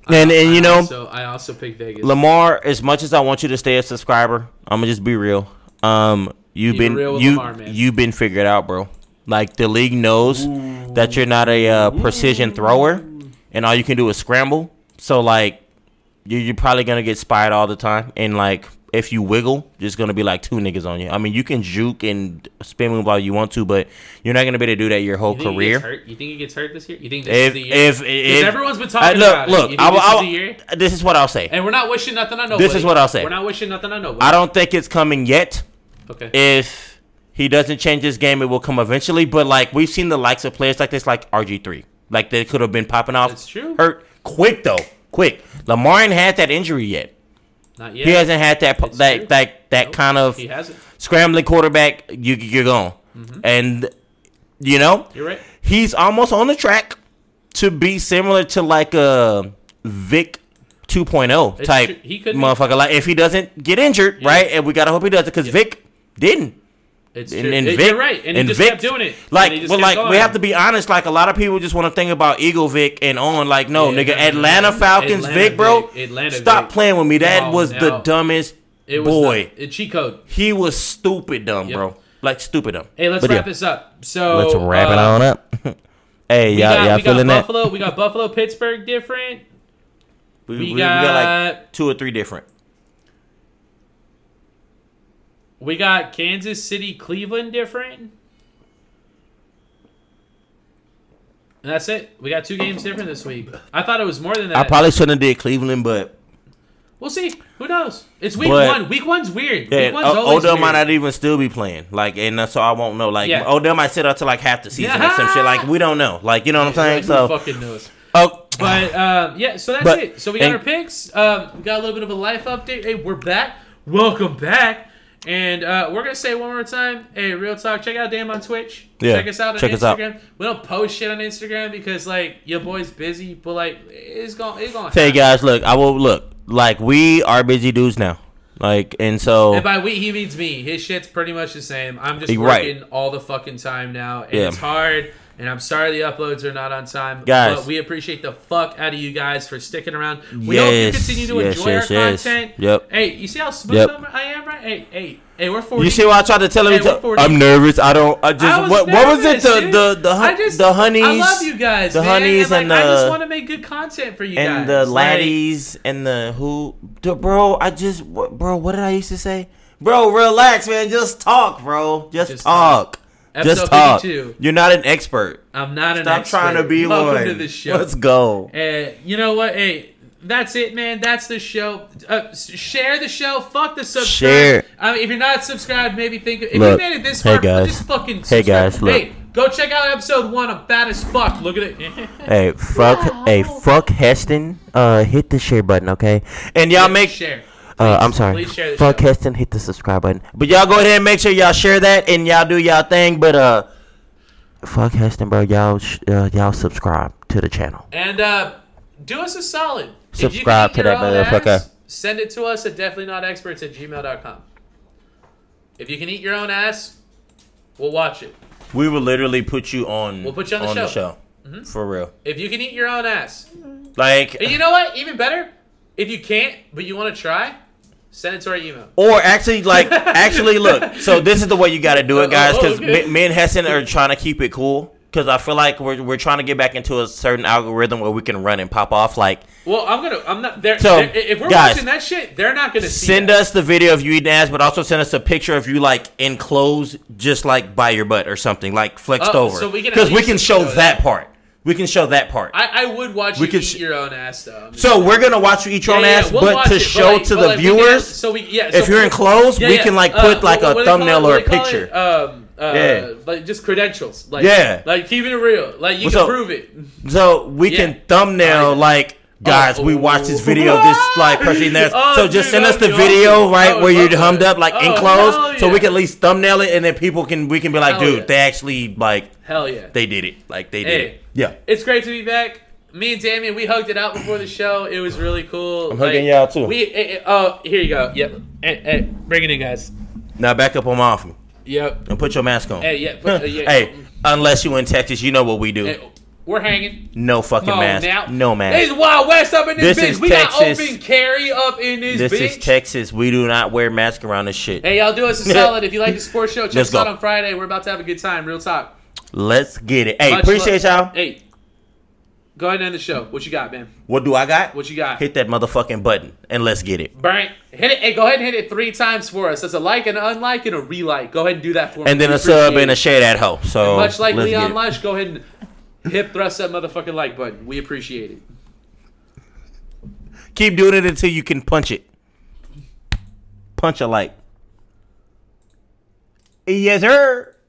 S1: and and you know
S2: Ah, So I also picked Vegas.
S1: Lamar. As much as I want you to stay a subscriber, I'm gonna just be real. Um, you've
S2: Keep it
S1: been
S2: real with
S1: you
S2: Lamar, man.
S1: you've been figured out, bro. Like the league knows that you're not a uh, precision thrower, and all you can do is scramble. So like, you, you're probably gonna get spied all the time, and like if you wiggle, there's gonna be like two niggas on you. I mean, you can juke and spin move all you want to, but you're not gonna be able to do that your whole
S2: you think He
S1: career.
S2: gets hurt? You think he gets hurt this year? You think this
S1: If
S2: is the year?
S1: if, if
S2: everyone's been
S1: I-
S2: talking
S1: look,
S2: about it.
S1: look,
S2: You think
S1: I will-
S2: this is
S1: I will-
S2: the year?
S1: this is what I'll say.
S2: and we're not wishing nothing on nobody.
S1: This is what I'll say.
S2: We're not wishing nothing on nobody.
S1: I don't think it's coming yet.
S2: okay.
S1: if he doesn't change his game, it will come eventually. But like we've seen the likes of players like this, like RG three, like they could have been popping off.
S2: That's true.
S1: Hurt quick though, quick. Lamar ain't had that injury yet.
S2: not yet.
S1: He hasn't had that
S2: It's
S1: that
S2: true.
S1: that that
S2: Nope.
S1: kind of
S2: He Mm-hmm. hasn't.
S1: scrambling quarterback. You you're gone, and you know
S2: You're right.
S1: He's almost on the track to be similar to like a Vic 2.0
S2: It's
S1: type
S2: true. He could be.
S1: motherfucker. Like if he doesn't get injured, right? And we gotta hope he does it because Vic didn't.
S2: It's
S1: And,
S2: true.
S1: and
S2: It-
S1: Vic,
S2: you're right, and, he just
S1: Vic,
S2: kept doing it.
S1: Like,
S2: And he just
S1: but like,
S2: kept
S1: we
S2: going.
S1: have to be honest. Like, a lot of people just want to think about Eagle Vic and on. Like, no,
S2: Yeah,
S1: nigga,
S2: no, no, no.
S1: Atlanta Falcons
S2: Atlanta
S1: Vic, bro.
S2: Vic, Atlanta
S1: stop
S2: Vic.
S1: playing with me. That
S2: No,
S1: was the
S2: no.
S1: dumbest
S2: It was
S1: boy.
S2: the- it cheat code.
S1: he was stupid dumb,
S2: Yep.
S1: bro. Like stupid dumb.
S2: Hey, let's
S1: But
S2: wrap
S1: yeah,
S2: this up. So
S1: Let's wrap it
S2: uh,
S1: on up. (laughs) hey,
S2: We
S1: y'all,
S2: got,
S1: y'all
S2: we
S1: feeling
S2: got
S1: that?
S2: Buffalo. We got Buffalo, Pittsburgh, different.
S1: We,
S2: We
S1: we- we
S2: got,
S1: like two or three different.
S2: we got Kansas City, Cleveland, different. And that's it. We got two games different this week. I thought it was more than that.
S1: I probably shouldn't have did Cleveland, but
S2: we'll see. Who knows? It's week
S1: But-
S2: one. Week one's weird.
S1: yeah,
S2: week one's
S1: O-
S2: always
S1: Odell
S2: weird.
S1: might not even still be playing. Like, and uh, so I won't know. Like,
S2: Yeah.
S1: Odell might sit out till like half the season or some
S2: Yeah.
S1: shit. Like, we don't know. Like, you know what I'm saying?
S2: Like, who
S1: So,
S2: fucking knows.
S1: oh,
S2: But um, yeah, so that's
S1: But-
S2: it. So we got
S1: and-
S2: our picks. Um, we got a little bit of a life update. Hey, we're back. Welcome back. And uh, we're gonna say it one more time. Hey, real talk. Check out Damn on Twitch.
S1: Yeah,
S2: Check us out on
S1: check us out.
S2: Instagram. We don't post shit on Instagram because like your boy's busy. But like it's gonna it's gonna.
S1: tell you
S2: happen.
S1: guys, look, I will look. Like, we are busy dudes now. Like, and so
S2: And by we, he means me. His shit's pretty much the same. I'm just
S1: You're right.
S2: working all the fucking time now, and
S1: Yeah.
S2: it's hard. And I'm sorry the uploads are not on time,
S1: Guys.
S2: but we appreciate the fuck out of you guys for sticking around. We hope you
S1: Yes,
S2: continue to
S1: yes,
S2: enjoy
S1: yes,
S2: our
S1: yes.
S2: content.
S1: Yep.
S2: Hey, you see how smooth
S1: Yep.
S2: I'm- I am, right? Hey, hey, hey, we're 40.
S1: you see what I tried to tell him?
S2: Hey, we're 40.
S1: I'm nervous. I don't. I just.
S2: I was
S1: what, what was it?
S2: nervous,
S1: The
S2: dude.
S1: the the,
S2: I
S1: hun-
S2: just-
S1: the honeys.
S2: I love you guys,
S1: the
S2: man.
S1: honeys
S2: and,
S1: and uh,
S2: like, I just
S1: the-
S2: want to make good content for you
S1: and
S2: guys.
S1: the
S2: Like,
S1: laddies and the who the, bro i just wh- bro what did i used to say bro relax man just talk bro just,
S2: Just talk.
S1: talk, just
S2: Episode
S1: talk
S2: 52.
S1: you're not an expert
S2: I'm not an
S1: stop trying to
S2: expert.
S1: be
S2: Welcome
S1: one
S2: to the show.
S1: let's go
S2: Uh, you know what? Hey, that's it, man. That's the show. Uh, s- share the show. Fuck the subscribe.
S1: Share.
S2: I mean, if you're not subscribed, maybe think. If
S1: Look,
S2: you made it this
S1: hey
S2: far,
S1: guys.
S2: just fucking.
S1: Hey guys,
S2: subscribe.
S1: look.
S2: Hey, go check out episode one. I'm fat as fuck. Look at it. (laughs)
S1: hey fuck hey fuck heston uh hit the share button okay and y'all make
S2: share.
S1: Uh,
S2: Please,
S1: I'm sorry.
S2: Please share the
S1: Fuck
S2: show.
S1: Heston, hit the subscribe button. But y'all go ahead and make sure y'all share that and y'all do y'all thing. But uh, fuck Heston, bro. Y'all sh- uh, y'all subscribe to the channel.
S2: And uh, do us a solid. If you can
S1: Subscribe
S2: eat
S1: to
S2: your
S1: that
S2: own
S1: motherfucker.
S2: ass, send it to us at definitelyNotExperts at gmail.com. If you can eat your own ass, we'll watch it.
S1: We will literally put you on.
S2: We'll put you on the show. Mm-hmm.
S1: for real.
S2: If you can eat your own ass, (laughs)
S1: Like,
S2: And you know what? Even better, if you can't, but you want to try, send it to our email.
S1: or actually,
S2: (laughs)
S1: like, actually, look. So this is the way you got to do it, guys.
S2: Oh,
S1: Because
S2: okay.
S1: me, me and Heston are trying to keep it cool. Because I feel like we're we're trying to get back into a certain algorithm where we can run and pop off. Like,
S2: Well, I'm gonna. I'm not. They're,
S1: So,
S2: they're- if we're
S1: guys,
S2: watching that shit, they're not gonna see
S1: send
S2: that.
S1: us the video of you eating ass, but also send us a picture of you like in clothes, just like by your butt or something, like flexed
S2: Oh,
S1: over.
S2: so we can at
S1: because we
S2: least
S1: can show
S2: show
S1: that part. We can show that part.
S2: I, I would watch
S1: We
S2: you
S1: could
S2: eat
S1: sh-
S2: your own ass though. I'm just-
S1: so we're gonna watch you eat your
S2: Yeah,
S1: own
S2: yeah,
S1: ass,
S2: we'll
S1: but
S2: watch
S1: to
S2: it,
S1: show
S2: like-
S1: to
S2: but
S1: the
S2: like, we can-
S1: viewers,
S2: so we yeah.
S1: if
S2: so
S1: you're in
S2: for-
S1: clothes,
S2: yeah,
S1: we
S2: yeah.
S1: can like
S2: Uh,
S1: put like
S2: what-
S1: a
S2: what do they call
S1: thumbnail
S2: it?
S1: or a
S2: What do they call
S1: picture.
S2: it? Um, uh,
S1: Yeah.
S2: like just credentials. Like,
S1: Yeah.
S2: like keeping it real. Like you
S1: What's
S2: can
S1: up?
S2: prove it.
S1: so we
S2: Yeah.
S1: can thumbnail
S2: Oh, yeah.
S1: like. Guys, we watched this
S2: oh.
S1: video. This
S2: (laughs)
S1: like person eating ass.
S2: Oh,
S1: so just
S2: dude,
S1: send
S2: that
S1: us
S2: would
S1: the
S2: be
S1: video,
S2: awesome. I
S1: right,
S2: would
S1: where you
S2: love
S1: hummed
S2: that.
S1: up like
S2: Oh,
S1: in clothes,
S2: hell
S1: so
S2: yeah.
S1: we can at least thumbnail it, and then people can we can be like,
S2: Hell
S1: dude,
S2: yeah.
S1: they actually like
S2: Hell yeah.
S1: they did it. Like they did
S2: Hey.
S1: it. Yeah.
S2: It's great to be back. Me and Damien, we hugged it out before the show. It was really cool. I'm
S1: hugging y'all, too.
S2: We, eh, eh, oh, here you go. Yep. Eh, eh, bring it in, guys.
S1: Now back up on my offer
S2: Yep.
S1: and put your mask on.
S2: Hey, yeah.
S1: (laughs)
S2: Put, uh, yeah.
S1: Hey, unless you in Texas, you know what we do.
S2: Eh, we're hanging.
S1: no fucking
S2: Come on
S1: mask. No
S2: now. It's
S1: mask.
S2: Wild West up in this,
S1: This
S2: bitch.
S1: is
S2: we got
S1: Texas.
S2: open carry up in this,
S1: This is
S2: bitch.
S1: Texas. We do not wear masks around this shit.
S2: Hey, y'all do us
S1: (laughs)
S2: a solid. If you like the sports show, check
S1: Let's
S2: us out
S1: go.
S2: on Friday. We're about to have a good time. Real talk.
S1: Let's get it. Hey,
S2: Much
S1: appreciate y'all.
S2: love. Hey, go ahead and end the show. What you got, man?
S1: What do I got?
S2: What you got?
S1: Hit that motherfucking button and let's get it.
S2: Burn. Hit it. Hey, go ahead and hit it three times for us. That's a like, and an unlike, and a relike. Go ahead and do that for me.
S1: And then
S2: We
S1: a sub
S2: appreciate
S1: and a
S2: it.
S1: share that hoe. So
S2: Much like
S1: let's get
S2: Leon
S1: it.
S2: Lush, go ahead and hip thrust that motherfucking like button. We appreciate it.
S1: Keep doing it until you can punch it. Punch a like. Yes, sir.